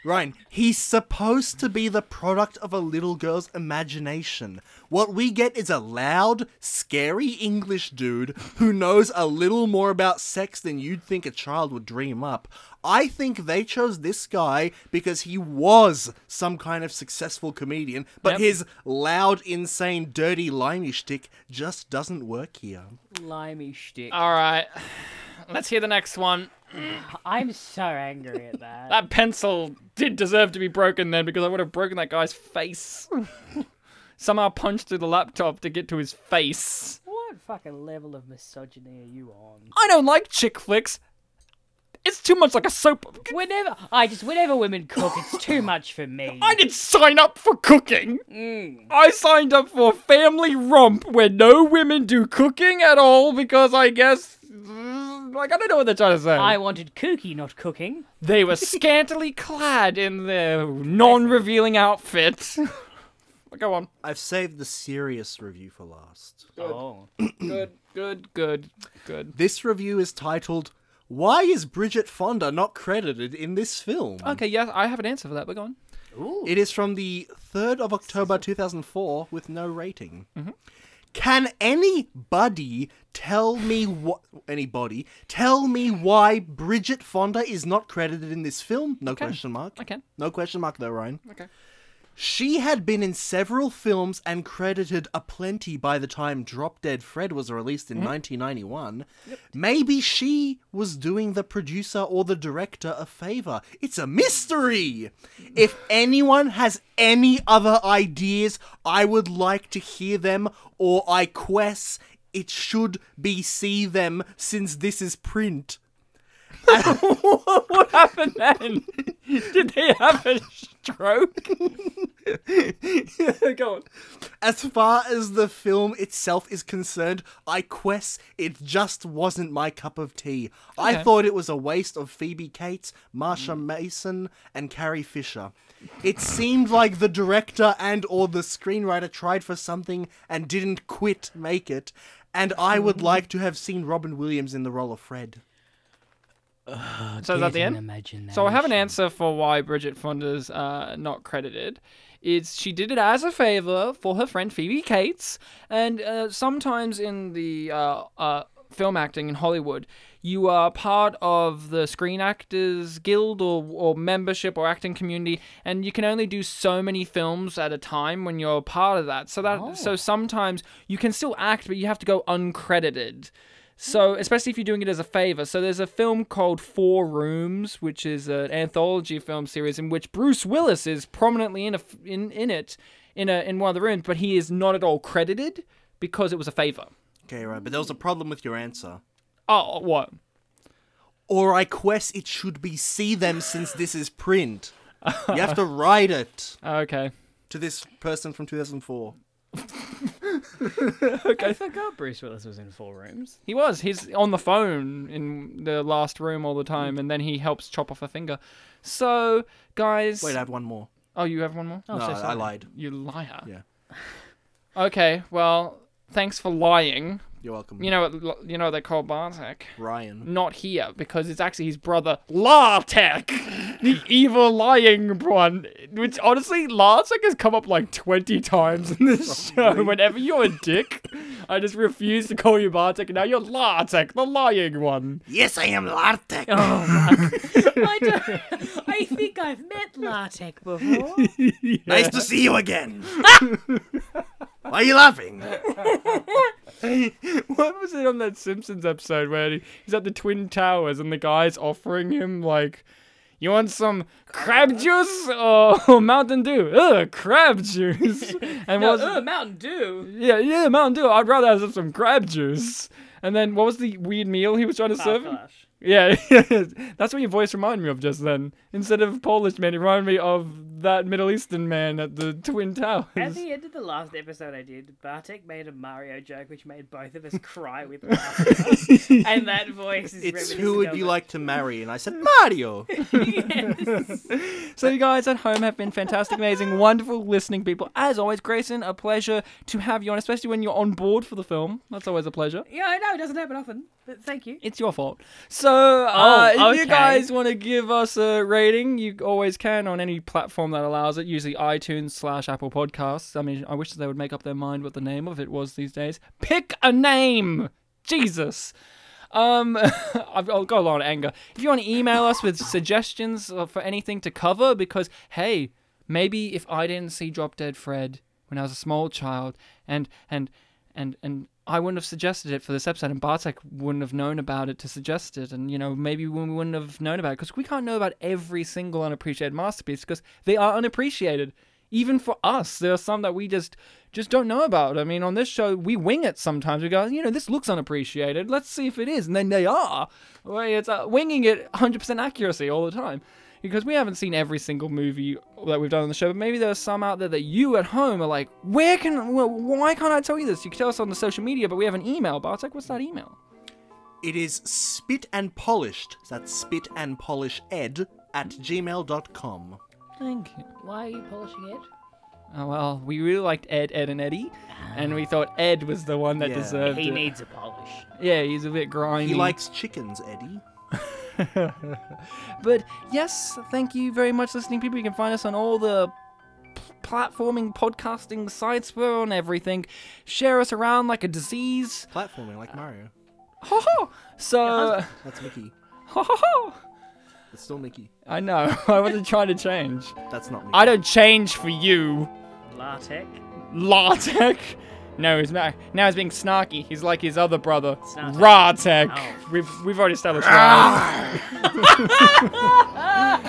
Ryan, he's supposed to be the product of a little girl's imagination. What we get is a loud, scary English dude who knows a little more about sex than you'd think a child would dream up. I think they chose this guy because he was some kind of successful comedian, but Yep. his loud, insane, dirty, limey shtick just doesn't work here. limey shtick. All right. Let's hear the next one. I'm so angry at that. That pencil did deserve to be broken then because I would have broken that guy's face. Somehow punched through the laptop to get to his face. what fucking level of misogyny are you on? I don't like chick flicks. It's too much like a soap. Whenever I just whenever women cook, it's too much for me. I didn't sign up for cooking. I signed up for a family romp where no women do cooking at all because I guess. Like, I don't know what they're trying to say. I wanted kooky, not cooking. They were scantily clad in their non revealing outfit. Go on. I've saved the serious review for last. Oh. Good, good, good, good. This review is titled "Why is Bridget Fonda not credited in this film?" Okay, yes, I have an answer for that, but go on. It is from the 3rd of October 2004 with no rating. Mm-hmm. Can anybody tell me what anybody tell me why Bridget Fonda is not credited in this film? No question mark. I can. No question mark though, Ryan. Okay. She had been in several films and credited aplenty by the time Drop Dead Fred was released in 1991. Maybe she was doing the producer or the director a favor. It's a mystery! if anyone has any other ideas, I would like to hear them or I quest it should be see them since this is print. what happened then? Did they have a stroke? go on. As far as the film itself is concerned, I quest it just wasn't my cup of tea. I Okay. thought it was a waste of Phoebe Cates, Marsha Mason, and Carrie Fisher. It seemed like the director and or the screenwriter tried for something and didn't quit make it, and I would like to have seen Robin Williams in the role of Fred. So is that the end? So I have an answer for why Bridget Fonda's uh, not credited. Is she did it as a favor for her friend Phoebe Cates, and uh, sometimes in the uh, uh, film acting in Hollywood, you are part of the Screen Actors Guild or, or membership or acting community, and you can only do so many films at a time when you're a part of that. So that so sometimes you can still act, but you have to go uncredited. So, especially if you're doing it as a favor. So, there's a film called Four Rooms, which is an anthology film series in which Bruce Willis is prominently in a f in, in it in a in one of the rooms, but he is not at all credited because it was a favor. Okay, right, but there was a problem with your answer. Oh, what? Or I quest it should be see them since this is print. You have to write it. Okay. to this person from 2004. I forgot Bruce Willis was in four rooms. He was. He's on the phone in the last room all the time, and then he helps chop off a finger. So, guys. Wait, I have one more. oh, you have one more? no, so I sorry. lied. You liar. Yeah. Okay, well, thanks for lying. You're welcome. You know what? You know what they call Bartek. Ryan. Not here because it's actually his brother Lartek, the evil lying one. Which honestly, Lartek has come up like twenty times in this show. Whenever you're a dick, I just refuse to call you Bartek. and Now you're Lartek, the lying one. Yes, I am Lartek. Oh, I, don't, I think I've met Lartek before. Nice to see you again. Why are you laughing? What was it on that Simpsons episode where he- he's at the Twin Towers and the guy's offering him like, "You want some crab juice or Mountain Dew? Ugh, crab juice." And No, what was it? ugh, Mountain Dew. Yeah, yeah, Mountain uh, Dew. I'd rather have some crab juice. And then what was the weird meal he was trying to serve? him? Flash. Yeah, that's what your voice reminded me of just then. Instead of Polish man, it reminded me of that Middle Eastern man at the Twin At Towers. the end of the last episode I did, Bartek made a Mario joke which made both of us cry with laughter. and that voice is It's reminiscent who would of you it. like to marry? And I said, Mario. So you guys at home have been fantastic, amazing, wonderful listening people. As always, Grayson, a pleasure to have you on, especially when you're on board for the film. That's always a pleasure. Yeah, I know it doesn't happen often, but thank you. It's your fault. So, uh, Oh, if you okay. guys want to give us a rating, you always can on any platform that allows it, usually iTunes slash Apple Podcasts. I mean, I wish they would make up their mind what the name of it was these days. Pick a name! Jesus! Um, I've I've got a lot of anger. If you want to email us with suggestions uh, for anything to cover, because hey, maybe if I didn't see Drop Dead Fred when I was a small child, and and and and I wouldn't have suggested it for this episode, and Bartek wouldn't have known about it to suggest it, and you know maybe we wouldn't have known about it because we can't know about every single unappreciated masterpiece because they are unappreciated. Even for us, there are some that we just just don't know about. I mean, on this show, we wing it sometimes. We go, you know, this looks unappreciated. Let's see if it is, and then they are. Well, it's uh, winging it 100% accuracy all the time because we haven't seen every single movie that we've done on the show, but maybe there are some out there that you at home are like, where can, wh- why can't I tell you this? You can tell us on the social media, but we have an email. Bartek, what's that email? It is spit and polished. That's spit and polish ed at gmail.com. Thank you. Why are you polishing it? Oh well, we really liked Ed, Ed, and Eddie, and we thought Ed was the one that Yeah. deserved He it. needs a polish. yeah, he's a bit grimy. He likes chickens, Eddie. But yes, thank you very much, listening people. You can find us on all the p- platforming, podcasting sites. We're on everything. Share us around like a disease. Platforming like Mario. Ho ho! So, That's Mickey. ho ho ho! It's still Mickey. I know. I wasn't trying to change. That's not Mickey. I don't change for you, Latex. Lartek. No, he's not. Now he's being snarky. He's like his other brother, Snartek. Rartek. Oh. We've we've already established. Rartek.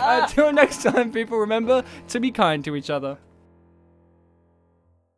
Uh, Until next time, people, remember to be kind to each other.